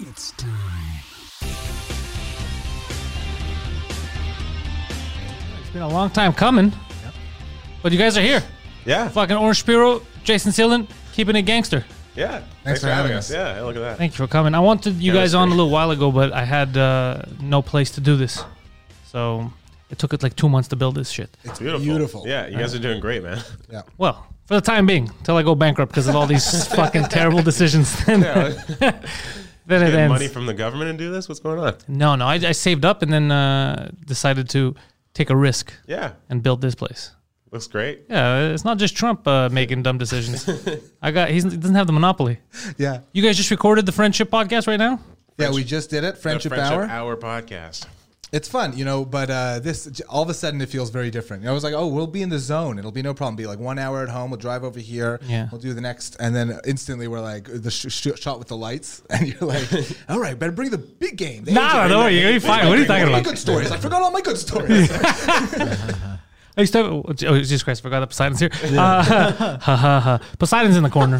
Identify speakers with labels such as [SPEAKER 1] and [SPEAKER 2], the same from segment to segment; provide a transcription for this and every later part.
[SPEAKER 1] It's time.
[SPEAKER 2] It's been a long time coming, but you guys are here.
[SPEAKER 3] Yeah.
[SPEAKER 2] Fucking Orange Spiro, Jason Seelan, keeping it gangster.
[SPEAKER 3] Yeah.
[SPEAKER 1] Thanks for having us.
[SPEAKER 3] Yeah. hey, Look at that.
[SPEAKER 2] Thank you for coming. I wanted you
[SPEAKER 3] Yeah,
[SPEAKER 2] guys
[SPEAKER 3] that's
[SPEAKER 2] on a
[SPEAKER 3] great.
[SPEAKER 2] little while ago, but I had uh, no place to do this, so it took it like two months to build this shit.
[SPEAKER 1] It's
[SPEAKER 3] Beautiful.
[SPEAKER 1] beautiful.
[SPEAKER 3] Yeah. You guys are doing great, man.
[SPEAKER 1] Yeah.
[SPEAKER 2] Well, for the time being, till I go bankrupt because of all these fucking terrible decisions. Then, then it
[SPEAKER 3] Get
[SPEAKER 2] ends.
[SPEAKER 3] money from the government and do this. What's going on?
[SPEAKER 2] no, no, I, I saved up and then uh, decided to take a risk
[SPEAKER 3] Yeah.
[SPEAKER 2] and build this place.
[SPEAKER 3] Looks great.
[SPEAKER 2] Yeah, it's not just Trump uh, making dumb decisions. I got he's, he doesn't have the monopoly.
[SPEAKER 1] Yeah.
[SPEAKER 2] You guys just recorded the friendship podcast right now.
[SPEAKER 1] Yeah, we just did it. Friendship,
[SPEAKER 3] the Friendship
[SPEAKER 1] Hour.
[SPEAKER 3] Hour podcast.
[SPEAKER 1] It's fun, you know, but uh, this j- all of a sudden it feels very different. You know, I was like, oh, we'll be in the zone. It'll be no problem. Be like one hour at home. We'll drive over here.
[SPEAKER 2] Yeah.
[SPEAKER 1] We'll do the next. And then instantly we're like, the sh- sh- shot with the lights. And you're like, all right, better bring the big game. The
[SPEAKER 2] Nah,
[SPEAKER 1] agent.
[SPEAKER 2] no, you're gonna be fine. What are you
[SPEAKER 1] What
[SPEAKER 2] talking
[SPEAKER 1] are my
[SPEAKER 2] about?
[SPEAKER 1] good stories? I forgot all my good stories.
[SPEAKER 2] I used to have, oh, Jesus Christ, I forgot that Poseidon's here. Uh, ha, ha, ha. Poseidon's in the corner.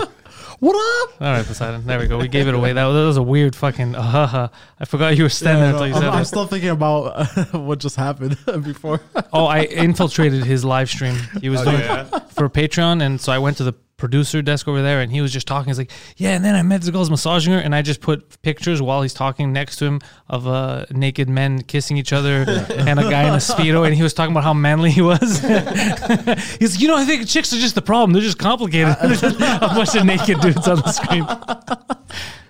[SPEAKER 1] what up?
[SPEAKER 2] All right, Poseidon. There we go. We gave it away. That was, that was a weird fucking. Uh, ha, ha. I forgot you were standing
[SPEAKER 4] Yeah,
[SPEAKER 2] there
[SPEAKER 4] no,
[SPEAKER 2] until you
[SPEAKER 4] I'm,
[SPEAKER 2] said
[SPEAKER 4] I'm
[SPEAKER 2] it.
[SPEAKER 4] still thinking about uh, what just happened before.
[SPEAKER 2] oh, I infiltrated his live stream. He was doing for Patreon, and so I went to the producer desk over there, and he was just talking. He's like, "Yeah," and then I met this girl's massaging her, and I just put pictures while he's talking next to him of uh, naked men kissing each other and a guy in a speedo, and he was talking about how manly he was. he's like, "You know, I think chicks are just the problem. They're just complicated. There's just a bunch of naked dudes on the screen."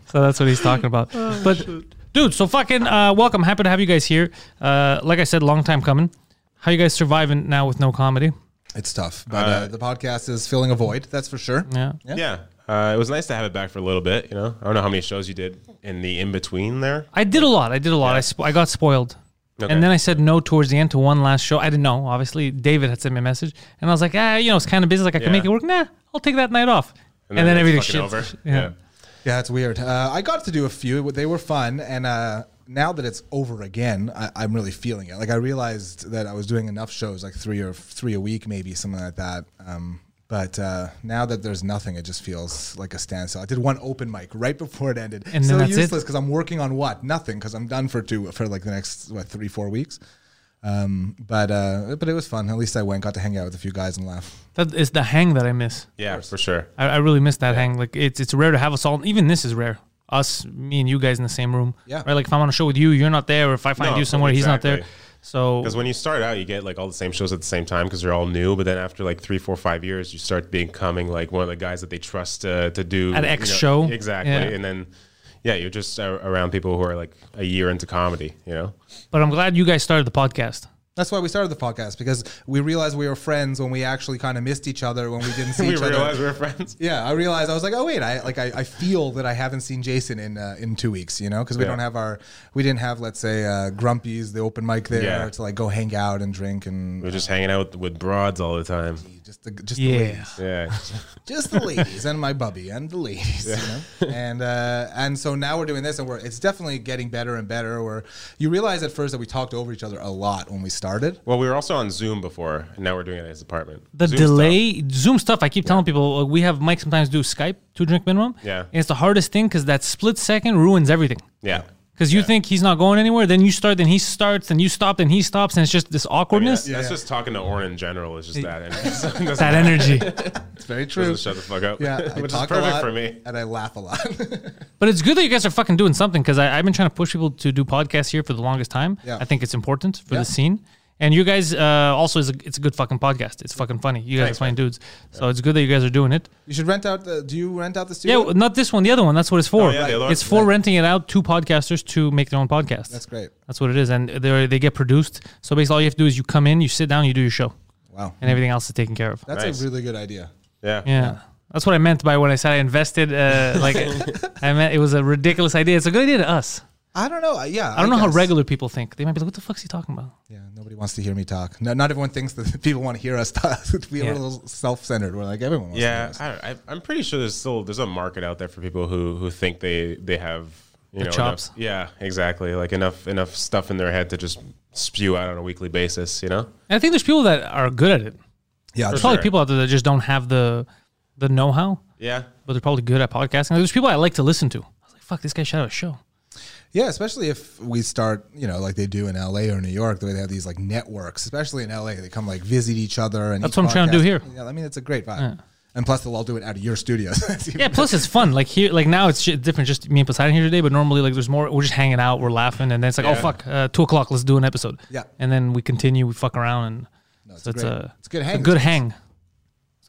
[SPEAKER 2] So that's what he's talking about. but dude, so fucking uh, welcome. Happy to have you guys here. Uh, like I said, long time coming. How you guys surviving now with no comedy?
[SPEAKER 1] It's tough, but uh, the podcast is filling a void. That's for sure.
[SPEAKER 2] Yeah.
[SPEAKER 3] Yeah. Uh, it was nice to have it back for a little bit. You know, I don't know how many shows you did in the in between there.
[SPEAKER 2] I did a lot. I did a lot. I, spo- I got spoiled.
[SPEAKER 3] Okay.
[SPEAKER 2] And then I said no towards the end to one last show. I didn't know. Obviously, David had sent me a message, and I was like, ah, you know, it's kind of busy. Like I can
[SPEAKER 3] Yeah.
[SPEAKER 2] make it work. Nah, I'll take that night off. And, then,
[SPEAKER 3] it's
[SPEAKER 2] everything shit.
[SPEAKER 3] fucking over.
[SPEAKER 2] Yeah.
[SPEAKER 3] Yeah.
[SPEAKER 1] Yeah, it's weird. Uh, I got to do a few. They were fun, and uh, now that it's over again, I, I'm really feeling it. Like I realized that I was doing enough shows, like three or three a week, maybe something like that. Um, but uh, now that there's nothing, it just feels like a standstill. I did one open mic right before it ended,
[SPEAKER 2] And then
[SPEAKER 1] so
[SPEAKER 2] that's it?
[SPEAKER 1] useless because I'm working on what nothing because I'm done for two for like the next what three four weeks. Um, but uh, but it was fun. At least I went, got to hang out with a few guys and laugh.
[SPEAKER 2] That is the hang that I miss.
[SPEAKER 3] Yeah, for sure.
[SPEAKER 2] I, I really miss that hang. Like it's it's rare to have us all. Even this is rare. Us, me, and you guys in the same room.
[SPEAKER 1] Yeah.
[SPEAKER 2] Right. Like if I'm on a show with you, you're not there. Or if I find
[SPEAKER 3] No,
[SPEAKER 2] you somewhere, he's not there.
[SPEAKER 3] exactly.
[SPEAKER 2] So
[SPEAKER 3] Because when you start out, you get like all the same shows at the same time because they're all new. But then after like three, four, five years, you start becoming like one of the guys that they trust to, to do
[SPEAKER 2] At
[SPEAKER 3] you
[SPEAKER 2] X
[SPEAKER 3] know,
[SPEAKER 2] show.
[SPEAKER 3] Exactly.
[SPEAKER 2] Yeah.
[SPEAKER 3] And then, yeah, you're just uh, around people who are like a year into comedy, you know?
[SPEAKER 2] But I'm glad you guys started the podcast.
[SPEAKER 1] That's why we started the podcast because we realized we were friends when we actually kind of missed each other when we didn't see
[SPEAKER 3] we
[SPEAKER 1] each other.
[SPEAKER 3] realized we're friends.
[SPEAKER 1] yeah, I realized I was like, oh wait, I like I, I feel that I haven't seen Jason in uh, in two weeks, you know, because we
[SPEAKER 3] Yeah.
[SPEAKER 1] don't have our we didn't have let's say uh, Grumpy's the open mic there
[SPEAKER 3] Yeah.
[SPEAKER 1] to like go hang out and drink and
[SPEAKER 3] We're just hanging out with, with broads all the time.
[SPEAKER 1] just the, just
[SPEAKER 2] Yeah.
[SPEAKER 1] the ladies,
[SPEAKER 3] Yeah.
[SPEAKER 1] just the ladies and my bubby and the ladies, you know, and uh, and so now we're doing this and we're it's definitely getting better and better. Where you realize at first that we talked over each other a lot when we started.
[SPEAKER 3] well, we were also on Zoom before, and now we're doing it at his apartment.
[SPEAKER 2] The
[SPEAKER 3] Zoom
[SPEAKER 2] delay, Zoom stuff. I keep telling people uh, we have Mike sometimes do Skype two drink minimum.
[SPEAKER 3] Yeah.
[SPEAKER 2] and it's the hardest thing because that split second ruins everything.
[SPEAKER 3] Stuff. Yeah.
[SPEAKER 2] Because you think he's not going anywhere, then you start, then he starts, then you stop, then he stops, and it's just this
[SPEAKER 3] I mean, that-
[SPEAKER 2] awkwardness.
[SPEAKER 3] that's just talking to Orrin in general. It's just that. And doesn't,
[SPEAKER 2] That energy,
[SPEAKER 1] It's very true.
[SPEAKER 3] doesn't shut the fuck up.
[SPEAKER 1] Yeah, I
[SPEAKER 3] Which is
[SPEAKER 1] talk a
[SPEAKER 3] perfect
[SPEAKER 1] lot
[SPEAKER 3] for me.
[SPEAKER 1] and I laugh a lot.
[SPEAKER 2] but it's good that you guys are fucking doing something because I've been trying to push people to do podcasts here for the longest time.
[SPEAKER 1] Yeah.
[SPEAKER 2] I think it's important for
[SPEAKER 1] Yeah.
[SPEAKER 2] the scene, and you guys uh, also is a, it's a good fucking podcast. It's fucking funny. You guys
[SPEAKER 3] Thanks,
[SPEAKER 2] are fine dudes, so it's good that you guys are doing it.
[SPEAKER 1] you should rent out the. Do you rent out the
[SPEAKER 2] Yeah,
[SPEAKER 1] studio?
[SPEAKER 2] well, not this one. The other one. That's what it's for.
[SPEAKER 3] Oh, yeah, the other one.
[SPEAKER 2] it's for renting it out to podcasters to make their own podcast.
[SPEAKER 1] That's great.
[SPEAKER 2] That's what it is, and they they get produced. So basically, all you have to do is you
[SPEAKER 3] Mm-hmm.
[SPEAKER 2] come in, you sit down, you do your show,
[SPEAKER 1] Wow.
[SPEAKER 2] and everything else is taken care of.
[SPEAKER 1] That's
[SPEAKER 3] Nice.
[SPEAKER 1] a really good idea.
[SPEAKER 3] Yeah.
[SPEAKER 2] yeah. That's what I meant by when I said I invested. Uh, like, I meant it was a ridiculous idea. It's a good idea to us.
[SPEAKER 1] I don't know. I- Yeah,
[SPEAKER 2] I don't know how
[SPEAKER 1] guess.
[SPEAKER 2] regular people think. They might be like, "What the fuck's he talking about?"
[SPEAKER 1] Yeah, nobody wants to hear me talk. No, not everyone thinks that people want to hear us talk. we are
[SPEAKER 2] Yeah.
[SPEAKER 1] a little self-centered. We're like everyone. Wants
[SPEAKER 3] Yeah,
[SPEAKER 1] to hear us.
[SPEAKER 3] I, I, I'm pretty sure there's still there's a market out there for people who who think they they have you
[SPEAKER 2] The
[SPEAKER 3] know
[SPEAKER 2] chops.
[SPEAKER 3] Enough, yeah, exactly. Like enough enough stuff in their head to just spew out on a weekly basis. You know,
[SPEAKER 2] And I think there's people that are good at it.
[SPEAKER 1] yeah.
[SPEAKER 2] There's probably
[SPEAKER 3] sure.
[SPEAKER 2] people out there that just don't have the the know how,
[SPEAKER 3] yeah.
[SPEAKER 2] but they're probably good at podcasting. There's people I like to listen to. I was like, "Fuck, this guy shot out a show."
[SPEAKER 1] Yeah, especially if we start, you know, like they do in LA or New York, the way they have these like networks, especially in LA, they come like visit each other. And
[SPEAKER 2] That's
[SPEAKER 1] each
[SPEAKER 2] what I'm trying to do here.
[SPEAKER 1] Yeah, I mean, it's a great vibe. And plus, they'll all do it out of your studios. It's even-
[SPEAKER 2] Yeah. Plus, it's fun. Like here, like now, it's shit different. Just me and Poseidon here today, but normally, like, there's more. We're just hanging out. We're laughing, and then it's like, "Oh
[SPEAKER 3] Yeah.
[SPEAKER 2] fuck, uh, two o'clock. Let's do an episode."
[SPEAKER 1] Yeah.
[SPEAKER 2] And then we continue. We fuck around, and
[SPEAKER 1] it's
[SPEAKER 2] so it's
[SPEAKER 1] great.
[SPEAKER 2] a
[SPEAKER 1] It's a good hang.
[SPEAKER 2] good hang.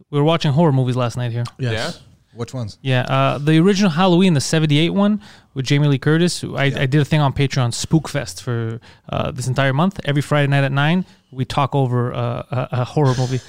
[SPEAKER 2] We were watching horror movies last night here.
[SPEAKER 4] Yes.
[SPEAKER 1] Which ones?
[SPEAKER 2] Yeah, uh, the original Halloween, the '78 one with Jamie Lee Curtis. who I, I did a thing on Patreon, Spookfest, for uh, this entire month. Every Friday night at nine, we talk over uh, a, a horror movie,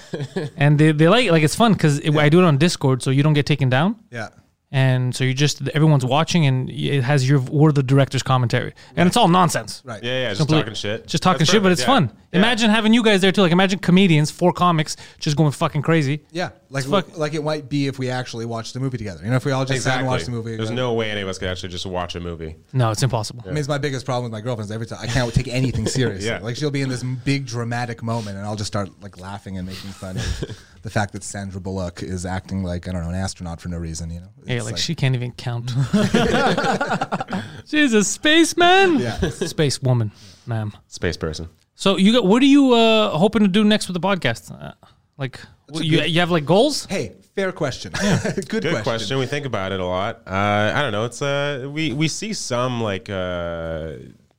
[SPEAKER 2] and they, they like like it's fun because I do it on Discord, so you don't get taken down,
[SPEAKER 1] Yeah.
[SPEAKER 2] and so you just everyone's watching, and it has your we're the director's commentary, and it's all nonsense.
[SPEAKER 1] Right.
[SPEAKER 3] Yeah, yeah, just
[SPEAKER 2] Complete-
[SPEAKER 3] talking shit.
[SPEAKER 2] Just talking
[SPEAKER 3] That's
[SPEAKER 2] shit, but
[SPEAKER 3] perfect,
[SPEAKER 2] it's
[SPEAKER 3] yeah.
[SPEAKER 2] fun.
[SPEAKER 3] Yeah.
[SPEAKER 2] Imagine having you guys there too. Like imagine comedians, four comics, just going fucking crazy.
[SPEAKER 1] Yeah. Like,
[SPEAKER 2] fuck-
[SPEAKER 1] like it might be if we actually watched the movie together. You know, if we all just sat and watched the movie.
[SPEAKER 3] There's
[SPEAKER 1] together.
[SPEAKER 3] no way any of us could actually just watch a movie.
[SPEAKER 2] No, it's impossible.
[SPEAKER 1] I mean, it's my biggest problem with my girlfriend's every time I can't take anything seriously.
[SPEAKER 3] Yeah.
[SPEAKER 1] Like she'll be in this m- big dramatic moment, and I'll just start like laughing and making fun of the fact that Sandra Bullock is acting like I don't know an astronaut for no reason. You know?
[SPEAKER 2] Yeah,
[SPEAKER 1] It's
[SPEAKER 2] like, she can't even count. She's a spaceman.
[SPEAKER 1] Yeah.
[SPEAKER 2] Space woman, ma'am.
[SPEAKER 3] Space person.
[SPEAKER 2] So you got what are you uh, hoping to do next with the podcast? Uh, like what, you, you have like goals?
[SPEAKER 1] Hey, fair question. Good,
[SPEAKER 3] Good
[SPEAKER 1] question.
[SPEAKER 3] question. We think about it a lot. Uh, I don't know. It's uh, we we see some like uh,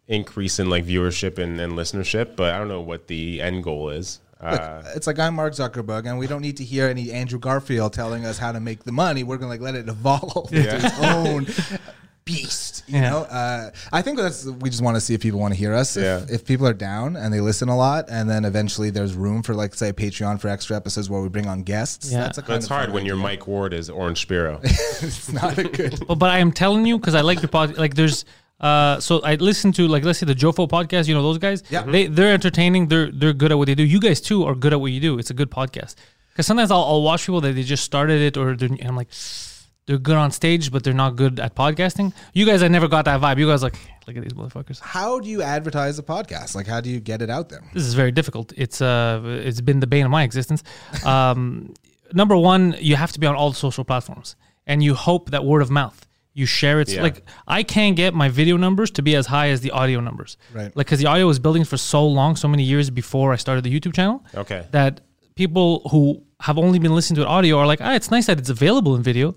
[SPEAKER 3] increase in like viewership and, and listenership, but I don't know what the end goal is. Uh,
[SPEAKER 1] Look, it's like I'm Mark Zuckerberg, and we don't need to hear any Andrew Garfield telling us how to make the money. We're gonna like let it evolve into its own beast. You
[SPEAKER 2] Yeah.
[SPEAKER 1] know, uh, I think that's we just want to see if people want to hear us. If,
[SPEAKER 3] Yeah.
[SPEAKER 1] if people are down and they listen a lot, and then eventually there's room for like say Patreon for extra episodes where we bring on guests.
[SPEAKER 2] Yeah.
[SPEAKER 1] That's a kind
[SPEAKER 3] That's
[SPEAKER 1] of
[SPEAKER 3] hard
[SPEAKER 1] fun
[SPEAKER 3] when your
[SPEAKER 1] idea.
[SPEAKER 3] Mike Ward is Orange Spiro.
[SPEAKER 1] it's not a good.
[SPEAKER 2] But, but I am telling you because I like your pod. Like there's uh, so I listen to like let's say the Jofo podcast. You know those guys.
[SPEAKER 1] Yeah.
[SPEAKER 2] They they're entertaining. They're they're good at what they do. You guys too are good at what you do. It's a good podcast. Because sometimes I'll, I'll watch people that they just started it or they're, and I'm like they're good on stage but they're not good at podcasting. You guys, I never got that vibe. You guys like look at these motherfuckers.
[SPEAKER 1] How do you advertise a podcast? Like, how do you get it out there?
[SPEAKER 2] this is very difficult. It's uh, it's been the bane of my existence. Um, number one, you have to be on all the social platforms, and you hope that word of mouth. You share it.
[SPEAKER 3] Yeah.
[SPEAKER 2] Like I can't get my video numbers to be as high as the audio numbers,
[SPEAKER 1] Right.
[SPEAKER 2] Like because the audio was building for so long, so many years before I started the YouTube channel.
[SPEAKER 3] Okay.
[SPEAKER 2] that people who have only been listening to it audio are like, ah, it's nice that it's available in video.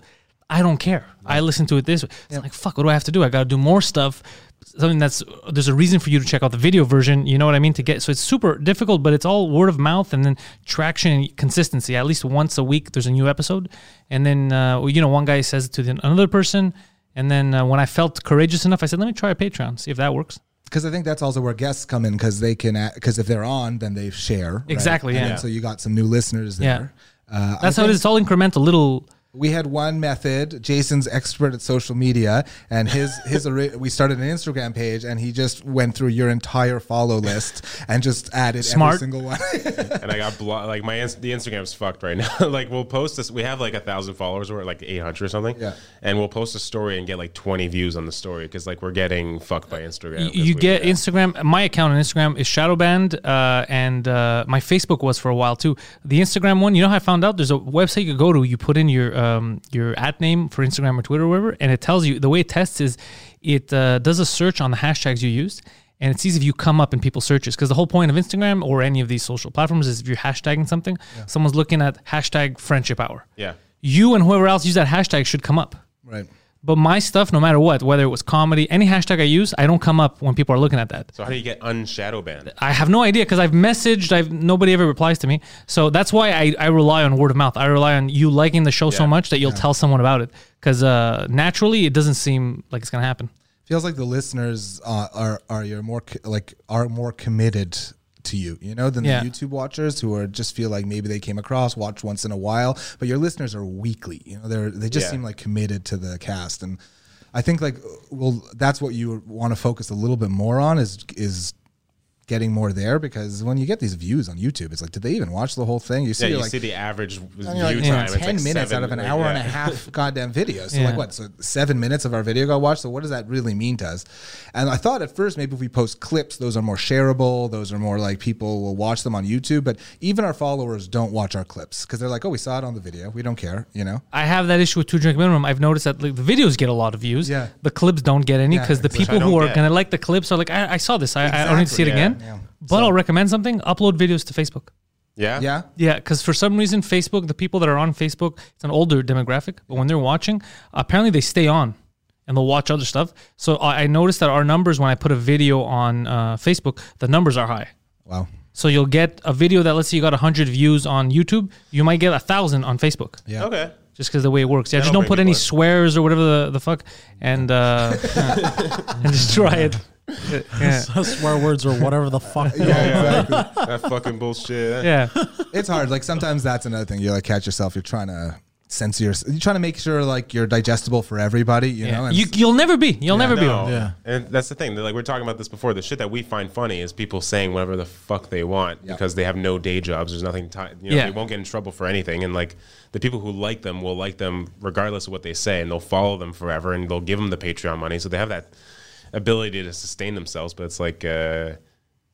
[SPEAKER 2] I don't care. I listen to it this way. It's like, fuck, what do I have to do? I got to do more stuff. Something that's, there's a reason for you to check out the video version. You know what I mean? To get, so it's super difficult, but it's all word of mouth and then traction and consistency. At least once a week, there's a new episode. And then, uh, well, you know, one guy says it to the, another person. And then uh, when I felt courageous enough, I said, let me try a Patreon, see if that works.
[SPEAKER 1] because I think that's also where guests come in because they can because if they're on, then they share right?
[SPEAKER 2] Exactly,
[SPEAKER 1] And
[SPEAKER 2] yeah.
[SPEAKER 1] So you got some new listeners there. Uh, I
[SPEAKER 2] That's how it
[SPEAKER 1] think
[SPEAKER 2] is. It's all incremental, little.
[SPEAKER 1] We had one method. Jason's expert at social media, and his his ori- we started an Instagram page, and he just went through your entire follow list and just added every
[SPEAKER 2] Smart.
[SPEAKER 1] single one.
[SPEAKER 3] and I got blo- like my ins- the Instagram's fucked right now. like we'll post this. We have like a thousand followers. We're at like eight hundred or something.
[SPEAKER 1] Yeah.
[SPEAKER 3] And we'll post a story and get like twenty views on the story because like we're getting fucked by Instagram. 'cause
[SPEAKER 2] you
[SPEAKER 3] we-
[SPEAKER 2] get Instagram. My account on Instagram is Shadowbanned, uh, and uh, my Facebook was for a while too. The Instagram one, you know how I found out? There's a website you go to. You put in your um, your at name for Instagram or Twitter or whatever, and it tells you the way it tests is it uh, does a search on the hashtags you used. And it sees if you come up in people's searches because the whole point of Instagram or any of these social platforms is if you're hashtagging something, someone's looking at hashtag friendship hour.
[SPEAKER 3] yeah.
[SPEAKER 2] You and whoever else use that hashtag should come up.
[SPEAKER 1] right.
[SPEAKER 2] But my stuff, no matter what, whether it was comedy, any hashtag I use, I don't come up when people are looking at that.
[SPEAKER 3] So how do you get unshadow banned?
[SPEAKER 2] I have no idea because I've messaged, I've nobody ever replies to me. So that's why I, I rely on word of mouth. I rely on you liking the show so
[SPEAKER 3] Yeah.
[SPEAKER 2] much that you'll tell someone about it. Because uh, naturally, it doesn't seem like it's gonna happen.
[SPEAKER 1] Feels like the listeners uh, are are your more co- like are more committed to you, you know, than
[SPEAKER 2] Yeah.
[SPEAKER 1] the YouTube watchers who are just feel like maybe they came across, watch once in a while. But your listeners are weekly, you know, they're they just
[SPEAKER 3] Yeah.
[SPEAKER 1] seem like committed to the cast, and I think like well, that's what you want to focus a little bit more on is is getting more there because when you get these views on YouTube, it's like, did they even watch the whole thing? You see,
[SPEAKER 3] Yeah, you
[SPEAKER 1] like,
[SPEAKER 3] see the average view
[SPEAKER 1] and you're like,
[SPEAKER 3] time.
[SPEAKER 1] "Yeah,
[SPEAKER 3] it's like
[SPEAKER 1] ten minutes
[SPEAKER 3] seven,
[SPEAKER 1] out of an
[SPEAKER 3] like,
[SPEAKER 1] hour and a
[SPEAKER 3] yeah.
[SPEAKER 1] half goddamn video. So
[SPEAKER 2] Yeah.
[SPEAKER 1] like what? So seven minutes of our video got watched. So what does that really mean to us? And I thought at first maybe if we post clips, those are more shareable. Those are more like people will watch them on YouTube. But even our followers don't watch our clips because they're like, oh, we saw it on the video. We don't care, you know.
[SPEAKER 2] I have that issue with two drink minimum. I've noticed that like, the videos get a lot of views.
[SPEAKER 1] Yeah.
[SPEAKER 2] The clips don't get any
[SPEAKER 1] Yeah,
[SPEAKER 2] because the
[SPEAKER 1] exactly.
[SPEAKER 2] people
[SPEAKER 3] I
[SPEAKER 2] who
[SPEAKER 3] don't
[SPEAKER 2] are
[SPEAKER 3] get-
[SPEAKER 2] gonna like the clips are like, I, I saw this. I, I don't need to see it
[SPEAKER 3] Exactly, yeah,
[SPEAKER 2] again.
[SPEAKER 1] yeah.
[SPEAKER 2] But I'll recommend something. Upload videos to Facebook.
[SPEAKER 3] Yeah.
[SPEAKER 1] Yeah.
[SPEAKER 2] Yeah, because for some reason, Facebook, the people that are on Facebook, it's an older demographic, but when they're watching, apparently they stay on and they'll watch other stuff. So I, I noticed that our numbers, when I put a video on uh, Facebook, the numbers are high.
[SPEAKER 1] Wow.
[SPEAKER 2] So you'll get a video that, let's say you got 100 views on YouTube, you might get a 1,000 on Facebook. Yeah.
[SPEAKER 3] Okay.
[SPEAKER 2] Just because the way it works. Yeah, just
[SPEAKER 3] That'll
[SPEAKER 2] don't put
[SPEAKER 3] bring
[SPEAKER 2] any
[SPEAKER 3] people in.
[SPEAKER 2] swears or whatever the, the fuck and, uh, and just try it. Yeah.
[SPEAKER 4] swear words or whatever the fuck.
[SPEAKER 1] Yeah, exactly.
[SPEAKER 3] That fucking bullshit.
[SPEAKER 2] Yeah.
[SPEAKER 1] it's hard. Like sometimes that's another thing. You like catch yourself. You're trying to censor yourself. You're trying to make sure like you're digestible for everybody. You know.
[SPEAKER 2] yeah.
[SPEAKER 1] And
[SPEAKER 2] You, you'll never be. You'll never be.
[SPEAKER 3] No.
[SPEAKER 4] Yeah.
[SPEAKER 3] And that's the thing. Like we we're talking about this before. The shit that we find funny is people saying whatever the fuck they want because they have no day jobs. There's nothing time. You know,
[SPEAKER 2] Yeah.
[SPEAKER 3] They won't get in trouble for anything. And like the people who like them will like them regardless of what they say, and they'll follow them forever, and they'll give them the Patreon money. So they have that ability to sustain themselves. But it's like uh,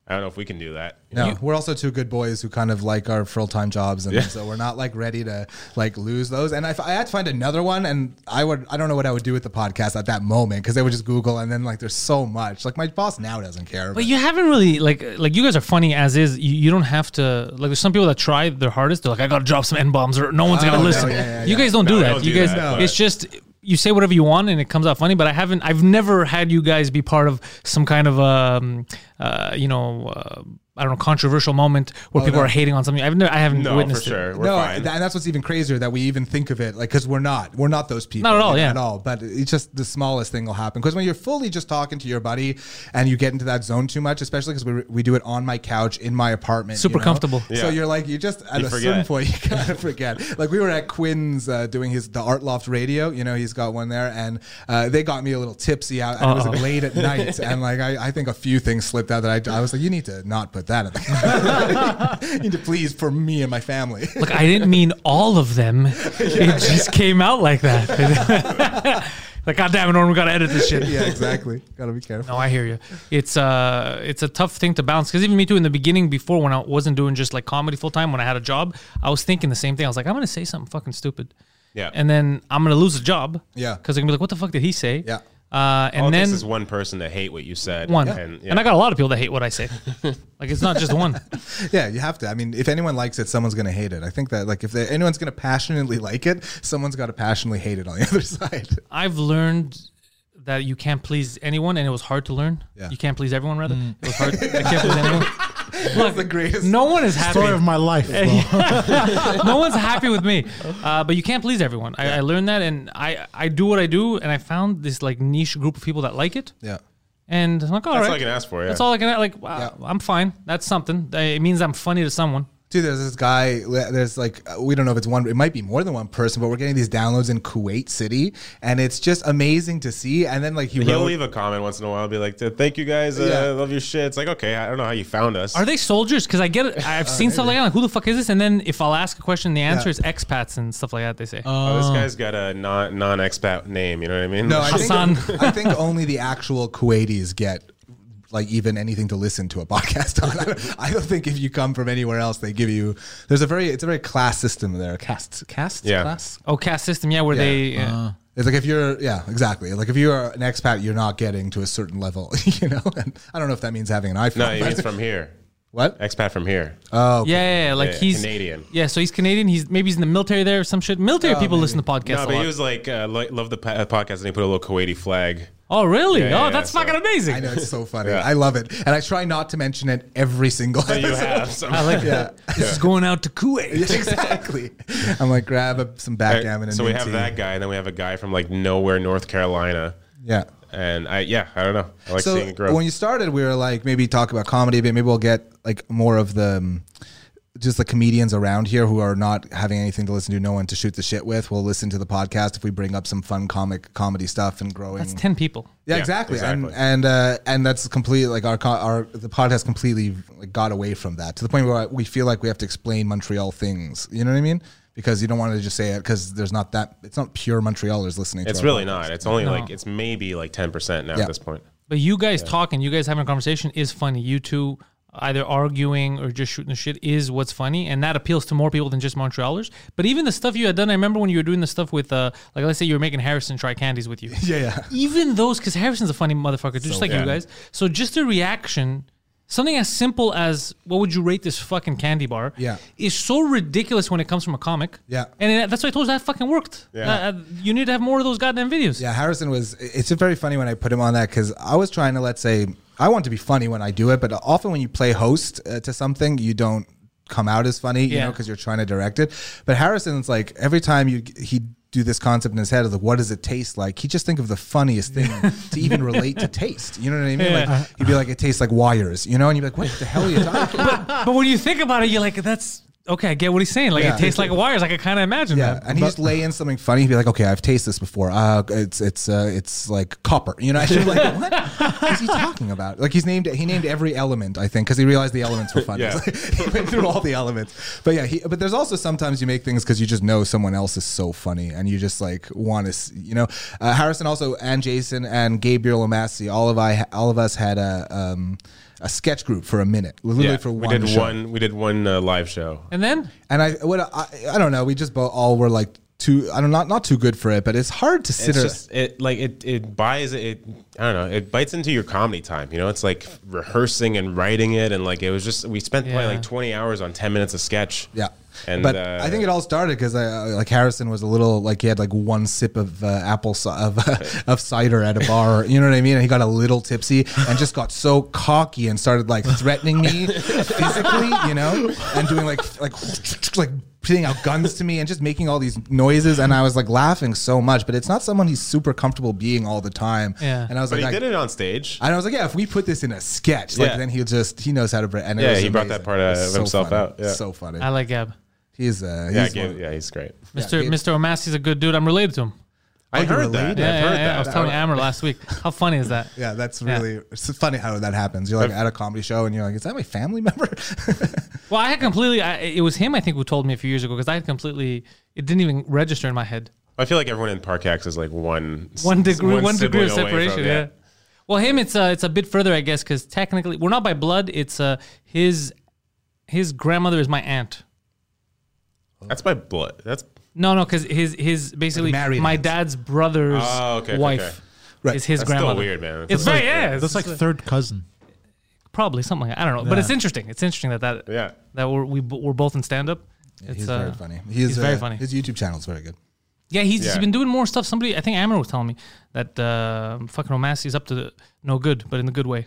[SPEAKER 3] I don't know if we can do that.
[SPEAKER 1] No, we're also two good boys who kind of like our full time jobs, and so we're not like ready to like lose those. And if I had to find another one, and I would, I don't know what I would do with the podcast at that moment because they would just Google, and then like there's so much. Like my boss now doesn't care.
[SPEAKER 2] But you haven't really like like you guys are funny as is. You, you don't have to like. There's some people that try their hardest. They're like, I gotta drop some n bombs or no one's
[SPEAKER 1] Oh,
[SPEAKER 2] gonna
[SPEAKER 1] no,
[SPEAKER 2] listen.
[SPEAKER 1] yeah, yeah,
[SPEAKER 2] you
[SPEAKER 1] yeah.
[SPEAKER 2] guys don't do
[SPEAKER 3] No, I
[SPEAKER 2] that.
[SPEAKER 3] don't
[SPEAKER 2] you
[SPEAKER 3] do
[SPEAKER 2] guys,
[SPEAKER 3] that,
[SPEAKER 2] it's
[SPEAKER 3] but-
[SPEAKER 2] just you say whatever you want and it comes out funny. But I haven't. I've never had you guys be part of some kind of um uh you know. Uh, I don't know controversial moment where people
[SPEAKER 1] no.
[SPEAKER 2] are hating on something. I've never, I haven't
[SPEAKER 3] Oh, No, for
[SPEAKER 2] witnessed it.
[SPEAKER 3] sure. We're
[SPEAKER 1] no,
[SPEAKER 3] fine.
[SPEAKER 1] and that's what's even crazier that we even think of it like because we're not, we're not those people,
[SPEAKER 2] Not at all,
[SPEAKER 1] you know,
[SPEAKER 2] yeah.
[SPEAKER 1] at all. But it's just the smallest thing will happen because when you're fully just talking to your buddy and you get into that zone too much, especially because we, we do it on my couch in my apartment,
[SPEAKER 2] Super
[SPEAKER 1] you know?
[SPEAKER 2] comfortable.
[SPEAKER 1] So
[SPEAKER 3] Yeah.
[SPEAKER 1] you're like you just at
[SPEAKER 3] You
[SPEAKER 1] a certain
[SPEAKER 3] forget.
[SPEAKER 1] point you kind of forget. Like we were at Quinn's uh, doing his the Art Loft radio, you know, he's got one there, and uh, they got me a little tipsy out. And it was like, late at night, and like I, I think a few things slipped out that I, I was like, you need to not put that in. There. you need to please for me and my family.
[SPEAKER 2] Look, I didn't mean all of them. it just came out like that. like, God damn it, Norm, we gotta edit this shit.
[SPEAKER 1] yeah, exactly. Gotta be careful.
[SPEAKER 2] No, I hear you. It's uh it's a tough thing to balance because even me too. In the beginning, before when I wasn't doing just like comedy full time, when I had a job, I was thinking the same thing. I was like, I'm gonna say something fucking stupid,
[SPEAKER 3] Yeah.
[SPEAKER 2] and then I'm gonna lose a job,
[SPEAKER 1] Yeah.
[SPEAKER 2] because they're gonna be like, what the fuck did he say?
[SPEAKER 1] Yeah.
[SPEAKER 2] uh, and
[SPEAKER 3] All it
[SPEAKER 2] then
[SPEAKER 3] takes is one person to hate what you said.
[SPEAKER 2] one,
[SPEAKER 3] And, yeah.
[SPEAKER 2] and I got a lot of people that hate what I say. like it's not just one.
[SPEAKER 1] Yeah, you have to. I mean, if anyone likes it, someone's gonna hate it. I think that like if there, anyone's gonna passionately like it, someone's got to passionately hate it on the other side.
[SPEAKER 2] I've learned that you can't please anyone, and it was hard to learn.
[SPEAKER 1] Yeah. Mm.
[SPEAKER 2] You can't please everyone, rather. It was hard. I can't please anyone. Look,
[SPEAKER 1] the greatest
[SPEAKER 2] no one is happy.
[SPEAKER 4] Story of my life. bro.
[SPEAKER 2] no one's happy with me. Uh, but you can't please everyone. I, I learned that, and I, I do what I do, and I found this like niche group of people that like it,
[SPEAKER 1] Yeah.
[SPEAKER 2] and I'm like, all right,
[SPEAKER 3] That's all I can ask for, yeah.
[SPEAKER 2] That's all I can like. Wow, I'm fine. That's something. Uh, It means I'm funny to someone.
[SPEAKER 1] Dude, there's this guy. There's like uh, we don't know if it's one. It might be more than one person, but we're getting these downloads in Kuwait City, and it's just amazing to see. And then like he
[SPEAKER 3] He'll
[SPEAKER 1] wrote,
[SPEAKER 3] leave a comment once in a while, be like, "Thank you guys, uh,
[SPEAKER 1] Yeah.
[SPEAKER 3] love your shit." It's like, okay, I don't know how you found us.
[SPEAKER 2] Are they soldiers? Because I get it. I've seen stuff like that. Like, who the fuck is this? And then if I'll ask a question, the answer is expats and stuff like that. They say.
[SPEAKER 3] Oh, this guy's got a non non expat name. You know what I mean?
[SPEAKER 1] no, I
[SPEAKER 2] Hassan.
[SPEAKER 1] think I think only the actual Kuwaitis get like even anything to listen to a podcast on. I don't, I don't think if you come from anywhere else, they give you. There's a very it's a very class system there. Cast cast
[SPEAKER 3] Yeah.
[SPEAKER 1] class.
[SPEAKER 2] oh, cast system. Yeah, where they. Uh,
[SPEAKER 1] It's like if you're, yeah, exactly. Like if you're an expat, you're not getting to a certain level, you know. And I don't know if that means having an iPhone.
[SPEAKER 3] no, he
[SPEAKER 1] but-
[SPEAKER 3] means from here,
[SPEAKER 1] what?
[SPEAKER 3] expat from here.
[SPEAKER 1] Uh,
[SPEAKER 2] yeah, yeah, yeah, like
[SPEAKER 3] Yeah,
[SPEAKER 2] he's
[SPEAKER 3] Canadian. Uh,
[SPEAKER 2] Yeah, so he's Canadian. He's maybe he's in the military there or some shit. Military people listen to podcasts.
[SPEAKER 3] no,
[SPEAKER 2] a
[SPEAKER 3] but
[SPEAKER 2] lot.
[SPEAKER 3] he was like, uh, lo- "Love the pa- podcast," and he put a little Kuwaiti flag.
[SPEAKER 2] Oh, really?
[SPEAKER 3] Yeah,
[SPEAKER 2] oh,
[SPEAKER 3] yeah,
[SPEAKER 2] that's
[SPEAKER 3] so-
[SPEAKER 2] fucking amazing.
[SPEAKER 1] I know it's so funny.
[SPEAKER 3] Yeah.
[SPEAKER 1] I love it, and I try not to mention it every single.
[SPEAKER 3] But you
[SPEAKER 1] episode.
[SPEAKER 3] have some.
[SPEAKER 2] I like
[SPEAKER 1] Yeah.
[SPEAKER 2] that. This is going out to Kuwait.
[SPEAKER 1] exactly. I'm like, grab a, some backgammon. and
[SPEAKER 3] so we
[SPEAKER 1] mint
[SPEAKER 3] have
[SPEAKER 1] tea.
[SPEAKER 3] that guy, and then we have a guy from like nowhere, North Carolina.
[SPEAKER 1] Yeah.
[SPEAKER 3] And I, yeah, I don't know. I like
[SPEAKER 1] so
[SPEAKER 3] seeing it grow.
[SPEAKER 1] when you started, we were like maybe talk about comedy a bit. Maybe we'll get like more of the um, just the comedians around here who are not having anything to listen to, no one to shoot the shit with. We'll listen to the podcast if we bring up some fun comic comedy stuff and growing.
[SPEAKER 2] That's ten people.
[SPEAKER 1] yeah,
[SPEAKER 3] Yeah,
[SPEAKER 1] exactly.
[SPEAKER 3] exactly.
[SPEAKER 1] And and uh, and that's completely like our co- our the podcast completely like, got away from that to the point where we feel like we have to explain Montreal things. You know what I mean? Because you don't want to just say it because there's not that it's not pure Montrealers listening.
[SPEAKER 3] it's
[SPEAKER 1] to our
[SPEAKER 3] really not. It's only like it's maybe like ten percent now
[SPEAKER 1] Yeah.
[SPEAKER 3] at this point.
[SPEAKER 2] But you guys talking, you guys having a conversation is funny. You two either arguing or just shooting the shit is what's funny, and that appeals to more people than just Montrealers. But even the stuff you had done, I remember when you were doing the stuff with, uh, like, let's say you were making Harrison try candies with you.
[SPEAKER 1] Yeah, yeah.
[SPEAKER 2] Even those, because Harrison's a funny motherfucker, just like you
[SPEAKER 3] yeah.
[SPEAKER 2] guys. So just the reaction, something as simple as what would you rate this fucking candy bar?
[SPEAKER 1] Yeah.
[SPEAKER 2] is so ridiculous when it comes from a comic.
[SPEAKER 1] Yeah.
[SPEAKER 2] and it, that's why I told you that fucking worked.
[SPEAKER 3] Yeah.
[SPEAKER 2] Uh, uh, you need to have more of those goddamn videos.
[SPEAKER 1] Yeah, Harrison was. It's just very funny when I put him on that because I was trying to let's say I want to be funny when I do it, but often when you play host uh, to something, you don't come out as funny, you
[SPEAKER 2] Yeah.
[SPEAKER 1] know, because you're trying to direct it. But Harrison's like every time you he do this concept in his head of like what does it taste like, he just think of the funniest thing to even relate to taste. You know what I mean? Like he'd be like, it tastes like wires, you know, and you'd be like, what the hell are you talking? about?
[SPEAKER 2] But when you think about it, you're like, that's okay. I get what he's saying. Like
[SPEAKER 1] Yeah.
[SPEAKER 2] it tastes like wires. I could kind of imagine
[SPEAKER 3] Uh,
[SPEAKER 1] Yeah,
[SPEAKER 2] that.
[SPEAKER 1] and he just lay in something funny. He'd be like, "Okay, I've tasted this before. Uh, it's it's uh, it's like copper." You know, I should like, "What is he talking about?" Like he's named he named every element, I think, because he realized the elements were funny.
[SPEAKER 3] Yeah.
[SPEAKER 1] he went through all the elements. But yeah, he, but there's also sometimes you make things because you just know someone else is so funny, and you just like want to, you know. Uh, Harrison also and Jason and Gabriel Omasi, all of I all of us had a um, a sketch group for a minute, literally
[SPEAKER 3] Yeah,
[SPEAKER 1] for
[SPEAKER 3] we
[SPEAKER 1] one.
[SPEAKER 3] did
[SPEAKER 1] show.
[SPEAKER 3] one. We did one uh, live show.
[SPEAKER 2] And then
[SPEAKER 1] And I, what I, I don't know. We just both all were like too. I don't not not too good for it, but it's hard to sit.
[SPEAKER 3] It's
[SPEAKER 1] there-
[SPEAKER 3] just it like it it buys it. I don't know. It bites into your comedy time. You know, it's like rehearsing and writing it, and like it was just we spent
[SPEAKER 2] Yeah.
[SPEAKER 3] probably like twenty hours on ten minutes of sketch.
[SPEAKER 1] yeah.
[SPEAKER 3] and
[SPEAKER 1] but
[SPEAKER 3] uh,
[SPEAKER 1] I think it all started because I uh, like Harrison was a little like he had like one sip of uh, apple ci- of of cider at a bar, you know what I mean? And he got a little tipsy and just got so cocky and started like threatening me physically, you know, and doing like like like putting out guns to me and just making all these noises. And I was like laughing so much, but it's not someone he's super comfortable being all the time.
[SPEAKER 2] Yeah.
[SPEAKER 1] And I was
[SPEAKER 3] but
[SPEAKER 1] like,
[SPEAKER 3] he
[SPEAKER 1] I-
[SPEAKER 3] did it on stage.
[SPEAKER 1] And I was like, yeah, if we put this in a sketch, like
[SPEAKER 3] Yeah.
[SPEAKER 1] then he'll just he knows how to. br- And it
[SPEAKER 3] Yeah,
[SPEAKER 1] was
[SPEAKER 3] he brought
[SPEAKER 1] amazing.
[SPEAKER 3] that part
[SPEAKER 1] It
[SPEAKER 3] out
[SPEAKER 1] was
[SPEAKER 3] of himself
[SPEAKER 1] funny.
[SPEAKER 3] out, yeah.
[SPEAKER 1] So funny.
[SPEAKER 2] I like Gab.
[SPEAKER 1] he's uh,
[SPEAKER 3] yeah,
[SPEAKER 1] he's
[SPEAKER 3] I gave-
[SPEAKER 1] one-
[SPEAKER 3] yeah, he's great.
[SPEAKER 2] Mr.
[SPEAKER 1] Gabe-
[SPEAKER 2] Mr. Omasi's a good dude. I'm related to him.
[SPEAKER 3] I
[SPEAKER 1] you're
[SPEAKER 3] heard that.
[SPEAKER 1] related.
[SPEAKER 3] I've
[SPEAKER 2] Yeah, yeah,
[SPEAKER 3] heard
[SPEAKER 2] yeah. I
[SPEAKER 3] that.
[SPEAKER 2] was telling Amber last week. How funny is that?
[SPEAKER 1] yeah, that's really it's funny how that happens. You're like at a comedy show and you're like, is that my family member?
[SPEAKER 2] Well, I had completely. I, it was him. I think who told me a few years ago because I had completely. It didn't even register in my head.
[SPEAKER 3] I feel like everyone in Parkax is like one
[SPEAKER 2] One degree. One, degree of
[SPEAKER 3] sibling away
[SPEAKER 2] separation.
[SPEAKER 3] from-
[SPEAKER 2] yeah. Well, him. It's uh, it's a bit further, I guess, because technically we're not by blood. It's uh, his his grandmother is my aunt.
[SPEAKER 3] that's my blood. That's
[SPEAKER 2] No, no, because his his basically
[SPEAKER 1] married
[SPEAKER 2] my
[SPEAKER 1] aunts.
[SPEAKER 2] dad's brother's
[SPEAKER 3] Oh, okay, okay,
[SPEAKER 2] wife
[SPEAKER 3] okay.
[SPEAKER 1] Right.
[SPEAKER 2] is his
[SPEAKER 3] That's still
[SPEAKER 2] grandmother.
[SPEAKER 3] weird, man.
[SPEAKER 2] It's
[SPEAKER 3] That's
[SPEAKER 2] very
[SPEAKER 3] like-
[SPEAKER 2] yeah. It's
[SPEAKER 4] That's like third cousin.
[SPEAKER 2] probably something like I don't know, but it's interesting. It's interesting that that
[SPEAKER 3] Yeah.
[SPEAKER 2] that we're we, b- we're both in stand up. It's
[SPEAKER 1] he's
[SPEAKER 2] uh,
[SPEAKER 1] very funny. He's,
[SPEAKER 2] he's very
[SPEAKER 1] uh,
[SPEAKER 2] funny.
[SPEAKER 1] His YouTube channel is very good.
[SPEAKER 2] Yeah, he's, he's
[SPEAKER 3] Yeah.
[SPEAKER 2] been doing more stuff. Somebody, I think Amber was telling me that uh, fucking Romasi is up to the, no good, but in the good way.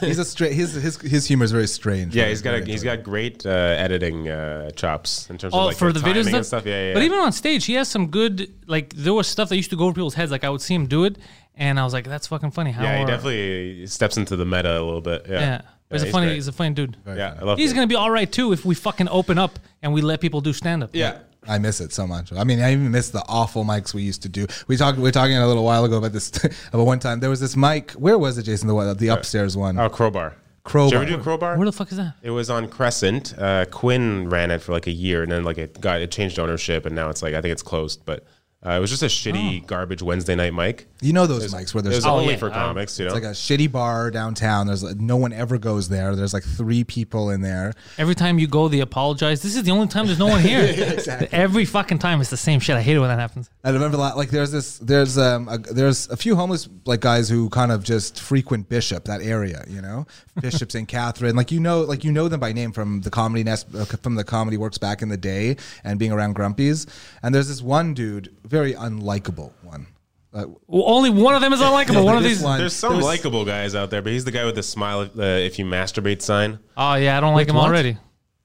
[SPEAKER 1] He's a straight. His his his humor is very strange.
[SPEAKER 3] Yeah, he's got a, he's got great uh, editing uh, chops in terms
[SPEAKER 2] Oh,
[SPEAKER 3] of like
[SPEAKER 2] for the
[SPEAKER 3] timing
[SPEAKER 2] videos
[SPEAKER 3] and stuff. Yeah, yeah.
[SPEAKER 2] But
[SPEAKER 3] yeah.
[SPEAKER 2] even on stage, he has some good like there was stuff that used to go over people's heads. Like I would see him do it, and I was like, that's fucking funny. How
[SPEAKER 3] yeah, he
[SPEAKER 2] are-
[SPEAKER 3] definitely steps into the meta a little bit. Yeah,
[SPEAKER 2] Yeah, But he's a funny.
[SPEAKER 3] great.
[SPEAKER 2] He's a funny dude.
[SPEAKER 3] yeah, I love.
[SPEAKER 2] He's
[SPEAKER 3] him.
[SPEAKER 2] gonna be all right too if we fucking open up and we let people do stand up.
[SPEAKER 3] Yeah,
[SPEAKER 1] I miss it so much. I mean, I even miss the awful mics we used to do. We talked. We were talking a little while ago about this. about one time there was this mic. Where was it, Jason? The one, the upstairs one.
[SPEAKER 3] oh, crowbar. Did you
[SPEAKER 1] Crowbar.
[SPEAKER 3] ever do crowbar?
[SPEAKER 2] Where the fuck is that?
[SPEAKER 3] It was on Crescent. Uh, Quinn ran it for like a year, and then like it got it changed ownership, and now it's like I think it's closed. But uh, it was just a shitty garbage Wednesday night mic.
[SPEAKER 1] You know those mics where
[SPEAKER 3] It
[SPEAKER 1] there's
[SPEAKER 3] was
[SPEAKER 2] Oh,
[SPEAKER 3] only
[SPEAKER 2] yeah.
[SPEAKER 3] for
[SPEAKER 2] Oh.
[SPEAKER 3] comics, you know.
[SPEAKER 1] It's like a shitty bar downtown. There's like, no one ever goes there. There's like three people in there.
[SPEAKER 2] Every time you go, they apologize. This is the only time there's no one here. Every fucking time it's the same shit. I hate it when that happens.
[SPEAKER 1] I remember la- like there's this there's um a, there's a few homeless like guys who kind of just frequent Bishop that area. You know, Bishop St. Catherine. Like you know like you know them by name from the comedy nest uh, from the comedy works back in the day and being around Grumpies. And there's this one dude, very unlikable one. Uh,
[SPEAKER 2] Well, only one of them is unlikable. One of
[SPEAKER 1] this
[SPEAKER 2] these.
[SPEAKER 1] one-
[SPEAKER 3] There's some likable guys out there, but he's the guy with the smile uh, if you masturbate sign.
[SPEAKER 2] Oh yeah, I don't like him
[SPEAKER 1] what?
[SPEAKER 2] already.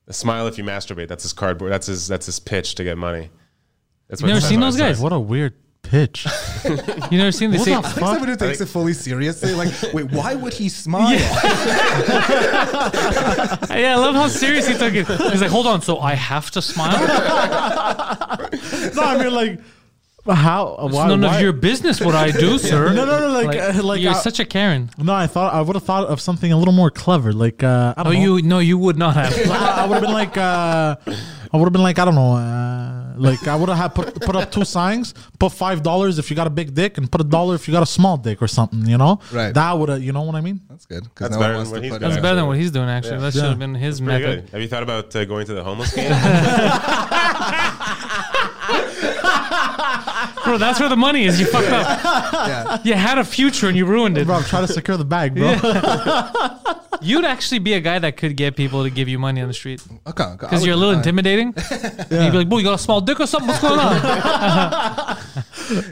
[SPEAKER 3] The smile if you masturbate. That's his cardboard. That's his that's his pitch to get money. That's
[SPEAKER 2] You've never
[SPEAKER 3] that's
[SPEAKER 2] seen
[SPEAKER 3] it
[SPEAKER 2] those
[SPEAKER 3] says.
[SPEAKER 2] guys?
[SPEAKER 4] What a weird pitch.
[SPEAKER 2] You never seen the
[SPEAKER 4] What
[SPEAKER 2] same.
[SPEAKER 4] the
[SPEAKER 1] Like
[SPEAKER 4] fuck?
[SPEAKER 1] someone who takes it fully seriously, like, wait, why would he smile?
[SPEAKER 2] Yeah, I love how serious he took it. He's like, hold on, so I have to smile?
[SPEAKER 4] No, I mean like how?
[SPEAKER 2] It's
[SPEAKER 4] why,
[SPEAKER 2] none
[SPEAKER 4] why-
[SPEAKER 2] of your business what I do, sir.
[SPEAKER 4] No, no, no, like- uh, like,
[SPEAKER 2] you're
[SPEAKER 4] uh,
[SPEAKER 2] such a Karen.
[SPEAKER 4] No, I thought I would have thought of something a little more clever. Like uh, I
[SPEAKER 2] Oh,
[SPEAKER 4] don't know.
[SPEAKER 2] you no, you would not have.
[SPEAKER 4] I, would have been like, uh, I would have been like, I don't know, uh, like I would have put put up two signs, put five dollars if you got a big dick, and put a dollar if you got a small dick or something. You know,
[SPEAKER 1] Right.
[SPEAKER 4] That would have, you know what I mean?
[SPEAKER 1] That's good. Because
[SPEAKER 3] That's
[SPEAKER 1] no one
[SPEAKER 3] better
[SPEAKER 1] wants
[SPEAKER 3] than
[SPEAKER 1] to
[SPEAKER 3] what
[SPEAKER 1] put
[SPEAKER 3] he's
[SPEAKER 2] That's
[SPEAKER 1] it
[SPEAKER 3] doing.
[SPEAKER 2] better than what he's doing. Actually,
[SPEAKER 3] Yeah.
[SPEAKER 2] that should have been his
[SPEAKER 3] Pretty
[SPEAKER 2] method.
[SPEAKER 3] good. Have you thought about uh, going to the homeless game?
[SPEAKER 2] Bro, that's where the money is. You fucked up.
[SPEAKER 1] Yeah.
[SPEAKER 2] You had a future and you ruined it.
[SPEAKER 4] Bro, I'm trying to secure the bag, bro.
[SPEAKER 2] You'd actually be a guy that could get people to give you money on the street
[SPEAKER 1] Okay. okay. I
[SPEAKER 2] because
[SPEAKER 1] would
[SPEAKER 2] you're a
[SPEAKER 1] be
[SPEAKER 2] little
[SPEAKER 1] fine.
[SPEAKER 2] intimidating. You'd be like, "Boy, you got a small dick or something? What's going on?"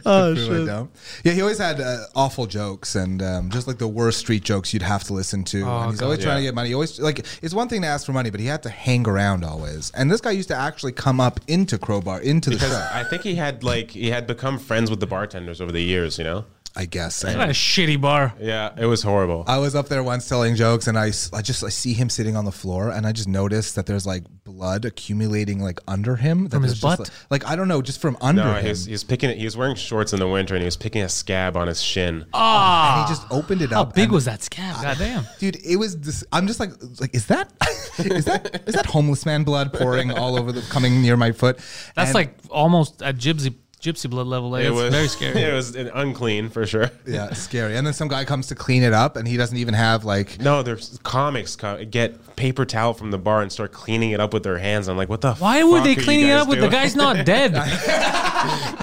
[SPEAKER 4] Oh,
[SPEAKER 1] Really
[SPEAKER 4] shit.
[SPEAKER 1] dumb. Yeah, he always had uh, awful jokes and um, just like the worst street jokes you'd have to listen to.
[SPEAKER 2] Oh,
[SPEAKER 1] and he's always trying to
[SPEAKER 3] Yeah.
[SPEAKER 1] get money. He always like it's one thing to ask for money, but he had to hang around always. And this guy used to actually come up into Crowbar into the
[SPEAKER 3] because
[SPEAKER 1] show.
[SPEAKER 3] I think he had like he had become friends with the bartenders over the years. You know?
[SPEAKER 1] I guess.
[SPEAKER 2] What a shitty bar.
[SPEAKER 3] Yeah, it was horrible.
[SPEAKER 1] I was up there once telling jokes, and I, s- I just I see him sitting on the floor, and I just noticed that there's like blood accumulating like under him that
[SPEAKER 2] From his
[SPEAKER 1] there's just,
[SPEAKER 2] butt?
[SPEAKER 1] Like, like, I don't know, just from under
[SPEAKER 3] no,
[SPEAKER 1] him.
[SPEAKER 3] he was, he was picking it. He was wearing shorts in the winter, and he was picking a scab on his shin.
[SPEAKER 2] Oh,
[SPEAKER 1] and he just opened it
[SPEAKER 2] Ah. How
[SPEAKER 1] up.
[SPEAKER 2] big
[SPEAKER 1] and-
[SPEAKER 2] was that scab? Goddamn.
[SPEAKER 1] dude? It was. This, I'm just like, like is that is that is that homeless man blood pouring all over the coming near my foot?
[SPEAKER 2] That's
[SPEAKER 1] And-
[SPEAKER 2] like almost at gypsy gypsy blood level. Like,
[SPEAKER 3] it
[SPEAKER 2] it's
[SPEAKER 3] was
[SPEAKER 2] very scary.
[SPEAKER 3] It was an unclean for sure.
[SPEAKER 1] yeah, scary. And then some guy comes to clean it up, and he doesn't even have like.
[SPEAKER 3] No, there's comics co- get paper towel from the bar and start cleaning it up with their hands. I'm like, what the?
[SPEAKER 2] Why
[SPEAKER 3] fuck
[SPEAKER 2] were
[SPEAKER 3] are
[SPEAKER 2] they
[SPEAKER 3] you
[SPEAKER 2] cleaning it
[SPEAKER 3] guys
[SPEAKER 2] up with the
[SPEAKER 3] doing?
[SPEAKER 2] guy's not dead?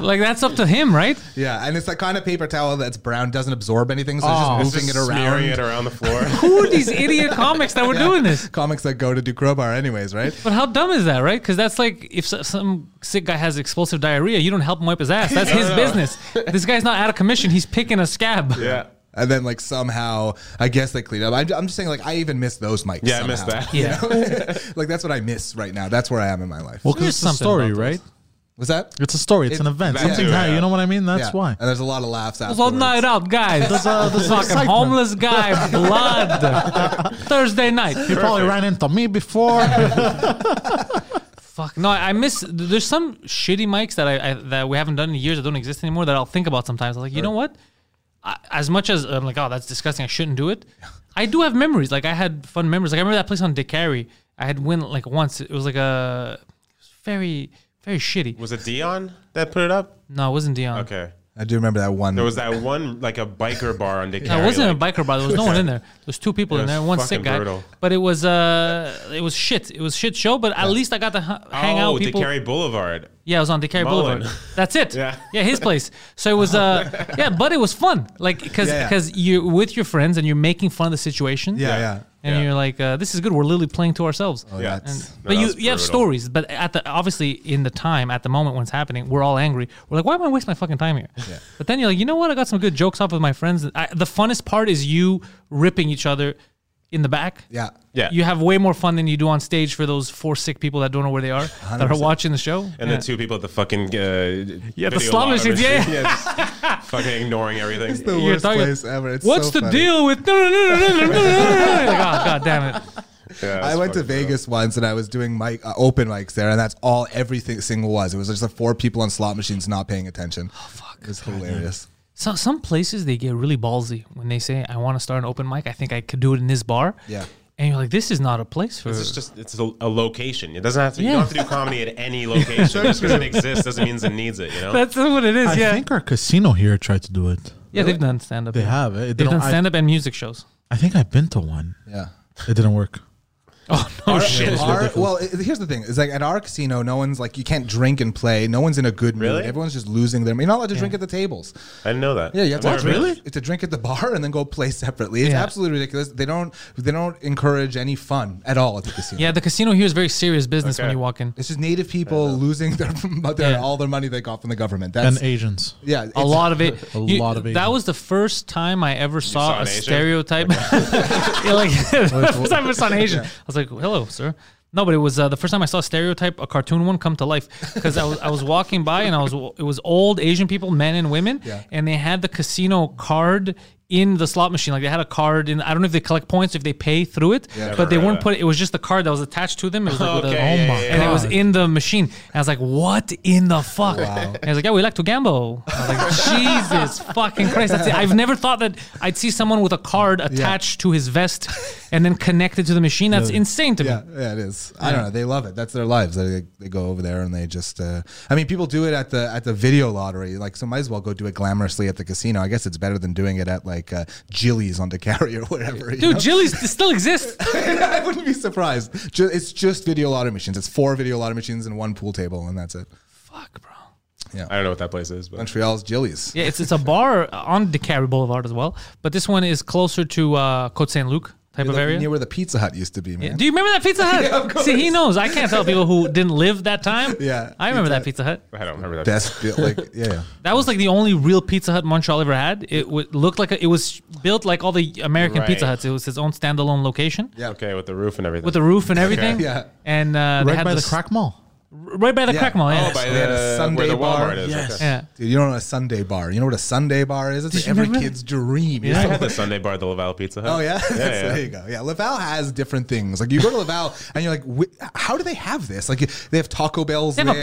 [SPEAKER 2] like that's up to him, right?
[SPEAKER 1] Yeah, and it's that kind of paper towel that's brown, doesn't absorb anything, so
[SPEAKER 3] It's
[SPEAKER 1] it's just moving
[SPEAKER 3] just
[SPEAKER 1] it around.
[SPEAKER 3] smearing it around the floor.
[SPEAKER 2] Who are these idiot comics that were doing this?
[SPEAKER 1] Comics that go to do crowbar, anyways, right?
[SPEAKER 2] But how dumb is that, right? Because that's like if so- some sick guy has explosive diarrhea, you don't help him wipe his ass. That's his business. This guy's not out of commission. He's picking a scab.
[SPEAKER 3] yeah,
[SPEAKER 1] And then like somehow, I guess they cleaned up. I'm, I'm just saying like I even miss those mics.
[SPEAKER 3] yeah, I missed that.
[SPEAKER 2] Yeah.
[SPEAKER 1] that. like that's what I miss right now. That's where I am in my life.
[SPEAKER 4] Well,
[SPEAKER 2] There's
[SPEAKER 4] because it's a
[SPEAKER 2] something
[SPEAKER 4] story,
[SPEAKER 2] about
[SPEAKER 4] right?
[SPEAKER 1] Was that?
[SPEAKER 4] It's a story. It's
[SPEAKER 1] It-
[SPEAKER 4] an event.
[SPEAKER 3] that
[SPEAKER 4] Something.
[SPEAKER 3] too,
[SPEAKER 4] ha-
[SPEAKER 3] yeah.
[SPEAKER 4] You know what I mean?
[SPEAKER 1] Yeah.
[SPEAKER 4] That's why.
[SPEAKER 1] And there's a lot of laughs
[SPEAKER 2] It was all
[SPEAKER 1] afterwards.
[SPEAKER 2] night out, guys.
[SPEAKER 4] There's a there's an
[SPEAKER 2] Fucking
[SPEAKER 4] excitement.
[SPEAKER 2] homeless guy, blood. Thursday night.
[SPEAKER 4] He probably ran into me before.
[SPEAKER 2] Fuck no, I I miss. There's some shitty mics that I, I that we haven't done in years that don't exist anymore that I'll think about sometimes. I'm like, you know what? I, as much as I'm like, oh, that's disgusting. I shouldn't do it. I do have memories. Like I had fun memories. Like I remember that place on DeCary. I had win like once. It was like a it was very very shitty.
[SPEAKER 3] Was it Dion that put it up?
[SPEAKER 2] No, it wasn't Dion.
[SPEAKER 3] Okay,
[SPEAKER 1] I do remember that one.
[SPEAKER 3] there was that one like a biker bar on Dick.
[SPEAKER 2] No, it wasn't a biker bar. There was no one in there. There was two people in
[SPEAKER 3] was
[SPEAKER 2] there, one sick
[SPEAKER 3] fucking
[SPEAKER 2] guy.
[SPEAKER 3] brutal.
[SPEAKER 2] But it was uh, it was shit. It was shit show. But at least I got to ha- hang out.
[SPEAKER 3] Oh,
[SPEAKER 2] with people.
[SPEAKER 3] DeCarry Boulevard.
[SPEAKER 2] Yeah, it was on DeCarry
[SPEAKER 3] Mullen.
[SPEAKER 2] Boulevard. That's it.
[SPEAKER 3] Yeah.
[SPEAKER 2] his place. So it was uh yeah, but it was fun. Like cuz
[SPEAKER 1] Yeah, yeah.
[SPEAKER 2] you're with your friends and you're making fun of the situation.
[SPEAKER 1] yeah, yeah.
[SPEAKER 2] And
[SPEAKER 3] Yeah.
[SPEAKER 2] you're like uh, this is good. We're literally playing to ourselves.
[SPEAKER 1] Oh,
[SPEAKER 3] Yeah.
[SPEAKER 1] that's-
[SPEAKER 3] No,
[SPEAKER 2] but
[SPEAKER 3] that
[SPEAKER 2] you
[SPEAKER 3] was
[SPEAKER 2] you have
[SPEAKER 3] brutal.
[SPEAKER 2] stories, but at the obviously in the time at the moment when it's happening, we're all angry. We're like, why am I wasting my fucking time here? But then you're like, you know what? I got some good jokes off with my friends. I, the funnest part is you ripping each other in the back.
[SPEAKER 1] yeah.
[SPEAKER 3] Yeah,
[SPEAKER 2] You have way more fun than you do on stage for those four sick people that don't know where they are that are
[SPEAKER 1] 100%.
[SPEAKER 2] watching the show.
[SPEAKER 3] and
[SPEAKER 2] Yeah.
[SPEAKER 3] the two people at the fucking uh,
[SPEAKER 2] Yeah, the
[SPEAKER 3] video
[SPEAKER 2] slum
[SPEAKER 3] lot of
[SPEAKER 2] machines,
[SPEAKER 3] it.
[SPEAKER 2] yeah.
[SPEAKER 3] just fucking ignoring everything.
[SPEAKER 1] It's the
[SPEAKER 2] You're
[SPEAKER 1] worst
[SPEAKER 2] talking-
[SPEAKER 1] place ever. It's
[SPEAKER 2] What's
[SPEAKER 1] so
[SPEAKER 2] the
[SPEAKER 1] funny.
[SPEAKER 2] deal with? No, no, no, no, no, no, no, no, no. Like, oh, God damn it.
[SPEAKER 3] Yeah,
[SPEAKER 1] I
[SPEAKER 3] it's
[SPEAKER 1] went to
[SPEAKER 3] fucking brutal.
[SPEAKER 1] Vegas once and I was doing mic uh, open mics there, and that's all everything single was. It was just like four people on slot machines not paying attention. Oh fuck! It was hilarious.
[SPEAKER 2] So, some places they get really ballsy when they say, I want to start an open mic. I think I could do it in this bar.
[SPEAKER 1] Yeah.
[SPEAKER 2] And you're like, this is not a place for
[SPEAKER 3] It's just it's a, a location. It doesn't have to. You
[SPEAKER 2] Yeah.
[SPEAKER 3] don't have to do comedy at any location. just because it exists doesn't mean it needs it. You know.
[SPEAKER 2] That's what it is.
[SPEAKER 4] I
[SPEAKER 2] yeah.
[SPEAKER 4] think our casino here tried to do it.
[SPEAKER 2] yeah, they've done stand up.
[SPEAKER 4] They have. It
[SPEAKER 2] They've
[SPEAKER 4] didn't.
[SPEAKER 2] done
[SPEAKER 4] I,
[SPEAKER 2] stand up and music shows.
[SPEAKER 4] I think I've been to one.
[SPEAKER 1] Yeah.
[SPEAKER 4] It didn't work.
[SPEAKER 2] Oh, no shit.
[SPEAKER 1] Our, well, i- here's the thing: is like at our casino, no one's like you can't drink and play. No one's in a good mood.
[SPEAKER 3] Really?
[SPEAKER 1] Everyone's just losing their. You're not allowed to drink at the tables.
[SPEAKER 3] I didn't know that.
[SPEAKER 1] Yeah, you have
[SPEAKER 3] I've
[SPEAKER 1] to
[SPEAKER 3] never been.
[SPEAKER 1] It's to drink at the bar and then go play separately. It's
[SPEAKER 2] Yeah.
[SPEAKER 1] absolutely ridiculous. They don't they don't encourage any fun at all at the casino.
[SPEAKER 2] Yeah, the casino here is very serious business when
[SPEAKER 3] Okay.
[SPEAKER 2] you walk in.
[SPEAKER 1] It's just native people losing their, their
[SPEAKER 2] Yeah.
[SPEAKER 1] all their money they got from the government. That's
[SPEAKER 4] And Asians.
[SPEAKER 1] yeah,
[SPEAKER 2] A lot of it.
[SPEAKER 4] A
[SPEAKER 2] you-
[SPEAKER 4] lot of Asian.
[SPEAKER 2] That was the first time I ever saw,
[SPEAKER 3] saw
[SPEAKER 2] a
[SPEAKER 3] an Asian?
[SPEAKER 2] stereotype. Yeah, like, the first time I saw an Asian. I was like, hello, sir. No, but it was uh, the first time I saw stereotype a cartoon one come to life because I was I was walking by and I was it was old Asian people, men and women,
[SPEAKER 1] Yeah.
[SPEAKER 2] and they had the casino card in the slot machine. Like they had a card in. I don't know if they collect points if they pay through it, but they
[SPEAKER 3] heard
[SPEAKER 2] weren't
[SPEAKER 3] that.
[SPEAKER 2] put. It was just the card that was attached to them. It was like with a,
[SPEAKER 3] Okay, yeah,
[SPEAKER 2] and it was
[SPEAKER 4] God.
[SPEAKER 2] in the machine. And I was like, "What in the fuck?" And I was like, "Yeah, we like to gamble." I was like, "Jesus fucking Christ!" That's it. I've never thought that I'd see someone with a card attached to his vest and then connected to the machine. That's insane to me.
[SPEAKER 1] Yeah, yeah, it is. I don't know. They love it. That's their lives. They, they go over there and they just. Uh, I mean, people do it at the at the video lottery. Like, so might as well go do it glamorously at the casino. I guess it's better than doing it at like uh, Jilly's on DeCarry or wherever. you
[SPEAKER 2] Dude,
[SPEAKER 1] know?
[SPEAKER 2] Jilly's still exists.
[SPEAKER 1] I wouldn't be surprised. Ju- It's just video lottery machines. It's four video lottery machines and one pool table, and that's it.
[SPEAKER 2] Fuck, bro.
[SPEAKER 3] I don't know what that place is, but
[SPEAKER 1] Montreal's Jilly's.
[SPEAKER 2] Yeah, it's it's a bar on DeCary Boulevard as well, but this one is closer to uh, Côte Saint Luc type of area.
[SPEAKER 1] Near where the Pizza Hut used to be, man.
[SPEAKER 2] Do you remember that Pizza Hut?
[SPEAKER 1] Yeah, of course.
[SPEAKER 2] See, he knows. I can't tell people who didn't live that time.
[SPEAKER 1] Yeah,
[SPEAKER 2] I remember
[SPEAKER 1] Pizza
[SPEAKER 2] that Pizza Hut.
[SPEAKER 3] I don't remember that.
[SPEAKER 1] Best, feel- like, yeah, yeah.
[SPEAKER 2] That was like the only real Pizza Hut Montreal ever had. It w- looked like a, it was built like all the American
[SPEAKER 3] Right.
[SPEAKER 2] Pizza Huts. It was its own standalone location
[SPEAKER 1] Yeah.
[SPEAKER 3] Okay, with the roof and everything.
[SPEAKER 2] with a roof and everything.
[SPEAKER 1] Yeah.
[SPEAKER 2] and uh, they
[SPEAKER 4] Right
[SPEAKER 2] had
[SPEAKER 4] by the
[SPEAKER 2] this-
[SPEAKER 4] crack mall.
[SPEAKER 2] right by the
[SPEAKER 1] Yeah.
[SPEAKER 2] crack mall. Yeah,
[SPEAKER 3] oh, by
[SPEAKER 1] They had a
[SPEAKER 3] the,
[SPEAKER 1] Sunday
[SPEAKER 3] where the Walmart
[SPEAKER 1] bar.
[SPEAKER 3] is.
[SPEAKER 4] Yes.
[SPEAKER 3] Okay.
[SPEAKER 2] yeah.
[SPEAKER 1] Dude, you don't know what a Sunday bar. You know what a Sunday bar is? It's like
[SPEAKER 2] you
[SPEAKER 1] every
[SPEAKER 2] remember?
[SPEAKER 1] kid's dream.
[SPEAKER 3] I
[SPEAKER 1] Yeah.
[SPEAKER 3] had the Sunday bar at the Laval Pizza Hut.
[SPEAKER 1] Oh yeah,
[SPEAKER 3] yeah,
[SPEAKER 1] That's-
[SPEAKER 3] yeah.
[SPEAKER 1] there you go. Yeah, Laval has different things. Like you go to Laval and you're like, "Wh- how do they have this? Like they have Taco Bells.
[SPEAKER 2] They have a
[SPEAKER 1] there.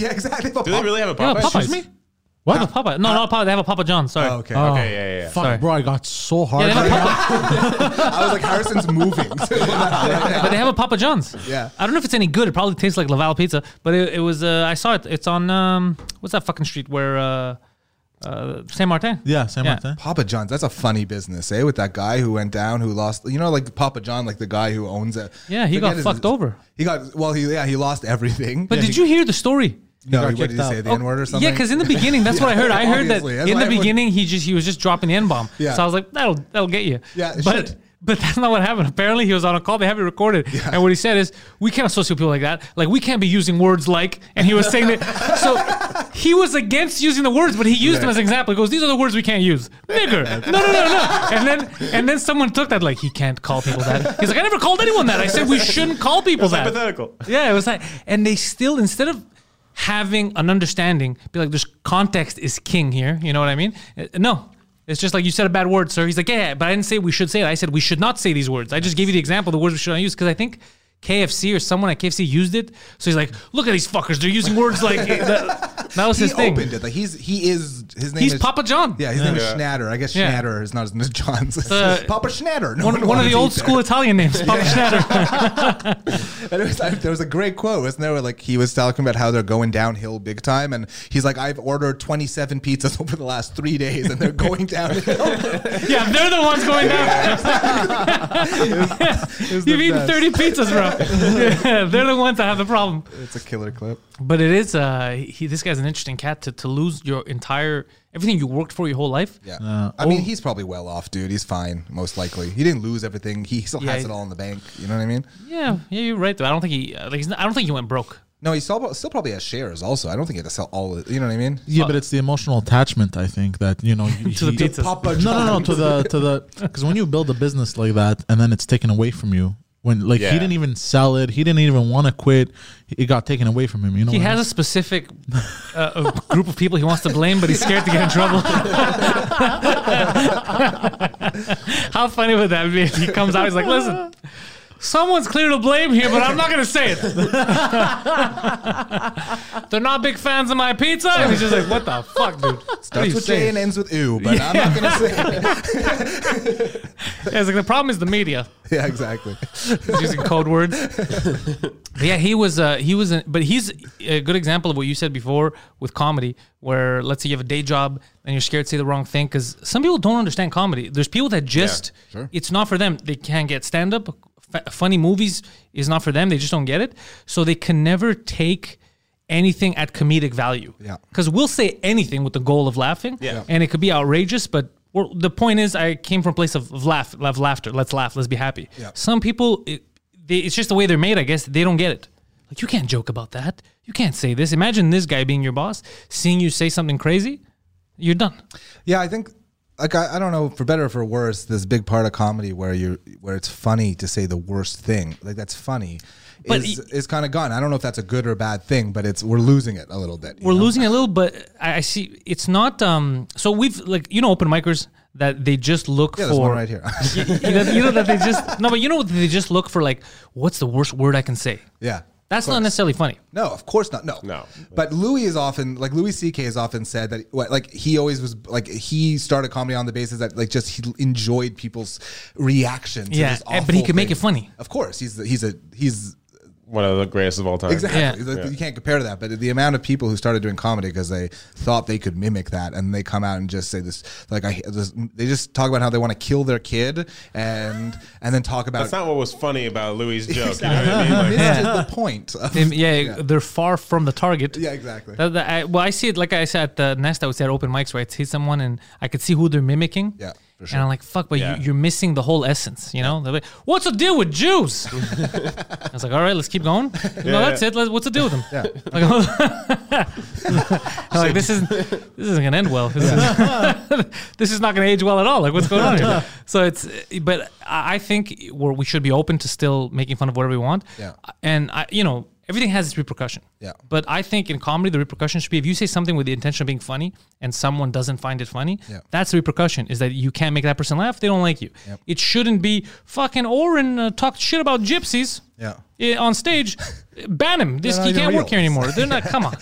[SPEAKER 1] Yeah, exactly. They have a
[SPEAKER 3] Do they
[SPEAKER 1] Pop-
[SPEAKER 3] really have a
[SPEAKER 2] They have
[SPEAKER 3] Popeyes?
[SPEAKER 2] a Popeyes.
[SPEAKER 4] me?
[SPEAKER 2] What? They have a Popeye. No, not a Popeye. They have a Papa John. Sorry.
[SPEAKER 1] Oh, okay.
[SPEAKER 3] Okay, yeah, yeah, yeah.
[SPEAKER 4] Fuck,
[SPEAKER 2] Sorry.
[SPEAKER 4] bro, I got so
[SPEAKER 2] Yeah,
[SPEAKER 4] hard.
[SPEAKER 2] they have a Papa,
[SPEAKER 1] I was like, Harrison's moving.
[SPEAKER 2] Oh. but they have a Papa John's.
[SPEAKER 1] Yeah.
[SPEAKER 2] I don't know if it's any good. It probably tastes like Laval pizza, but it, it was. Uh, I saw it. It's on um, what's that fucking street where uh, uh, Saint Martin.
[SPEAKER 4] yeah, same
[SPEAKER 2] Yeah.
[SPEAKER 4] yeah. thing.
[SPEAKER 1] Papa John's. That's a funny business, eh? With that guy who went down, who lost. You know, like Papa John, like the guy who owns it.
[SPEAKER 2] Yeah, he
[SPEAKER 1] Forget
[SPEAKER 2] got
[SPEAKER 1] his-
[SPEAKER 2] fucked over.
[SPEAKER 1] He got well. He yeah, he lost everything.
[SPEAKER 2] But
[SPEAKER 1] Yeah,
[SPEAKER 2] did you hear the story?
[SPEAKER 1] he, no?
[SPEAKER 4] got
[SPEAKER 1] He, what did
[SPEAKER 4] kicked
[SPEAKER 1] he say?
[SPEAKER 4] out.
[SPEAKER 1] The N word or something?
[SPEAKER 2] Yeah, because in the beginning, that's what I heard. I heard that
[SPEAKER 1] Obviously, that's
[SPEAKER 2] in
[SPEAKER 1] why
[SPEAKER 2] the
[SPEAKER 1] everyone-
[SPEAKER 2] beginning he just he was just dropping the n bomb.
[SPEAKER 1] Yeah.
[SPEAKER 2] So I was like, that'll that'll get you.
[SPEAKER 1] Yeah, it
[SPEAKER 2] but
[SPEAKER 1] should.
[SPEAKER 2] but that's not what happened. Apparently he was on a call. They have it recorded. And what he said is, we can't associate people like that. Like we can't be using words like. And he was saying that. So he was against using the words, but he used them as an example. He goes, these are the words we can't use. Nigger. No, no, no, no. And then and then someone took that like he can't call people that. He's like, I never called anyone that. I said we shouldn't call people that.
[SPEAKER 3] hypothetical.
[SPEAKER 2] Yeah, it was like, and they still instead of having an understanding, be like, "There's context is king here." You know what I mean? Uh, No, it's just like you said a bad word, sir. He's like, "Yeah, yeah, but I didn't say we should say it. I said we should not say these words. I just gave you the example of the words we should not use because I think." KFC or someone at KFC used it, so he's like, "Look at these fuckers! They're using words like eh, that, that was
[SPEAKER 1] he
[SPEAKER 2] his thing."
[SPEAKER 1] opened it. Like he's he is his name.
[SPEAKER 2] He's
[SPEAKER 1] is,
[SPEAKER 2] Papa John.
[SPEAKER 1] Yeah, his name is Schnatter. I guess
[SPEAKER 2] Yeah.
[SPEAKER 1] Schnatter is not his name is John's.
[SPEAKER 2] Uh,
[SPEAKER 1] Papa Schnatter. No
[SPEAKER 2] one, one of
[SPEAKER 1] wants
[SPEAKER 2] the
[SPEAKER 1] to
[SPEAKER 2] old
[SPEAKER 1] eat
[SPEAKER 2] school Italian names, Papa Schnatter.
[SPEAKER 1] And it was, I, there was a great quote, wasn't there? Where, like he was talking about how they're going downhill big time, and he's like, "I've ordered 27 pizzas over the last three days, and they're going downhill."
[SPEAKER 2] yeah, they're the ones going down.
[SPEAKER 1] It was the
[SPEAKER 2] You've eaten
[SPEAKER 1] best.
[SPEAKER 2] thirty pizzas, bro. Yeah, they're the ones that have the problem.
[SPEAKER 1] It's a killer clip.
[SPEAKER 2] But it is uh he this guy's an interesting cat to, to lose your entire everything you worked for your whole life.
[SPEAKER 1] Yeah, I
[SPEAKER 2] oh.
[SPEAKER 1] mean, he's probably well off, dude. He's fine, most likely. He didn't lose everything. He still
[SPEAKER 2] Yeah,
[SPEAKER 1] has
[SPEAKER 2] he-
[SPEAKER 1] it all in the bank. You know what I mean?
[SPEAKER 2] Yeah, yeah, you're right though. I don't think he uh, like he's not, I don't think he went broke.
[SPEAKER 1] No, he still, still probably has shares. Also, I don't think he had to sell all. Of, you know what I mean?
[SPEAKER 4] Yeah, but it's the emotional attachment. I think that you know you-
[SPEAKER 2] To the
[SPEAKER 4] he-
[SPEAKER 2] pizzas.
[SPEAKER 1] Papa
[SPEAKER 4] No, no, no. To the to the because when you build a business like that and then it's taken away from you, when like
[SPEAKER 3] Yeah.
[SPEAKER 4] he didn't even sell it, he didn't even want to quit. It got taken away from him. You know,
[SPEAKER 2] He
[SPEAKER 4] what I
[SPEAKER 2] has a specific uh, a group of people he wants to blame, but he's scared to get in trouble. How funny would that be if he comes out? He's like, "Listen, someone's clear to blame here, but I'm not going to say it." They're not big fans of my pizza, and he's just like, "What the fuck, dude?" What are
[SPEAKER 1] Starts
[SPEAKER 2] you
[SPEAKER 1] with
[SPEAKER 2] saying?
[SPEAKER 1] J and ends with ooh, but I'm not gonna say. it.
[SPEAKER 2] Yeah, it's like the problem is the media.
[SPEAKER 1] yeah, exactly.
[SPEAKER 2] He's using code words. But yeah, he was. Uh, he was. An, but he's a good example of what you said before with comedy, where let's say you have a day job and you're scared to say the wrong thing because some people don't understand comedy. There's people that just it's not for them. They can't get stand up. F- funny movies is not for them. They just don't get it. So they can never take anything at comedic value.
[SPEAKER 1] Yeah.
[SPEAKER 2] Because we'll say anything with the goal of laughing.
[SPEAKER 3] Yeah.
[SPEAKER 2] And it could be outrageous, but we're, the point is, I came from a place of laugh, laugh, laughter. Let's laugh. Let's be happy.
[SPEAKER 1] Yeah.
[SPEAKER 2] Some people, it, they, it's just the way they're made. I guess they don't get it. Like you can't joke about that. You can't say this. Imagine this guy being your boss, seeing you say something crazy. You're done.
[SPEAKER 1] Yeah, I think like I, I don't know for better or for worse, this big part of comedy where you are where it's funny to say the worst thing like that's funny,
[SPEAKER 2] But
[SPEAKER 1] is,
[SPEAKER 2] y-
[SPEAKER 1] is kind of gone. I don't know if that's a good or bad thing, but it's we're losing it a little bit. you
[SPEAKER 2] we're
[SPEAKER 1] know?
[SPEAKER 2] losing a little, but I I see it's not. Um, so we've like you know open micers that they just look
[SPEAKER 1] Yeah, there's
[SPEAKER 2] for
[SPEAKER 1] one right here.
[SPEAKER 2] you, you know, you know that they just no, but you know what they just look for like what's the worst word I can say.
[SPEAKER 1] yeah.
[SPEAKER 2] That's not necessarily funny.
[SPEAKER 1] No, of course not. No,
[SPEAKER 3] No.
[SPEAKER 1] But Louis is often like Louis C.K. has often said that what, like he always was like he started comedy on the basis that like just he enjoyed people's reactions.
[SPEAKER 2] Yeah, eh, but he could make it funny.
[SPEAKER 1] Of course, he's the, he's a he's
[SPEAKER 3] One of the greatest of all time.
[SPEAKER 1] exactly
[SPEAKER 2] Yeah.
[SPEAKER 1] He's like, you can't compare to that. But the amount of people who started doing comedy because they thought they could mimic that, and they come out and just say this like I this, they just talk about how they want to kill their kid and and then talk about
[SPEAKER 3] That's not what was funny about Louis' joke. You
[SPEAKER 1] Exactly.
[SPEAKER 3] know what I mean? Like,
[SPEAKER 1] this is the point. of-
[SPEAKER 2] They- yeah, they're far from the target.
[SPEAKER 1] Yeah, exactly.
[SPEAKER 2] That- that- I, well, I see it like I said at the nest. I would say at open mics, right? See someone and I could see who they're mimicking.
[SPEAKER 1] Yeah, for
[SPEAKER 2] And
[SPEAKER 1] sure.
[SPEAKER 2] I'm like, fuck, but
[SPEAKER 3] Yeah.
[SPEAKER 2] you, you're missing the whole essence. You know, They're like, what's the deal with Jews? I was like, all right, let's keep going. no, that's it. Let, what's the deal with them? Yeah. Like, oh. I'm like, this isn't this isn't gonna end well. This, is, this is not gonna age well at all. Like what's going on here? So it's but I I think we're, we should be open to still making fun of whatever we want.
[SPEAKER 1] Yeah.
[SPEAKER 2] And I, you know, everything has its repercussion.
[SPEAKER 1] Yeah.
[SPEAKER 2] But I think in comedy, the repercussion should be if you say something with the intention of being funny and someone doesn't find it funny,
[SPEAKER 1] Yeah.
[SPEAKER 2] that's the repercussion is that you can't make that person laugh. They don't like you. It shouldn't be fucking Oren uh, talked shit about gypsies.
[SPEAKER 1] Yeah.
[SPEAKER 2] eh, on stage, ban him. This
[SPEAKER 1] They're not
[SPEAKER 2] he
[SPEAKER 1] even
[SPEAKER 2] can't work
[SPEAKER 1] real.
[SPEAKER 2] here anymore. They're not. Come on.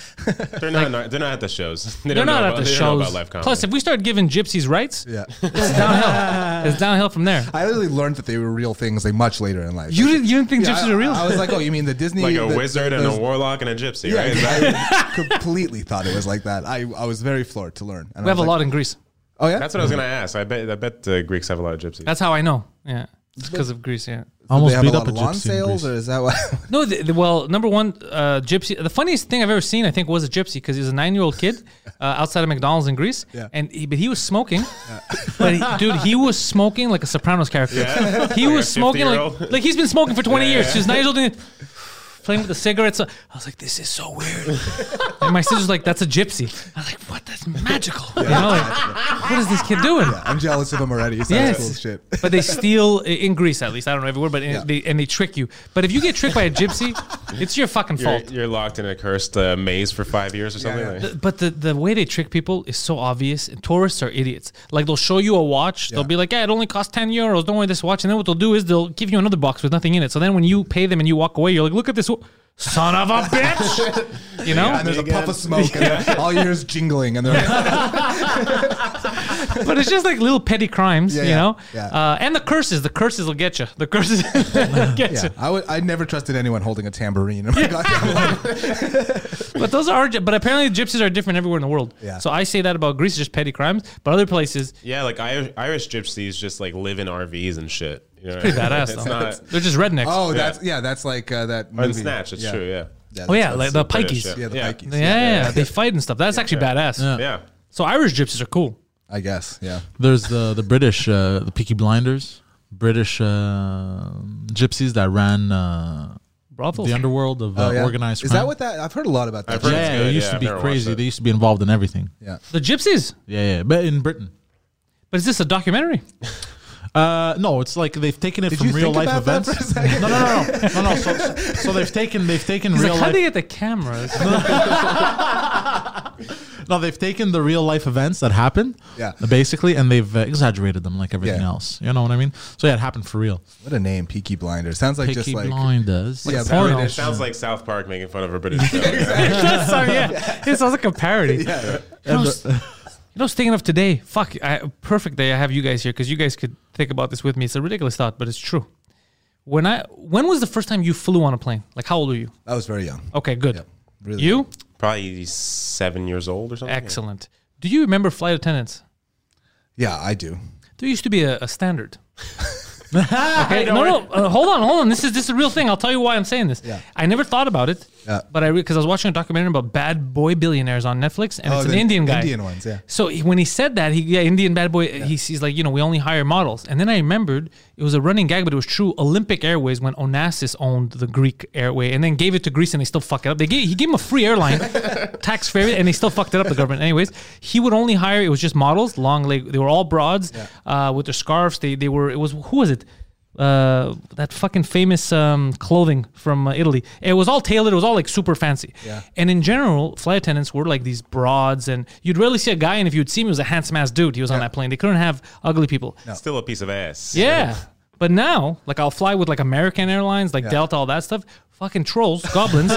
[SPEAKER 3] they're not. they're not at the shows. They
[SPEAKER 2] They're
[SPEAKER 3] don't know
[SPEAKER 2] not
[SPEAKER 3] about-
[SPEAKER 2] at the
[SPEAKER 3] they don't
[SPEAKER 2] shows.
[SPEAKER 3] know about live comedy.
[SPEAKER 2] Plus, if we start giving gypsies rights,
[SPEAKER 1] yeah.
[SPEAKER 2] it's downhill. it's downhill from there.
[SPEAKER 1] I literally learned that they were real things like much later in life.
[SPEAKER 2] You
[SPEAKER 1] Like,
[SPEAKER 2] didn't, you didn't think
[SPEAKER 1] yeah,
[SPEAKER 2] gypsies
[SPEAKER 1] I,
[SPEAKER 2] are real?
[SPEAKER 1] I was like, oh, you mean the Disney
[SPEAKER 3] like a
[SPEAKER 1] the-
[SPEAKER 3] wizard and a
[SPEAKER 1] those-
[SPEAKER 3] warlock and a gypsy,
[SPEAKER 1] Yeah,
[SPEAKER 3] right? Is that-
[SPEAKER 1] I completely thought it was like that. I, I was very floored to learn. And
[SPEAKER 2] we
[SPEAKER 1] I
[SPEAKER 2] have a
[SPEAKER 1] was
[SPEAKER 2] lot
[SPEAKER 1] like,
[SPEAKER 2] in Greece.
[SPEAKER 1] Oh yeah,
[SPEAKER 3] that's what I was gonna ask. I bet. I bet the Greeks have a lot of gypsies.
[SPEAKER 2] That's how I know. Yeah, it's because of Greece. Yeah.
[SPEAKER 4] Almost
[SPEAKER 1] they have
[SPEAKER 4] beat
[SPEAKER 1] a lot
[SPEAKER 4] up a
[SPEAKER 1] of lawn
[SPEAKER 4] gypsy. in
[SPEAKER 1] sales,
[SPEAKER 4] Greece.
[SPEAKER 1] or is that what?
[SPEAKER 2] No, the, the, well, number one, uh, gypsy. The funniest thing I've ever seen, I think, was a gypsy because he was a nine-year-old kid uh, outside of McDonald's in Greece,
[SPEAKER 1] Yeah.
[SPEAKER 2] and he, but he was smoking. But he, dude, he was smoking like a Sopranos character. He was
[SPEAKER 3] a
[SPEAKER 2] smoking like
[SPEAKER 3] 50-year-old.
[SPEAKER 2] like he's been smoking for twenty
[SPEAKER 3] Yeah,
[SPEAKER 2] years.
[SPEAKER 3] yeah.
[SPEAKER 2] He was nine years old. And, Playing with the cigarettes, I was like, "This is so weird." and my sister's like, "That's a gypsy." I was like, "What? That's magical." You know, like, what is this kid doing?
[SPEAKER 1] I'm jealous of them already. Sounds
[SPEAKER 2] Yes.
[SPEAKER 1] cool as shit.
[SPEAKER 2] but they steal i- in Greece, at least. I don't know everywhere, but in,
[SPEAKER 1] Yeah.
[SPEAKER 2] they, and they trick you. But if you get tricked by a gypsy, it's your fucking
[SPEAKER 3] you're,
[SPEAKER 2] fault.
[SPEAKER 3] you're locked in a cursed uh, maze for five years or something.
[SPEAKER 1] yeah.
[SPEAKER 3] like-
[SPEAKER 2] Th- But the, the way they trick people is so obvious. And tourists are idiots. Like they'll show you a watch. They'll be like, "Yeah, it only costs ten euros. Don't worry, this watch." And then what they'll do is they'll give you another box with nothing in it. So then when you pay them and you walk away, you're like, "Look at this, wa- son of a bitch!" You know.
[SPEAKER 1] And there's a puff of smoke, and then all you hear is jingling, and they're like,
[SPEAKER 2] but it's just like little petty crimes,
[SPEAKER 1] Yeah,
[SPEAKER 2] you
[SPEAKER 1] yeah,
[SPEAKER 2] know.
[SPEAKER 1] yeah.
[SPEAKER 2] Uh, and the curses, the curses will get you. The curses will get
[SPEAKER 1] yeah.
[SPEAKER 2] you.
[SPEAKER 1] I would, I never trusted anyone holding a tambourine. in my goddamn life.
[SPEAKER 2] But those are, but apparently gypsies are different everywhere in the world.
[SPEAKER 1] Yeah.
[SPEAKER 2] So I say that about Greece, just petty crimes, but other places,
[SPEAKER 3] Yeah, like Irish, Irish gypsies just like live in RVs and shit. You know what
[SPEAKER 2] pretty
[SPEAKER 3] I mean?
[SPEAKER 2] badass.
[SPEAKER 3] It's
[SPEAKER 2] though.
[SPEAKER 3] not.
[SPEAKER 2] They're just rednecks. Oh,
[SPEAKER 1] Oh, that's yeah, that's like uh, that
[SPEAKER 3] Or
[SPEAKER 1] movie.
[SPEAKER 3] in Snatch, it's true. Yeah.
[SPEAKER 1] yeah
[SPEAKER 2] Oh, yeah,
[SPEAKER 1] that's-
[SPEAKER 2] like the
[SPEAKER 3] British,
[SPEAKER 2] pikeys.
[SPEAKER 1] yeah,
[SPEAKER 2] Yeah,
[SPEAKER 1] the
[SPEAKER 3] Yeah.
[SPEAKER 1] Pikes.
[SPEAKER 2] yeah, they fight and stuff. That's actually badass.
[SPEAKER 3] Yeah.
[SPEAKER 2] So Irish gypsies are cool.
[SPEAKER 1] I guess. Yeah,
[SPEAKER 4] There's the the British, uh, the Peaky Blinders, British uh, gypsies that ran uh,
[SPEAKER 2] Brothels.
[SPEAKER 4] the underworld of uh,
[SPEAKER 1] Oh, yeah.
[SPEAKER 4] organized
[SPEAKER 1] Is
[SPEAKER 4] crime.
[SPEAKER 1] that what that? I've heard a lot about that.
[SPEAKER 3] I've heard-
[SPEAKER 4] yeah,
[SPEAKER 3] That's good,
[SPEAKER 4] it used
[SPEAKER 3] yeah,
[SPEAKER 4] to
[SPEAKER 3] I've
[SPEAKER 4] be
[SPEAKER 3] never watched
[SPEAKER 4] crazy.
[SPEAKER 3] it.
[SPEAKER 4] They used to be involved in everything.
[SPEAKER 1] yeah,
[SPEAKER 2] the gypsies.
[SPEAKER 4] Yeah, yeah. But in Britain,
[SPEAKER 2] But is this a documentary?
[SPEAKER 4] uh, no, it's like they've taken it
[SPEAKER 1] Did
[SPEAKER 4] from
[SPEAKER 1] you
[SPEAKER 4] real
[SPEAKER 1] think
[SPEAKER 4] life
[SPEAKER 1] about that
[SPEAKER 4] events.
[SPEAKER 1] for a second?
[SPEAKER 4] No, no, no, no, no. no so, so they've taken they've taken
[SPEAKER 2] He's
[SPEAKER 4] real
[SPEAKER 2] like, how
[SPEAKER 4] life.
[SPEAKER 2] do you get the cameras?
[SPEAKER 4] No, they've taken the real life events that happened,
[SPEAKER 1] Yeah.
[SPEAKER 4] basically, and they've uh, exaggerated them like everything
[SPEAKER 1] Yeah.
[SPEAKER 4] else. You know what I mean? So yeah, it happened for real.
[SPEAKER 1] what a name, Peaky Blinders. Sounds like
[SPEAKER 4] Peaky
[SPEAKER 1] just like
[SPEAKER 4] Blinders.
[SPEAKER 1] yeah,
[SPEAKER 3] I mean,
[SPEAKER 1] British.
[SPEAKER 3] it sounds like South Park making fun of a British show.
[SPEAKER 2] it does sound, yeah. It sounds like a parody. You, know, s- you know, was thinking of today. Fuck, I, perfect day. I have you guys here because you guys could think about this with me. It's a ridiculous thought, but it's true. When I, when was the first time you flew on a plane? Like, how old were you?
[SPEAKER 1] I was very young.
[SPEAKER 2] Okay, good.
[SPEAKER 1] really
[SPEAKER 2] you
[SPEAKER 3] Probably seven years old or something.
[SPEAKER 2] excellent. Do you remember flight attendants?
[SPEAKER 1] Yeah, I do.
[SPEAKER 2] There used to be a, a standard. okay, no, no, uh, hold on, hold on. This is this is a real thing. I'll tell you why I'm saying this.
[SPEAKER 1] Yeah.
[SPEAKER 2] I never thought about it,
[SPEAKER 1] Yeah.
[SPEAKER 2] but I because I was watching a documentary about bad boy billionaires on Netflix, and
[SPEAKER 1] Oh,
[SPEAKER 2] it's an
[SPEAKER 1] the
[SPEAKER 2] Indian guy.
[SPEAKER 1] Indian ones, yeah.
[SPEAKER 2] So he, when he said that, he yeah, Indian bad boy. He, he's like, you know, we only hire models. And then I remembered it was a running gag, but it was true. Olympic Airways when Onassis owned the Greek airway, and then gave it to Greece, and they still fuck it up. They gave he gave him a free airline, tax free, and they still fucked it up. The government, anyways. He would only hire it was just models, long leg. They were all broads uh, with their scarves. They they were it was who was it? uh, that fucking famous um, clothing from uh, Italy. It was all tailored. It was all like super fancy.
[SPEAKER 1] Yeah.
[SPEAKER 2] And in general, flight attendants were like these broads, and you'd rarely see a guy. And if you'd see him, he was a handsome ass dude. He was on that plane. They couldn't have ugly people.
[SPEAKER 3] Still a piece of ass.
[SPEAKER 2] Yeah. But now, like I'll fly with like American Airlines, like Delta, all that stuff. Fucking trolls, goblins.